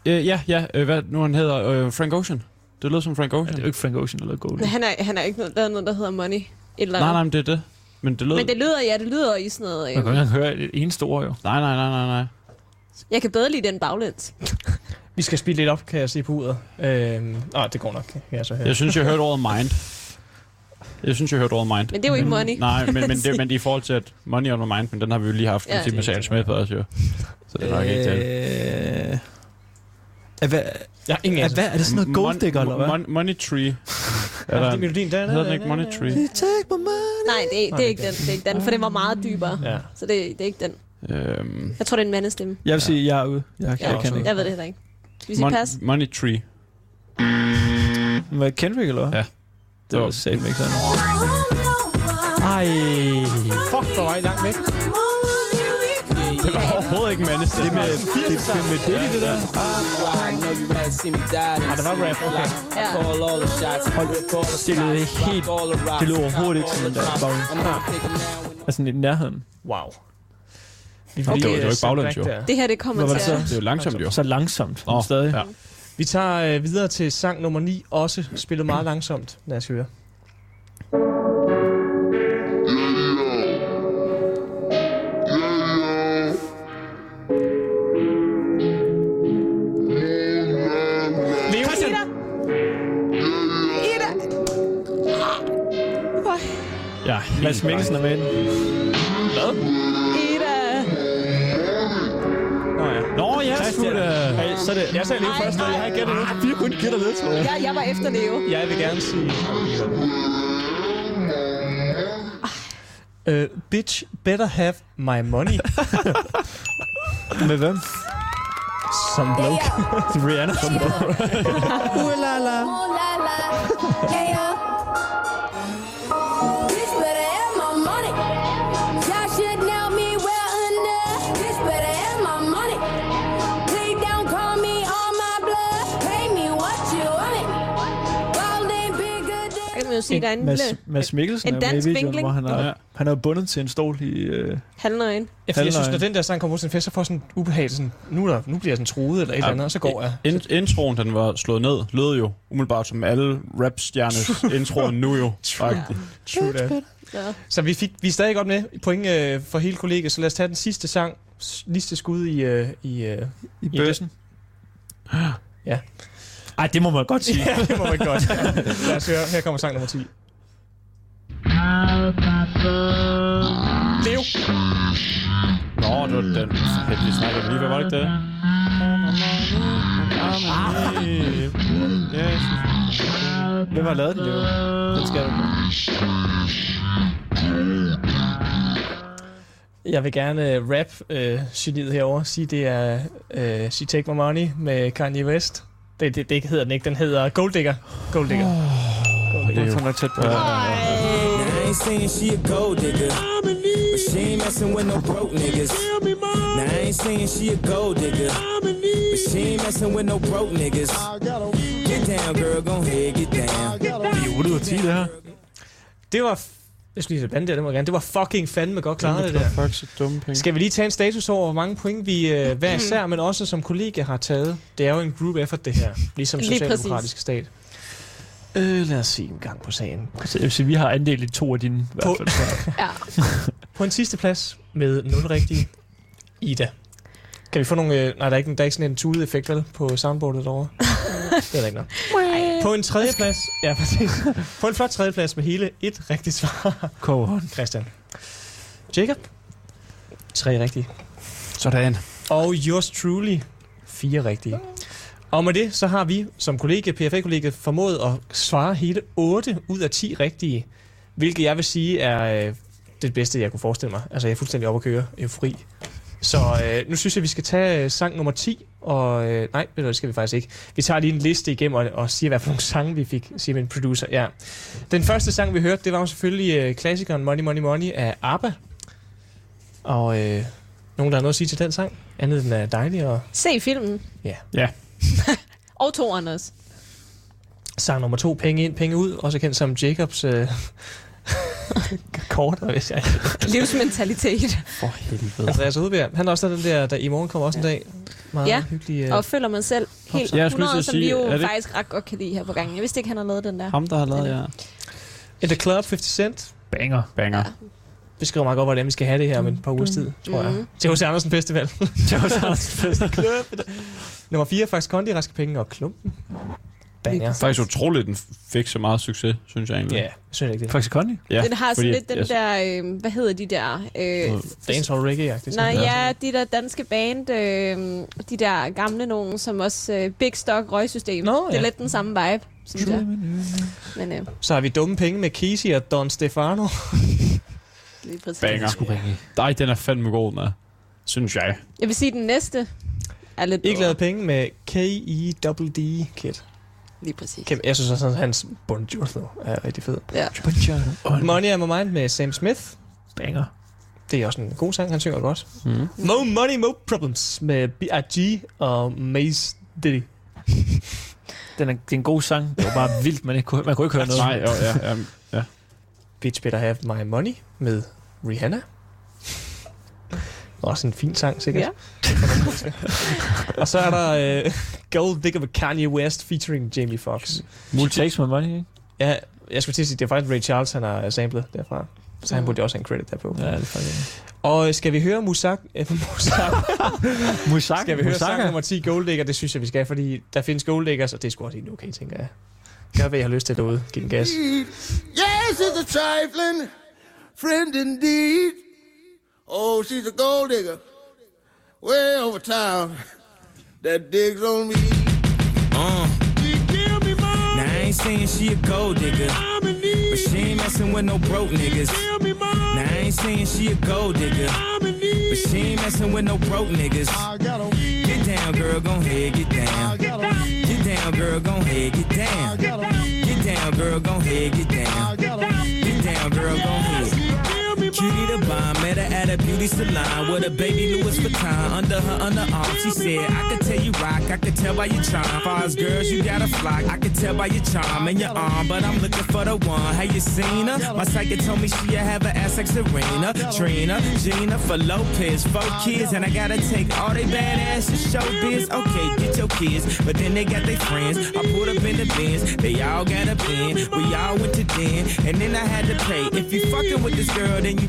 Øh, ja, ja, øh, hvad nu han hedder? Øh, Frank Ocean. Det lyder som Frank
Ja,
Ocean.
det er jo ikke Frank Ocean, der lavede Goldie.
Men han er, han er ikke noget, der er noget, der hedder Money. Et eller
nej,
andet.
nej, men det er det. Men det lød...
Men det lyder, ja, det lyder i sådan noget.
Man kan
Øh.
ikke engang høre et eneste ord, jo.
Nej, nej, nej, nej, nej.
Jeg kan bedre lide den baglæns.
Vi skal spille lidt op, kan jeg se på uret. Øhm, nej, det går nok, kan jeg så høre.
Jeg synes, jeg hørte ordet mind. Jeg synes, jeg hørte ordet mind.
Men det er jo ikke money.
Nej, men, men,
*laughs*
det, men i forhold til, at money on my mind, men den har vi jo lige haft
Ja.
en time med Charles med på os, jo. Så det er nok ikke det.
Øh, er, hvad,
Jeg har ingen
er,
anelse.
hvad, er det sådan noget golddigger, eller hvad?
Mon- money tree.
Ja,
Er
det
der,
er melodien. Der,
hedder den ikke money tree?
Take my money.
Nej, det, er- det er ikke den. Det er ikke den, for den var meget dybere.
Ja.
Så det, det er ikke den.
Øhm,
Jeg tror, det er en mandestemme.
Jeg vil sige, jeg er ude. Jeg,
Ja,
jeg kan ikke.
Jeg ved det heller ikke. Hvis I passer.
mon- money tree.
Med Kendrick, eller hvad?
Ja.
Det
Jo.
var satme ikke sådan.
I won't know why.
Ej,
Fuck, hvor var I langt væk.
det var overhovedet ikke menneske. Det med, det, det med det, det der.
Ah, der var rap, okay.
Ja.
Det lød helt... Det lød overhovedet ikke som en dansk baglæns. Altså i nærheden.
Wow. Vi
var- det var
øh,
ikke
sat
baglæns,
back
jo.
der.
Det her, det kommer
Hvad var
til
det
at...
Det er jo langsomt, jo.
Så langsomt.
Åh,
Oh, stadig.
ja.
Vi tager øh, videre til sang nummer 9, også spillet meget langsomt. Lad os høre.
Christian! Ida! Åh,
Ja,
Mads Mikkelsen er med inden.
Ida!
Nå ja.
Nå, ja, sgu da.
Hey, så er det. Jeg sagde lige først,
Ej,
og jeg har gættet nu.
Vi har kun gætter lidt, tror jeg.
Jeg, jeg var efter Leo.
Jeg vil gerne sige... Øh, bitch, better have my money.
*laughs* Med hvem?
Som bloke.
Rihanna. Som
Oh,
Der kan man jo sige, der er en lille
Mads, Mads Mikkelsen
En
er med
dansk
i videoen,
vinkling.
hvor han
Ja.
er, han er jo bundet til en stol i... Øh,
halvnøgen.
Efter jeg synes,
Halvløgn.
når den der sang kommer ud til en fest, så får jeg sådan ubehag, sådan, nu, er der, nu bliver jeg sådan truet eller et eller andet, og så går jeg.
In- introen, den var slået ned, lød jo umiddelbart som alle
*laughs*
rap-stjernes introer nu jo. Faktisk.
Ja.
Så vi, fik, vi er stadig godt med point øh, for hele kollegiet, så lad os tage den sidste sang, s- sidste skud i, øh, i øh,
I
*gasps*
bøssen.
Ja.
Ej, det må man godt sige.
*laughs* Ja, det må man godt. Lad os høre. Her kommer sang nummer 10. Leo.
Nå, det var den. Fedt, vi snakkede lige. Hvad var det ikke det? Yes.
Hvem har lavet den, Leo? Den skal du.
Jeg vil gerne uh, rap uh, geniet herover. Sige, det er uh, She Take My Money med Kanye West. Det, det, det hedder den ikke. Den hedder Gold Digger. Gold Digger. Oh.
Det er sådan nok tæt på.
I ain't saying she a gold digger. I'm in need. But she ain't messing with no broke niggas. Tell me, mom. Now I ain't saying she a gold digger. I'm in need. But she ain't messing with no broke niggas. I gotta get down, girl. Go ahead, get down.
Det er 8 ud af 10, det her.
Det var... f- Jeg skulle lige bande der, det må jeg gerne. Det var fucking fandme godt klaret, det der.
Fuck, så dumme penge.
Skal vi lige tage en status over, hvor mange point vi øh, hver især, men også som kollega har taget? Det er jo en group effort, det her. Ligesom
Lige
socialdemokratiske stat. Øh, lad os se en gang på sagen.
Så jeg vil sige, vi har andel i to af dine, i hvert
På-
fald. Så.
ja.
På en sidste plads med 0 rigtige. Ida. Kan vi få nogle... Øh, nej, der er ikke, der er ikke sådan en tude-effekt, vel? På soundboardet derovre. det er der ikke nok. På en tredje plads... Ja, præcis. På en flot tredje plads med hele et rigtigt svar.
Come on.
Christian. Jacob. Tre rigtige.
Sådan.
Og yours truly. Fire rigtige. Og med det, så har vi som kollega, PFA-kollega, formået at svare hele 8 ud af 10 rigtige. Hvilket jeg vil sige er øh, det bedste, jeg kunne forestille mig. Altså, jeg er fuldstændig oppe at køre eufori. Så øh, nu synes jeg, vi skal tage øh, sang nummer 10, og... Øh, nej, ved du, det skal vi faktisk ikke. Vi tager lige en liste igennem og, og siger, hvad for nogle sange vi fik, siger min producer. Ja. Den første sang, vi hørte, det var jo selvfølgelig øh, klassikeren Money, Money, Money af ABBA. Og øh, nogen, der har noget at sige til den sang? Andet end den er dejlig, og
Se filmen.
Ja.
Ja.
*laughs* Og
*laughs*
toeren også.
sang nummer to, Penge ind, penge ud, også kendt som Jacobs øh, *laughs* kort, hvis jeg
Livsmentalitet.
For helvede.
Andreas Udbjerg, han er også der, den der, der i morgen kommer også en dag. Meget
Ja.
hyggelig. Øh.
Og føler man selv helt
Ja, jeg skulle lige
100,
til at
som vi
sige,
jo
er det-
faktisk ret godt kan lide her på gangen. Jeg vidste ikke, han har lavet den der.
Ham, der har
*laughs*
lavet, ja.
In the Club, 50 Cent.
Banger.
Banger.
Beskriver meget godt, hvordan vi skal have det her om et par ugers tid, tror jeg.
Mhm.
Til H.C. Andersen Festival. *laughs*
Det var så også fedt.
Nummer 4, faktisk Kondi, Raske Penge og Klumpen. Banger.
Det er faktisk utroligt, den fik så meget succes, synes jeg egentlig.
Ja, jeg synes ikke det.
Faktisk Conny.
Ja,
Den har sådan
fordi
lidt den
jeg-
der, øh, hvad hedder de der? Øh,
Dancehall reggae-agtigt.
nej,
sådan.
ja, de der danske band, øh, de der gamle nogen, som også øh, Big Stock Røgsystem.
Nå,
det er
ja.
lidt den samme vibe, synes jeg. Men øh,
Så har vi dumme penge med Casey og Don Stefano.
lige præcis.
Banger. Nej, den er fandme god, den er. Synes jeg.
Jeg vil sige, den næste er lidt
Ikke
bedre.
lavet penge med K-E-D-D, E Kid.
Lige præcis.
Kæmpe, jeg synes også, at hans Buongiorno er rigtig fed.
Ja.
Money and My Mind med Sam Smith.
Banger.
Det er også en god sang, han synger godt.
Mm.
Mo Money, Mo Problems med B.I.G. og Maze Diddy.
Den er, det er en god sang. Det var bare vildt, man, ikke kunne, man kunne ikke høre noget.
Nej, jo, ja, ja, ja.
Bitch Better Have My Money med Rihanna. Også en fin sang, sikkert.
Ja.
*laughs* Og så er der øh, Gold Digger med Kanye West featuring Jamie Foxx.
Multitakes med money, ikke?
Ja, jeg skulle til at sige, det er faktisk Ray Charles, han har samlet derfra. Så han
Mm.
burde jo også have en credit derpå.
Ja, det er faktisk.
Og skal vi høre *laughs* Musak? Eh, Musak.
Musaka.
Skal vi høre sang nummer 10, Gold Digger? Det synes jeg, vi skal, fordi der findes Gold Diggers, og det er sgu også helt okay, tænker jeg. Gør, hvad jeg har lyst til derude. Giv den gas.
Yes, it's a trifling friend indeed. Oh, she's a gold digger. Way over town. That digs on me.
Uh.
She give me money.
Now I ain't saying she a gold digger,
I'm in need.
but she ain't messing with no broke niggas.
Give me money.
Now I ain't saying she a gold digger,
I'm in
but
need.
she ain't messing with no broke niggas.
I got a weed.
Get down, girl, gon' head, get
I
down.
got a weed.
Get down, girl, gon' head, get
I
down.
got a weed.
Get down, girl, gon' head, get
I
down.
got a weed.
Get down, girl, gon' head.
She give me
Cutie
money.
the bomb, met her at a beauty salon with a baby Louis Vuitton under her underarm. She said, I could tell you rock, I could tell by your charm. Far as girls, you got a flock, I could tell by your charm and your arm. But I'm looking for the one. Have you seen her? My psychic told me she have her ass like Serena, Trina, Gina for Lopez, four kids, and I gotta take all they badass to show biz. Okay, get your kids, but then they got their friends. I pulled up in the bins, they all got a pen. We all went to den, and then I had to pay. If you fucking with this girl, then you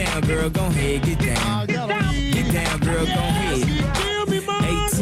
down, girl, gon' head, get down. Get down, girl, gon' head.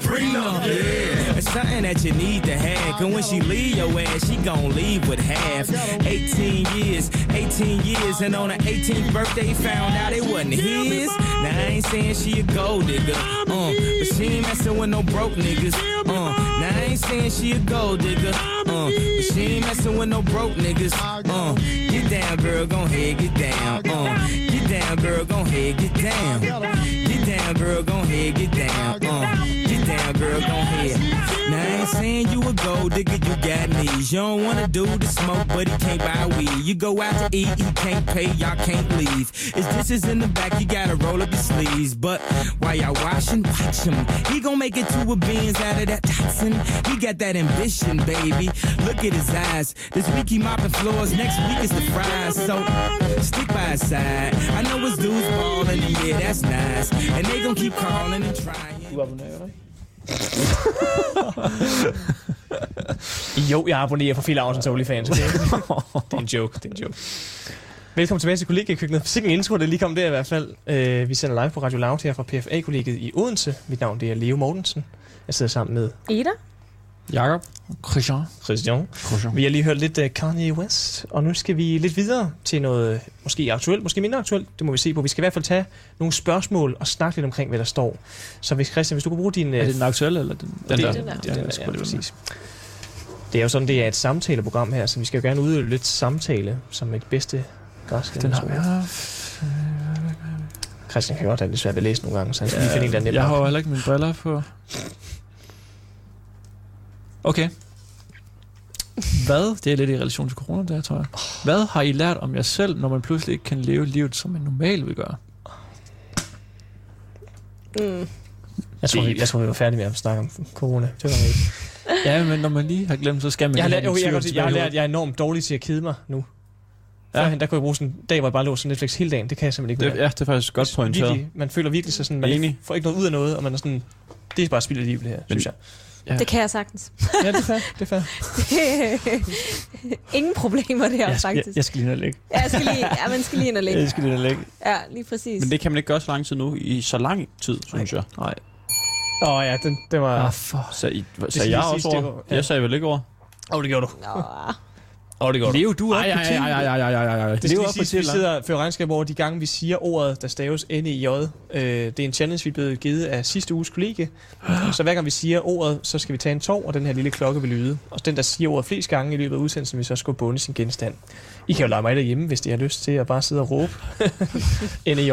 prenup. Yeah. It's something that you need to have. Cause when she leave your ass, she gon' leave with half. 18 years, 18 years, and on her 18th birthday, found out it wasn't his. Now I ain't saying she a gold digger, uh, but she ain't messing with no broke niggas. Uh, now I ain't saying she a gold digger, uh, but she ain't messing with no broke niggas. Uh, get down, girl, gon' head, get down. Uh, get down, girl, gon' head, get down. Get down, girl, gon' head, get down. Uh, get down, girl, gon' head. Now I ain't saying you a gold digger, you got knees. You don't wanna do the smoke, but he can't buy weed. You go out to eat, he can't pay, y'all can't leave. His dishes in the back, you gotta roll up your sleeves. But while y'all washing, watch him. He gon' make it to a beans out of that toxin. He got that ambition, baby. Look at his eyes. This week he mopping floors, next week is the fries. So stick by his side. I know his dudes ballin', and yeah, that's nice. And they gon' keep calling and trying.
Du abonnerer, ikke?
Jo, jeg abonnerer på Phil Aarhusens OnlyFans. Okay? det er en joke, det er en joke. Velkommen tilbage til kollegiekøkkenet. Sikke en intro, der lige kom der i hvert fald. Øh, vi sender live på Radio Loud her fra PFA-kollegiet i Odense. Mit navn det er Leo Mortensen. Jeg sidder sammen med
Ida?
Jakob.
Christian.
Christian.
Christian.
Vi har lige hørt lidt uh, Kanye West, og nu skal vi lidt videre til noget øh, måske aktuelt, måske mindre aktuelt. Det må vi se på. Vi skal i hvert fald tage nogle spørgsmål og snakke lidt omkring, hvad der står. Så hvis Christian, hvis du kunne bruge din... øh,
Er det den aktuelle, eller den?
Den
det,
der.
er den der. Det, er den
Ja,
der.
skulle
Ja,
det være.
præcis. Det er jo sådan, det er et samtaleprogram her, så vi skal jo gerne udøve lidt samtale som et bedste græske.
Den har jeg.
Christian kan godt have lidt svært ved at læse nogle gange, så han skal lige finde en, der er
Jeg har
nemmere.
jo heller ikke mine briller på. Okay. Hvad, det er lidt i relation til corona der, tror jeg. Hvad har I lært om jer selv, når man pludselig ikke kan leve livet, som man normalt vil gøre?
Mm.
Jeg tror, vi, jeg tror, vi var færdige med at snakke om corona. Det var vi ikke.
Ja, men når man lige har glemt, så skal man
Jeg har
lige
lært,
have
jo,
den
jeg, kan
tvivl
godt sige, jeg har
tilbage i
lært, at jeg er enormt dårlig til at kede mig nu. Ja. Førhen, der kunne jeg bruge sådan en dag, hvor jeg bare lå sådan Netflix hele dagen. Det kan jeg simpelthen ikke
Det,
mere.
ja, det er faktisk godt pointeret.
Virkelig, man føler virkelig sig sådan, man
Enig.
ikke, får ikke noget ud af noget, og man er sådan, det er bare spild af liv, det her, synes jeg.
Det kan jeg sagtens. *laughs*
Ja, det er fair, det er fair.
Ingen problemer der,
hovedet. jeg, jeg,
faktisk.
jeg skal lige ned og lægge.
Ja, jeg skal lige, ja, man skal lige ind og
Jeg
lægge.
skal lige ned og lægge.
Ja, lige præcis.
Men det kan man ikke gøre så lang tid nu, i så lang tid, synes jeg.
Nej.
Åh oh, ja, den, den var...
Ah,
Åh,
for...
Så I,
skal
sagde jeg
lige
også
siges, det
over?
var- ja.
Jeg sagde vel ikke over?
oh, det gjorde du.
Nå,
Åh, oh, det gjorde
Leo, du er
Ej,
på
ej,
team.
ej, ej, ej, ej, ej, ej.
Det skal
Leo er
lige
på
siges, vi
Sjælland.
sidder og fører regnskab over de gange, vi siger ordet, der staves n i j øh, Det er en challenge, vi blev givet af sidste uges kollega. Så hver gang vi siger ordet, så skal vi tage en tår, og den her lille klokke vil lyde. Og den, der siger ordet flest gange i løbet af udsendelsen, vil så skulle bunde sin genstand. I kan jo lege mig derhjemme, hvis I har lyst til at bare sidde og råbe *laughs* n i j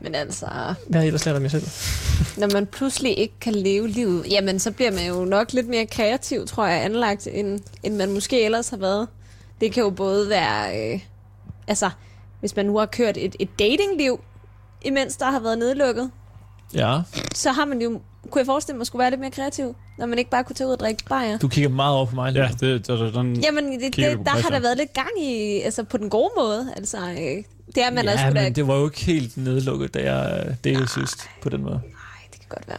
Nej,
men altså...
hvad har I ellers lært om jer selv?
når man pludselig ikke kan leve livet, jamen så bliver man jo nok lidt mere kreativ, tror jeg, anlagt, end, end man måske ellers har været. Det kan jo både være, øh, altså, hvis man nu har kørt et, et datingliv, imens der har været nedlukket,
Ja,
så har man jo, kunne jeg forestille mig, skulle være lidt mere kreativ, når man ikke bare kunne tage ud og drikke bajer.
du kigger meget over på mig.
Ja, det, det, det, den,
Jamen, det,
Kigger du på
det, der har
Christian?
der været lidt gang i, altså på den gode måde, altså, øh, det er man
ja,
også sgu da-
men det var jo ikke helt nedlukket, da jeg øh, det sidst på den måde.
Ej, det kan godt være.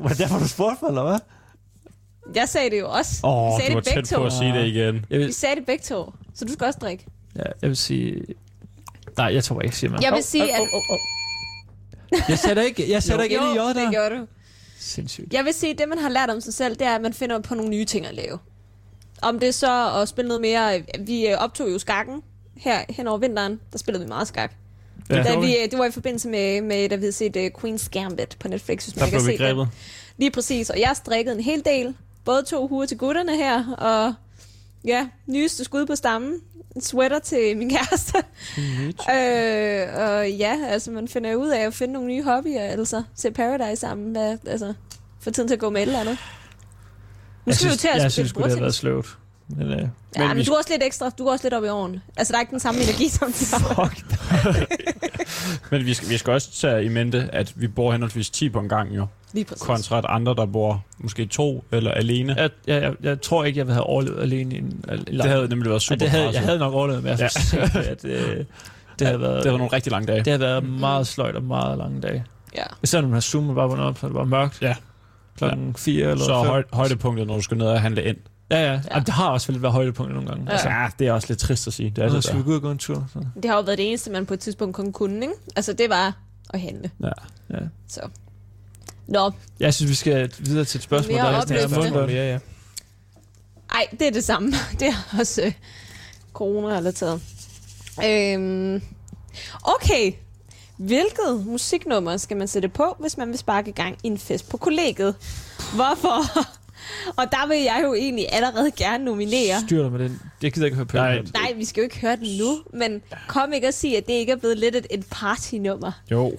Var det derfor, du spurgte mig, eller hvad?
Jeg sagde det jo også.
Åh,
Vi sagde
du var
det begge
tæt på
to.
at sige det igen.
Jeg
Vi
vil,
sagde det begge to, så du skal også drikke.
ja, jeg vil sige... Nej, jeg tror ikke, siger man.
Jeg vil sige, at...
Jeg sætter ikke, jeg sætter ikke ind i
jo,
jord
det
der.
gjorde du.
Sindssygt.
Jeg vil sige, at det, man har lært om sig selv, det er, at man finder på nogle nye ting at lave. Om det er så at spille noget mere... Vi øh, optog jo skakken her hen over vinteren. Der spillede vi meget skak.
Ja.
Da vi, øh, det var i forbindelse med, med da vi havde set uh, Queen's Gambit på Netflix, hvis man
Der
ikke
blev
har
vi
set den.
grebet.
Lige præcis, og jeg strikkede en hel del. Både to huer til gutterne her, og ja, nyeste skud på stammen. En sweater til min kæreste. *laughs* øh, og ja, altså man finder jo ud af at finde nogle nye hobbyer, altså se Paradise sammen, hvad, altså få tiden til at gå med et eller andet. Nu
Jeg
skal vi jo
synes,
til at spille
jeg synes sgu, det har været
bordtennis.
sløvt. Men, øh,
Ja,
men
men,
vi
du er også lidt ekstra, du er også lidt op i åren. Altså, der er ikke den samme energi som de har.
fuck.
Men vi skal, vi skal også tage i mente, at vi bor henholdsvis 10 på en gang jo.
Lige præcis.
Kontra at andre, der bor måske to eller alene.
Jeg, jeg, jeg, jeg tror ikke, jeg ville have overlevet alene. i En, al- lang-
Det havde nemlig været super
ja, det havde, jeg
presset.
havde nok overlevet, men jeg
Ja.
ja. tænkte, at øh, det havde været...
Det var nogle rigtig lange dage.
Det har været meget sløjt og meget lange dage.
Ja.
Især når man har zoomet bare vågnet op, så er det bare mørkt.
Ja.
Klokken 4 eller
Så
fem.
høj, højdepunktet, når du skal ned og handle ind.
Ja, ja. Jamen, det har også vel været højdepunktet nogle gange.
Ja.
Altså,
Ja, det er også lidt trist at sige. Det er
så
det
skal vi
der.
gå ud og gå en tur. Så.
Det har jo været det eneste, man på et tidspunkt kun kunne, ikke? Altså, det var at handle.
Ja.
Ja.
Så. Nå,
Jeg synes, vi skal videre til et spørgsmål,
Mere
der er
oplevelse.
sådan her mundret.
Ja, ja.
Ej, det er det samme. *laughs* Det er også øh, corona-relateret. Øhm, okay. Hvilket musiknummer skal man sætte på, hvis man vil sparke gang i en fest på kollegiet? Hvorfor? *laughs* Og der vil jeg jo egentlig allerede gerne nominere.
Styr dig med den. Jeg gider ikke høre på
Nej.
den.
Nej, vi skal jo ikke høre den nu, men kom ikke og sige, at det ikke er blevet lidt et, et partynummer.
Jo.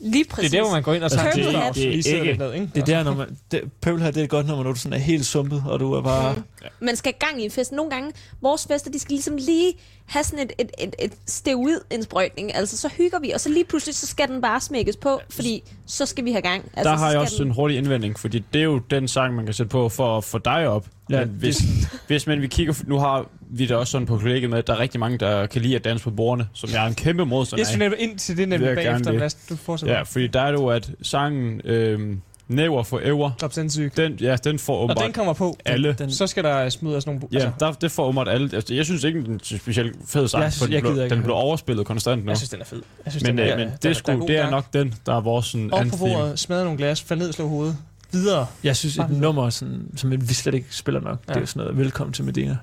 Lige
Det er
præcis.
der, hvor man går ind og tager
Purple
en
Hat.
tår,
Det er
lige sidder
ikke-
lidt ned, ikke?
Det er der, når man... Det, Pøbel her, det er et godt nummer, når du sådan er helt sumpet, og du er bare...
man skal i gang i en fest. Nogle gange, vores fester, de skal ligesom lige have sådan et, et, et, et steroidindsprøjtning. Altså, så hygger vi, og så lige pludselig, så skal den bare smækkes på, fordi så skal vi have gang. Altså,
Der
så
har jeg
skal
også
den...
en hurtig indvending, fordi det er jo den sang, man kan sætte på for at få dig op.
Ja,
Ja, men hvis, hvis man vi kigger... Nu har vi det også sådan på kollegiet med, at der er rigtig mange, der kan lide at danse på bordene, som jeg er en kæmpe modstander
Jeg
af.
synes netop ind til det
Vil
nemlig
jeg gerne
bagefter,
det.
men lad- du fortsætter.
Ja, fordi der er det jo, at sangen øh, Never Forever,
Top sindssyg.
den, ja, den får
Når
åbenbart
den kommer på,
alle.
Den,
så skal der smide os nogle... bo-
ja, altså, der, det får åbenbart alle. Altså, jeg synes ikke, den er en specielt fed sang,
Jeg synes-
for den,
jeg gider
blev,
ikke
den
høre
blev
den.
overspillet konstant nu.
Jeg synes, den er fed. Jeg synes,
men
den
øh, men det, er sgu,
god
det er
gang.
nok den, der er vores sådan,
Op på
anthem.
bordet, smadre nogle glas, fald ned, slå hovedet. Videre.
jeg synes, et nummer, sådan, som vi slet ikke spiller nok, ja. det er jo sådan noget, velkommen til Medina.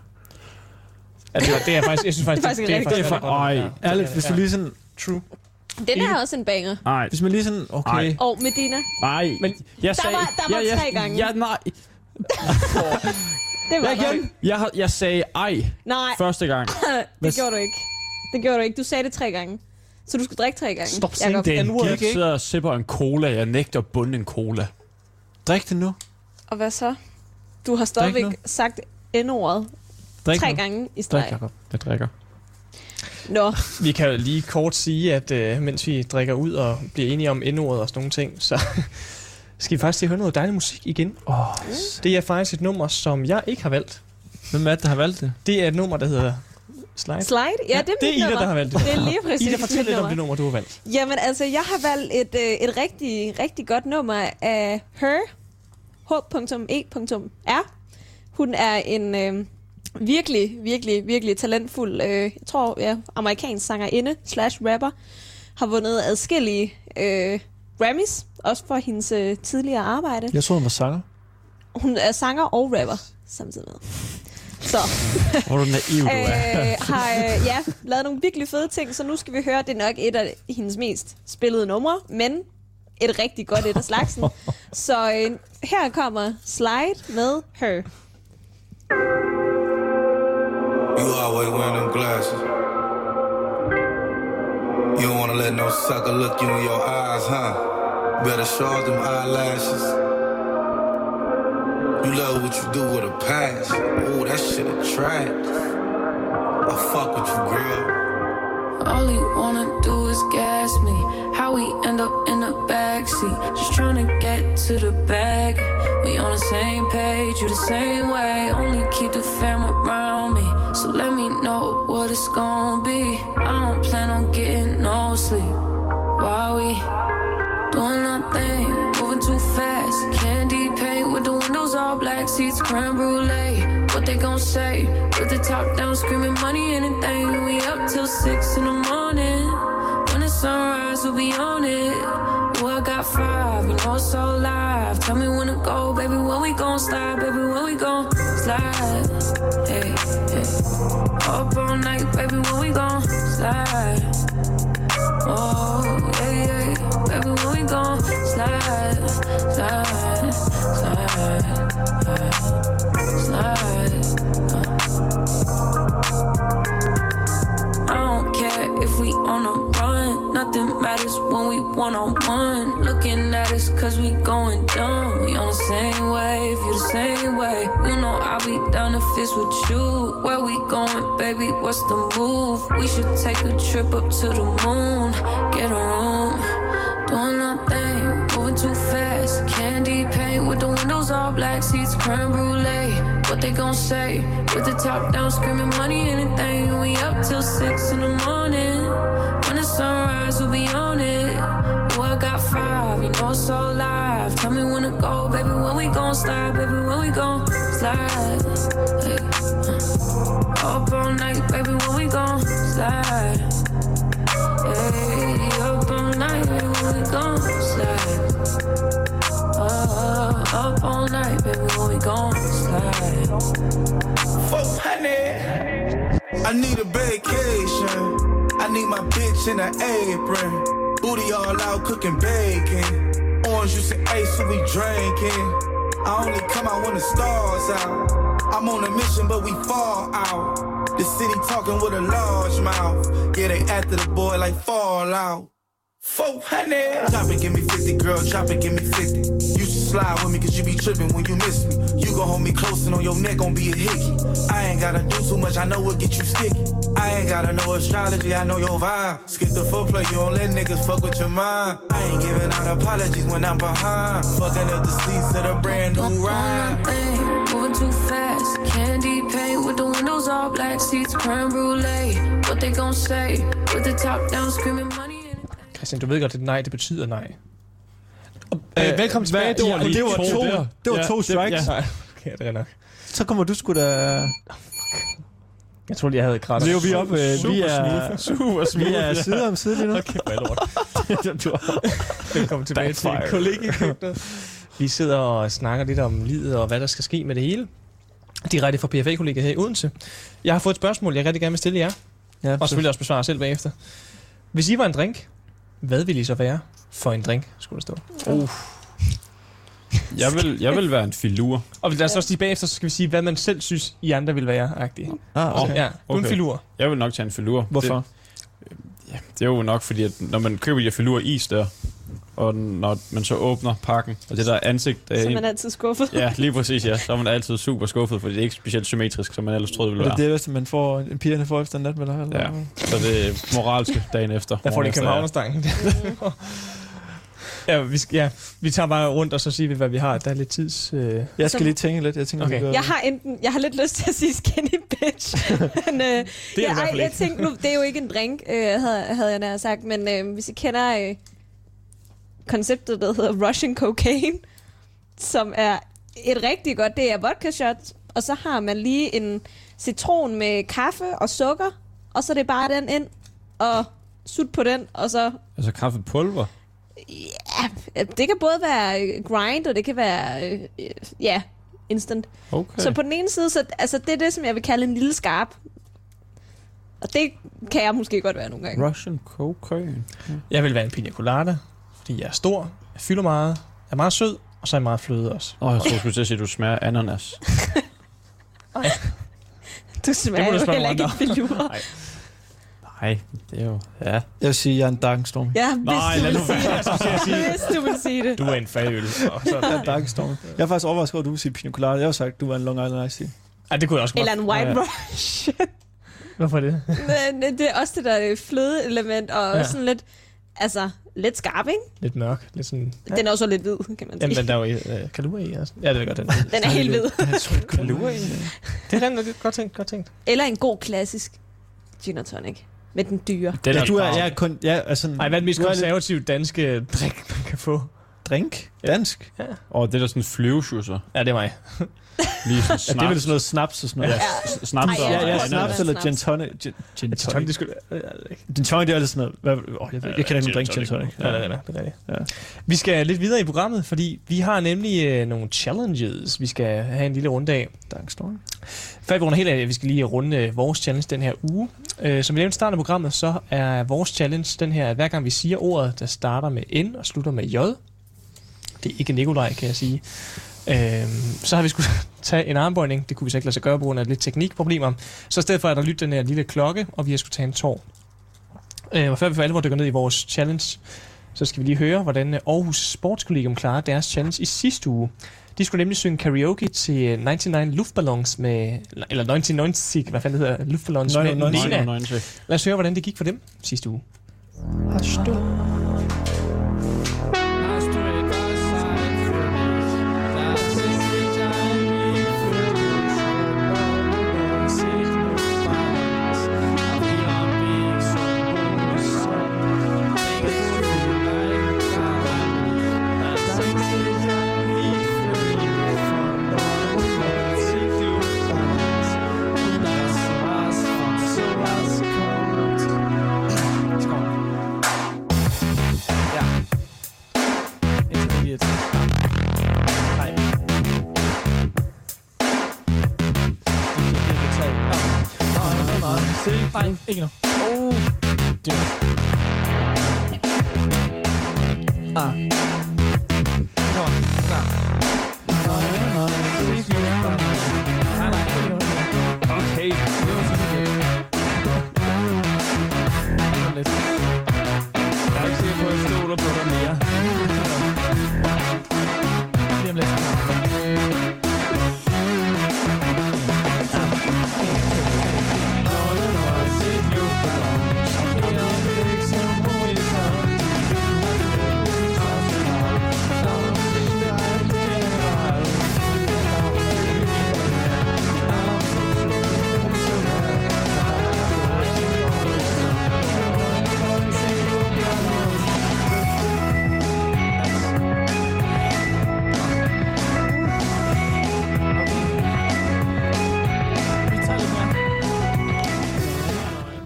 Ja, det, er- *laughs* det er faktisk, jeg synes faktisk,
Det er faktisk en rigtig
faktisk
god
rigtig
idé.
godt.
Ej,
Ja,
Ærligt, hvis du lige sådan...
True.
Den er også en banger.
Nej,
Hvis man lige sådan... Okay,
Ej.
Og Medina,
nej.
Men
jeg
der var- der var
jeg,
tre gange.
Jeg, nej,
det var
jeg,
der.
igen. Jeg, har- jeg sagde ej
Nej,
første gang.
*laughs* det gjorde du ikke. Det gjorde du ikke. Du sagde det tre gange. Så du skulle drikke tre gange.
Stop saying
Jakob.
det.
Den
N-word,
gik
ikke?
sidder og sipper en cola. Jeg nægter at bunde en cola.
drik det nu.
Og hvad så? Du har
Drik
stadigvæk
nu.
sagt N-ordet
Drik
tre
nu.
gange i
Drik,
streg.
Jacob.
Jeg drikker.
Nå,
Vi kan jo lige kort sige, at øh, mens vi drikker ud og bliver enige om indordet og sådan nogle ting, så *laughs* skal vi faktisk lige høre noget dejlig musik igen. Oh, det er faktisk et nummer, som jeg ikke har valgt.
Hvem er det, der har valgt det?
Det er et nummer, der hedder Slide.
slide? Ja, det er
det er
mit
Ida,
nummer.
der har valgt det.
Det er lige præcis
Ida,
mit
fortæl lidt om
nummer.
det nummer, du har valgt.
Jamen altså, jeg har valgt et, øh, et rigtig, rigtig godt nummer af Her, h.e.r. Hun er en øh, virkelig, virkelig, virkelig talentfuld, øh, jeg tror, ja, amerikansk sangerinde slash rapper. Har vundet adskillige øh, Grammys, også for hendes øh, tidligere arbejde.
Jeg tror, han var sanger.
Hun er sanger og rapper samtidig med. Så
*laughs* Hvor er du naiv, du er.
øh, har øh, ja, lavet nogle virkelig fede ting, så nu skal vi høre, det er nok et af hendes mest spillede numre, men et rigtig godt et af
*laughs*
slagsen. Så øh, her kommer Slide med Her.
You always wearing them glasses. You don't wanna let no sucker look you in your eyes, huh? Better show them eyelashes. You love what you do with a passion. Ooh, that shit attract. I fuck with you, girl.
All he wanna do is gas me. How we end up in the backseat. Just tryna get to the bag. We on the same page, you the same way. Only keep the fam around me. So let me know what it's gonna be. I don't plan on getting no sleep. While we doing our thing, moving too fast. Candy paint with the windows all black, seats creme brulee. What they gon' say? With the top down, screaming money, anything. We up till six in the morning. When the sunrise, we'll be on it. Ooh, I got five, you know it's so live. Tell me when to go, baby. When we gon' slide, baby. When we gon' slide, hey, hey. Up all night, baby. When we gon' slide. Oh, yeah, yeah. Baby, when we gon' slide, slide, slide, slide, slide. I don't care if we on a run. Nothing matters when we one on one. Looking at us cause we going dumb. We on the same wave, you the same way. You know I'll be down if it's with you. Where we going, baby? What's the move? We should take a trip up to the moon. Get a room, doing nothing, moving too fast. Candy paint with the windows all black, seats creme brulee. What they gon' say? With the top down, screaming money, anything. We up till six in the morning. When the sunrise, we'll be on it. Ooh, I got five, you know it's so live. Tell me when to go, baby. When we gon' slide, baby. When we gon' slide. Hey, uh. Up all night, baby. When we gon' slide. Hey, up all night, baby. When we gon' slide. Uh, up all night, baby. When we gon' slide.
400. I need a vacation. I need my bitch in an apron. Booty all out cooking bacon. Orange juice and ace, so we drinking. I only come out when the stars out. I'm on a mission, but we fall out. The city talking with a large mouth. Yeah, they after the boy like Fallout. 400. Drop it, give me 50, girl. Drop it, give me 50. You should slide with me, cause you be tripping when you miss me. You gon' hold me close and on your neck gon' be a hickey. I ain't gotta do too much, I know what get you sticky. I ain't gotta know astrology, I know your vibe. Skip the foreplay, you don't let niggas fuck with your mind. I ain't giving out apologies when I'm behind. Fucking up the seats of the brand new ride.
thing, moving too fast. Candy paint with the windows all black, seats creme brulee. What they gon' say? With the top down, screaming money. in it.
Christian, du ved godt, at nej, det betyder nej. Øh, velkommen tilbage,
hvad-
det var
ja,
lige
det var
to
to,
der.
det var to strikes.
Ja, okay, det er nok.
Så kommer du sgu da...
Jeg tror lige, jeg havde kratter.
Lever vi op? Øh, vi er,
Super
vi
smooth.
er side om side *laughs* lige nu.
Okay, hvad lort. Velkommen tilbage til
Backfire.
kollegekøkkenet. Vi sidder og snakker lidt om livet og hvad der skal ske med det hele. Direkte fra PFA-kollegiet her i Odense. Jeg har fået et spørgsmål, jeg rigtig gerne vil stille jer.
Ja,
Og selvfølgelig også besvare jer selv bagefter. Hvis I var en drink, hvad ville I så være for en drink, skulle der stå?
Jeg vil, jeg vil være en filur.
Og lad os også lige bagefter, så skal vi sige, hvad man selv synes, I andre ville være, agtige.
Ah, okay.
Okay. Ja, du er en
Okay.
filur.
Jeg vil nok tage en filur.
Hvorfor?
Det, det er jo nok fordi, at når man køber de her filur is der, og når man så åbner pakken, og det der ansigt af
Så
en...
man er altid skuffet.
Ja, lige præcis, ja. Så er man altid super skuffet, fordi det er ikke specielt symmetrisk, som man ellers
Ah.
troede det
Og
ville
det
være.
er det, hvis man får en pigerne får efter en nat med dig. Eller?
Ja, så det er moralske dagen efter.
Der får
Morgen
det i
efter,
*laughs* Københavnerstangen. ja, vi, skal, ja, vi tager bare rundt, og så siger vi, hvad vi har. Der er lidt tids... Øh,
Jeg skal
Som-
lige tænke lidt. Jeg tænker,
Okay.
vi gør-
Jeg har, enten, jeg har lidt lyst til at sige skinny bitch.
*laughs*
men, øh, det
det i
ja,
hvert
ej,
fald
jeg
ikke.
tænkte nu, det er jo ikke en drink, øh, havde, havde jeg nær sagt, men øh, hvis I kender øh, konceptet, der hedder Russian Cocaine, som er et rigtig godt, det er vodka shots, og så har man lige en citron med kaffe og sukker, og så er det bare den ind, og sut på den, og så
Altså kaffepulver.
Ja, det kan både være øh, grind, og det kan være, øh, øh, ja, instant.
Okay.
Så på den ene side, så, altså, det er det, som jeg vil kalde en lille skarp. Og det kan jeg måske godt være nogle gange.
Russian cocaine.
jeg vil være en pina colada, fordi jeg er stor, jeg fylder meget, jeg er meget sød, og så er jeg meget fløde også.
Åh, oh, jeg troede, du skulle til at sige, at du smager ananas.
Du
Det må
smager
du
jo
spørge
heller ikke en
andre.
filur.
Nej, det er jo... Ja.
Jeg vil sige, at jeg er en dankenstorm.
Ja, hvis
Nej,
du
lad
vil
nu
sige *laughs* det. Hvis du vil sige det.
Du er en fadøl. Og så,
Jeg er dankenstorm. Jeg er faktisk overrasket over, at du vil sige pina colada. Jeg har jo sagt, at du var en Long Island Ice Tea.
ej, det kunne jeg også godt.
Eller en white
Ja.
rush.
Hvorfor det?
*laughs* Men øh, det er også det der øh, fløde-element, og
Ja.
sådan lidt, altså, lidt skarp, ikke?
Lidt mørk. Lidt sådan, ja.
Den er også lidt hvid, kan man sige.
Jamen, den der er jo øh, kalorier i. og sådan. Ja, det er godt. Den.
Den er helt hvid. *laughs*
Det er den, der er godt tænkt. Godt tænkt.
Eller en god klassisk gin og tonic. Med den dyre.
Den
Ja,
er
du er,
bare-
jeg er kun, ja, altså,
Ej, hvad er den mest
du lidt
konservative danske drik, man kan få?
drink? Dansk?
Åh, oh, det er da sådan flyvesjusser.
Ja, det er mig.
Ja,
Lige *laughs* sådan snaps.
det er vel sådan noget snaps og sådan noget.
Ja, s- snaps
Ej,
og
Ja, ja,
Ej,
snaps
nej.
eller gin
Snaps.
tonic. Gin, gin
Jeg tror,
tonic.
det skulle... Jeg ved det ikke.
Gin tonic, det er altid sådan noget. Hvad, åh, jeg, ved, jeg kender ikke nogen drink gin tonic.
Ja, ja, ja, det er rigtigt.
Ja.
Vi skal lidt videre i programmet, fordi vi har nemlig øh, nogle challenges, vi skal have en lille runde af.
Dankenstorm.
Før vi runder helt af, vi skal lige runde øh, vores challenge den her uge. Øh, som vi nævnte i starten af programmet, så er vores challenge den her, at hver gang vi siger ordet, der starter med N og slutter med J. Det er ikke Nikolaj, kan jeg sige. Øh, så har vi skulle *laughs* tage en armbøjning. Det kunne vi så ikke lade sig gøre på grund af lidt teknikproblemer. Så i stedet for er der lyttet den her lille klokke, og vi har skulle tage en tår. Øh, og før vi for alvor dykker ned i vores challenge, så skal vi lige høre, hvordan øh, Aarhus Sportskollegium klarer deres challenge i sidste uge. De skulle nemlig synge karaoke til øh, 99 Luftballons med... Eller 99, hvad fanden det hedder? Luftballons med
99.
Nina.
Nøgen,
Lad os høre, hvordan det gik for dem sidste uge.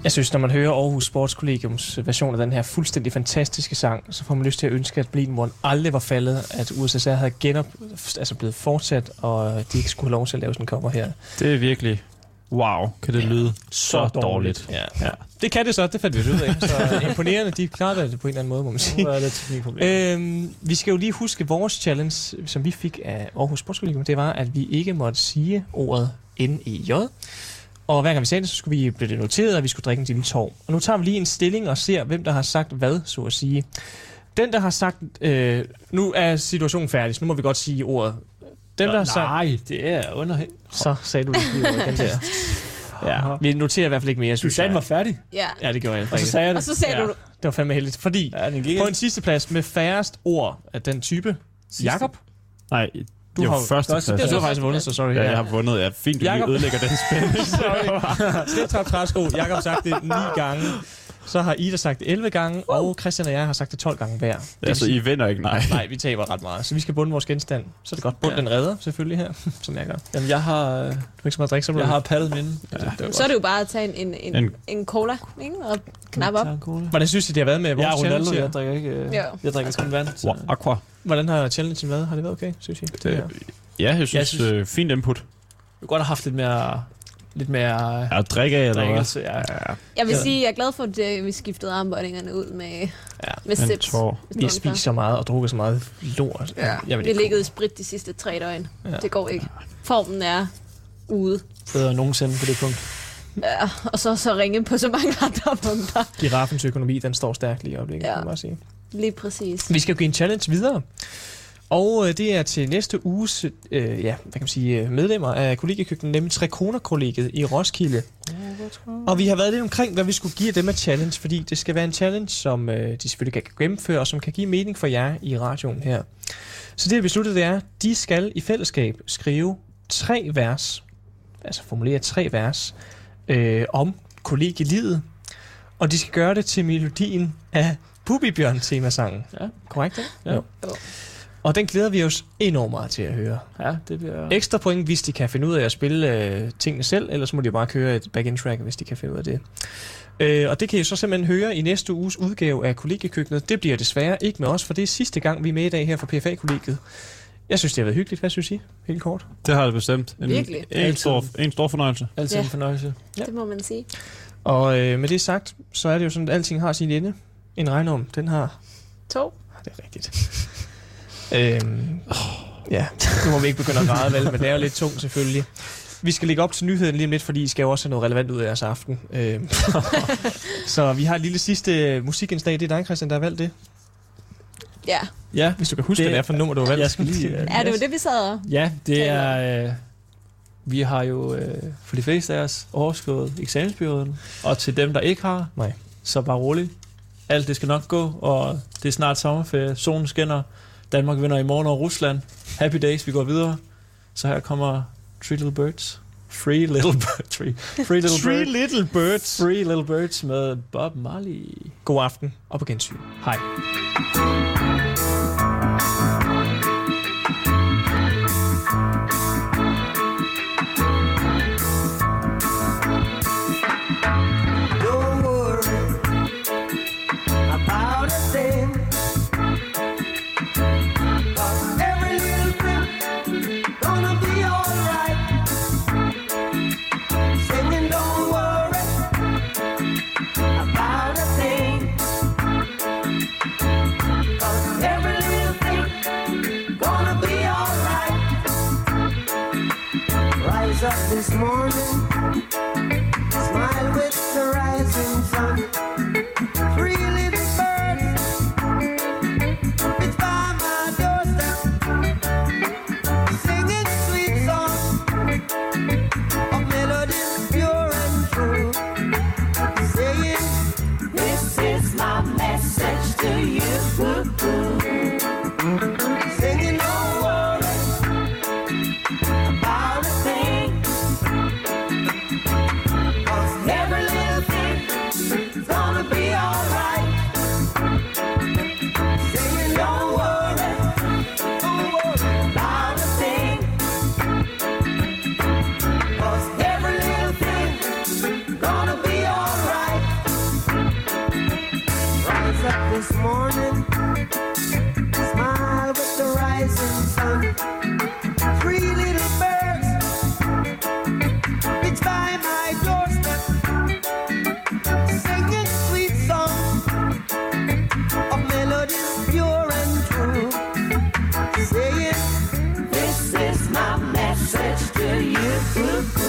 Jeg synes, når man hører Aarhus Sportskollegiums version af den her fuldstændig fantastiske sang, så får man lyst til at ønske, at Blinmuren aldrig var faldet, at USSR havde genop, altså blevet fortsat, og de ikke skulle have lov til at lave sådan en cover her.
Det er virkelig... Wow, kan det lyde så dårligt.
Ja. ja. Det kan det så, det fandt vi ud af. Så *laughs* imponerende, de klarede det på en eller anden måde, må man sige.
Nu er det teknikproblem.
Øhm, vi skal jo lige huske vores challenge, som vi fik af Aarhus Sportskollegium, det var, at vi ikke måtte sige ordet E NEJ. Og hver gang vi sagde det, så skulle vi blive det noteret, og vi skulle drikke en lille tår. Og nu tager vi lige en stilling og ser, hvem der har sagt hvad, så at sige. Den, der har sagt, øh, nu er situationen færdig, så nu må vi godt sige ordet. Den, der har sagt,
Nej, det er under...
så sagde du lige ordet igen der. Ja, vi noterer i hvert fald ikke mere,
Du
synes
sagde, den
jeg.
var færdig.
Ja.
Ja, det gjorde jeg.
Og så sagde jeg
Og
det.
så sagde
Ja.
du,
Det var fandme heldigt, fordi
Ja, den gik
på en sidste plads med færrest ord af den type. Jakob?
Nej, du jo,
har
har
jo
første plads.
Jeg tror faktisk, jeg vundet, så sorry.
Ja, jeg har vundet. Ja, fint, du
Jakob.
lige ødelægger den spænding.
Slet top træsko. Jakob har sagt det 9 gange. Så har Ida sagt det 11 gange, og Christian og jeg har sagt det 12 gange hver. Det vil
altså, I vinder ikke, nej.
Nej, vi taber ret meget. Så vi skal bunde vores genstand. Så er det godt. Bund den redder, selvfølgelig
*laughs*
her, som jeg gør. Du
Jamen, jeg har, øh,
er ikke så meget at drikke, så må
jeg
du-
har pallet mine.
så er det jo bare at tage en, en, en,
En-
en cola ikke? og knap op.
Hvordan synes I, det har været med vores
Jeg er Ronaldo,
challenge? her?
jeg drikker ikke, øh,
Ja.
jeg drikker kun vand. Så.
Wow, aqua.
Hvordan har challengen været? Har det været okay, synes I? Det,
Øh,
her?
Ja, jeg synes,
Jeg
jeg
synes-
synes øh, fint input.
Jeg kunne godt have haft lidt mere, lidt mere øh,
Ja, drikke af, eller hvad?
drikkelse. Ja.
Jeg vil
Ja.
sige, jeg er glad for, at øh, vi skiftede armbøjningerne ud med,
Ja,
med
En
sips.
tår.
hvis
vi har
det var
spist så meget og drukket så meget lort.
Ja,
Jeg vil
vi
ikke
liggede i sprit de sidste tre døgn.
Ja.
Ja. Det går ikke. Formen er ude.
Bedre end nogensinde på det punkt.
Ja, og så så ringe på så mange andre punkter.
Giraffens økonomi, den står stærkt lige i øjeblikket, ja.
Ja.
kan man bare sige.
Lige præcis.
Vi skal jo give en challenge videre. Og øh, det er til næste uges øh, ja, hvad kan man sige, øh, medlemmer af kollegiekøkkenet, nemlig Trekoner-kollegiet i Roskilde. Og vi har været lidt omkring, hvad vi skulle give dem af challenge, fordi det skal være en challenge, som øh, de selvfølgelig kan gennemføre, og som kan give mening for jer i radioen her. Så det, vi besluttede, det er, de skal i fællesskab skrive tre vers, altså formulere tre vers, øh, om kollegielivet, og de skal gøre det til melodien af Bubibjørn-temasangen.
Ja.
Korrekt, ikke?
Ja.
Jo. Og den glæder vi os enormt meget til at høre.
Ja, det bliver...
Ekstra point, hvis de kan finde ud af at spille øh, tingene selv, ellers må de bare køre et back-end track, hvis de kan finde ud af det. Øh, og det kan I så simpelthen høre i næste uges udgave af Kollegiekøkkenet. Det bliver desværre ikke med os, for det er sidste gang, vi er med i dag her fra PFA-kollegiet. Jeg synes, det har været hyggeligt. Hvad synes I? Helt kort.
Det har det bestemt. En,
Virkelig.
En stor, en stor fornøjelse.
Altid
Ja.
en fornøjelse.
Ja.
Det må man sige.
Og øh, med det sagt, så er det jo sådan, at alting har sin ende. En regnorm, den har
To.
Ah, Det er rigtigt. *laughs* øhm, ja, nu må vi ikke begynde at græde, vel, men det er jo lidt tungt selvfølgelig. Vi skal lægge op til nyheden lige om lidt, fordi I skal jo også have noget relevant ud af jeres aften. Øhm, *laughs* så vi har et lille sidste musikindslag. Det er dig, Christian, der har valgt det.
Ja.
Ja,
Hvis du kan huske,
Det-
det, hvad det er for et nummer, du har valgt.
jeg skal lige... øh,
Er det jo det, vi sad og...
Ja, det er... Øh, vi har jo øh, for de fleste af os overskået eksamensperioden, og til dem, der ikke har,
Nej.
så bare rolig. Alt det skal nok gå, og det er snart sommerferie, solen skinner, Danmark vinder i morgen over Rusland. Happy days, vi går videre. Så her kommer Three Little Birds. Free Little Birds. Three, three Little
Three
Birds.
Little Birds.
Free Little Birds med Bob Marley.
God aften og på gensyn.
Hej.
Don't worry about a thing. 'Cause every little thing gonna be alright. Singing, don't worry about a thing. 'Cause every little thing gonna be alright. Rise up this morning. Smile with the rising sun. Three little birds. It's by my doorstep. Singing sweet songs of melodies pure and true. Saying, This is my message to you. Singing, don't worry about a thing. Cause every little thing's gonna be alright. Singing, don't worry, don't worry about a thing. 'Cause every little thing's gonna be alright. Rise up this morning, smile with the rising sun. Three little birds. It's by my doorstep, singing sweet songs of melodies pure and true. Saying, This is my message to you.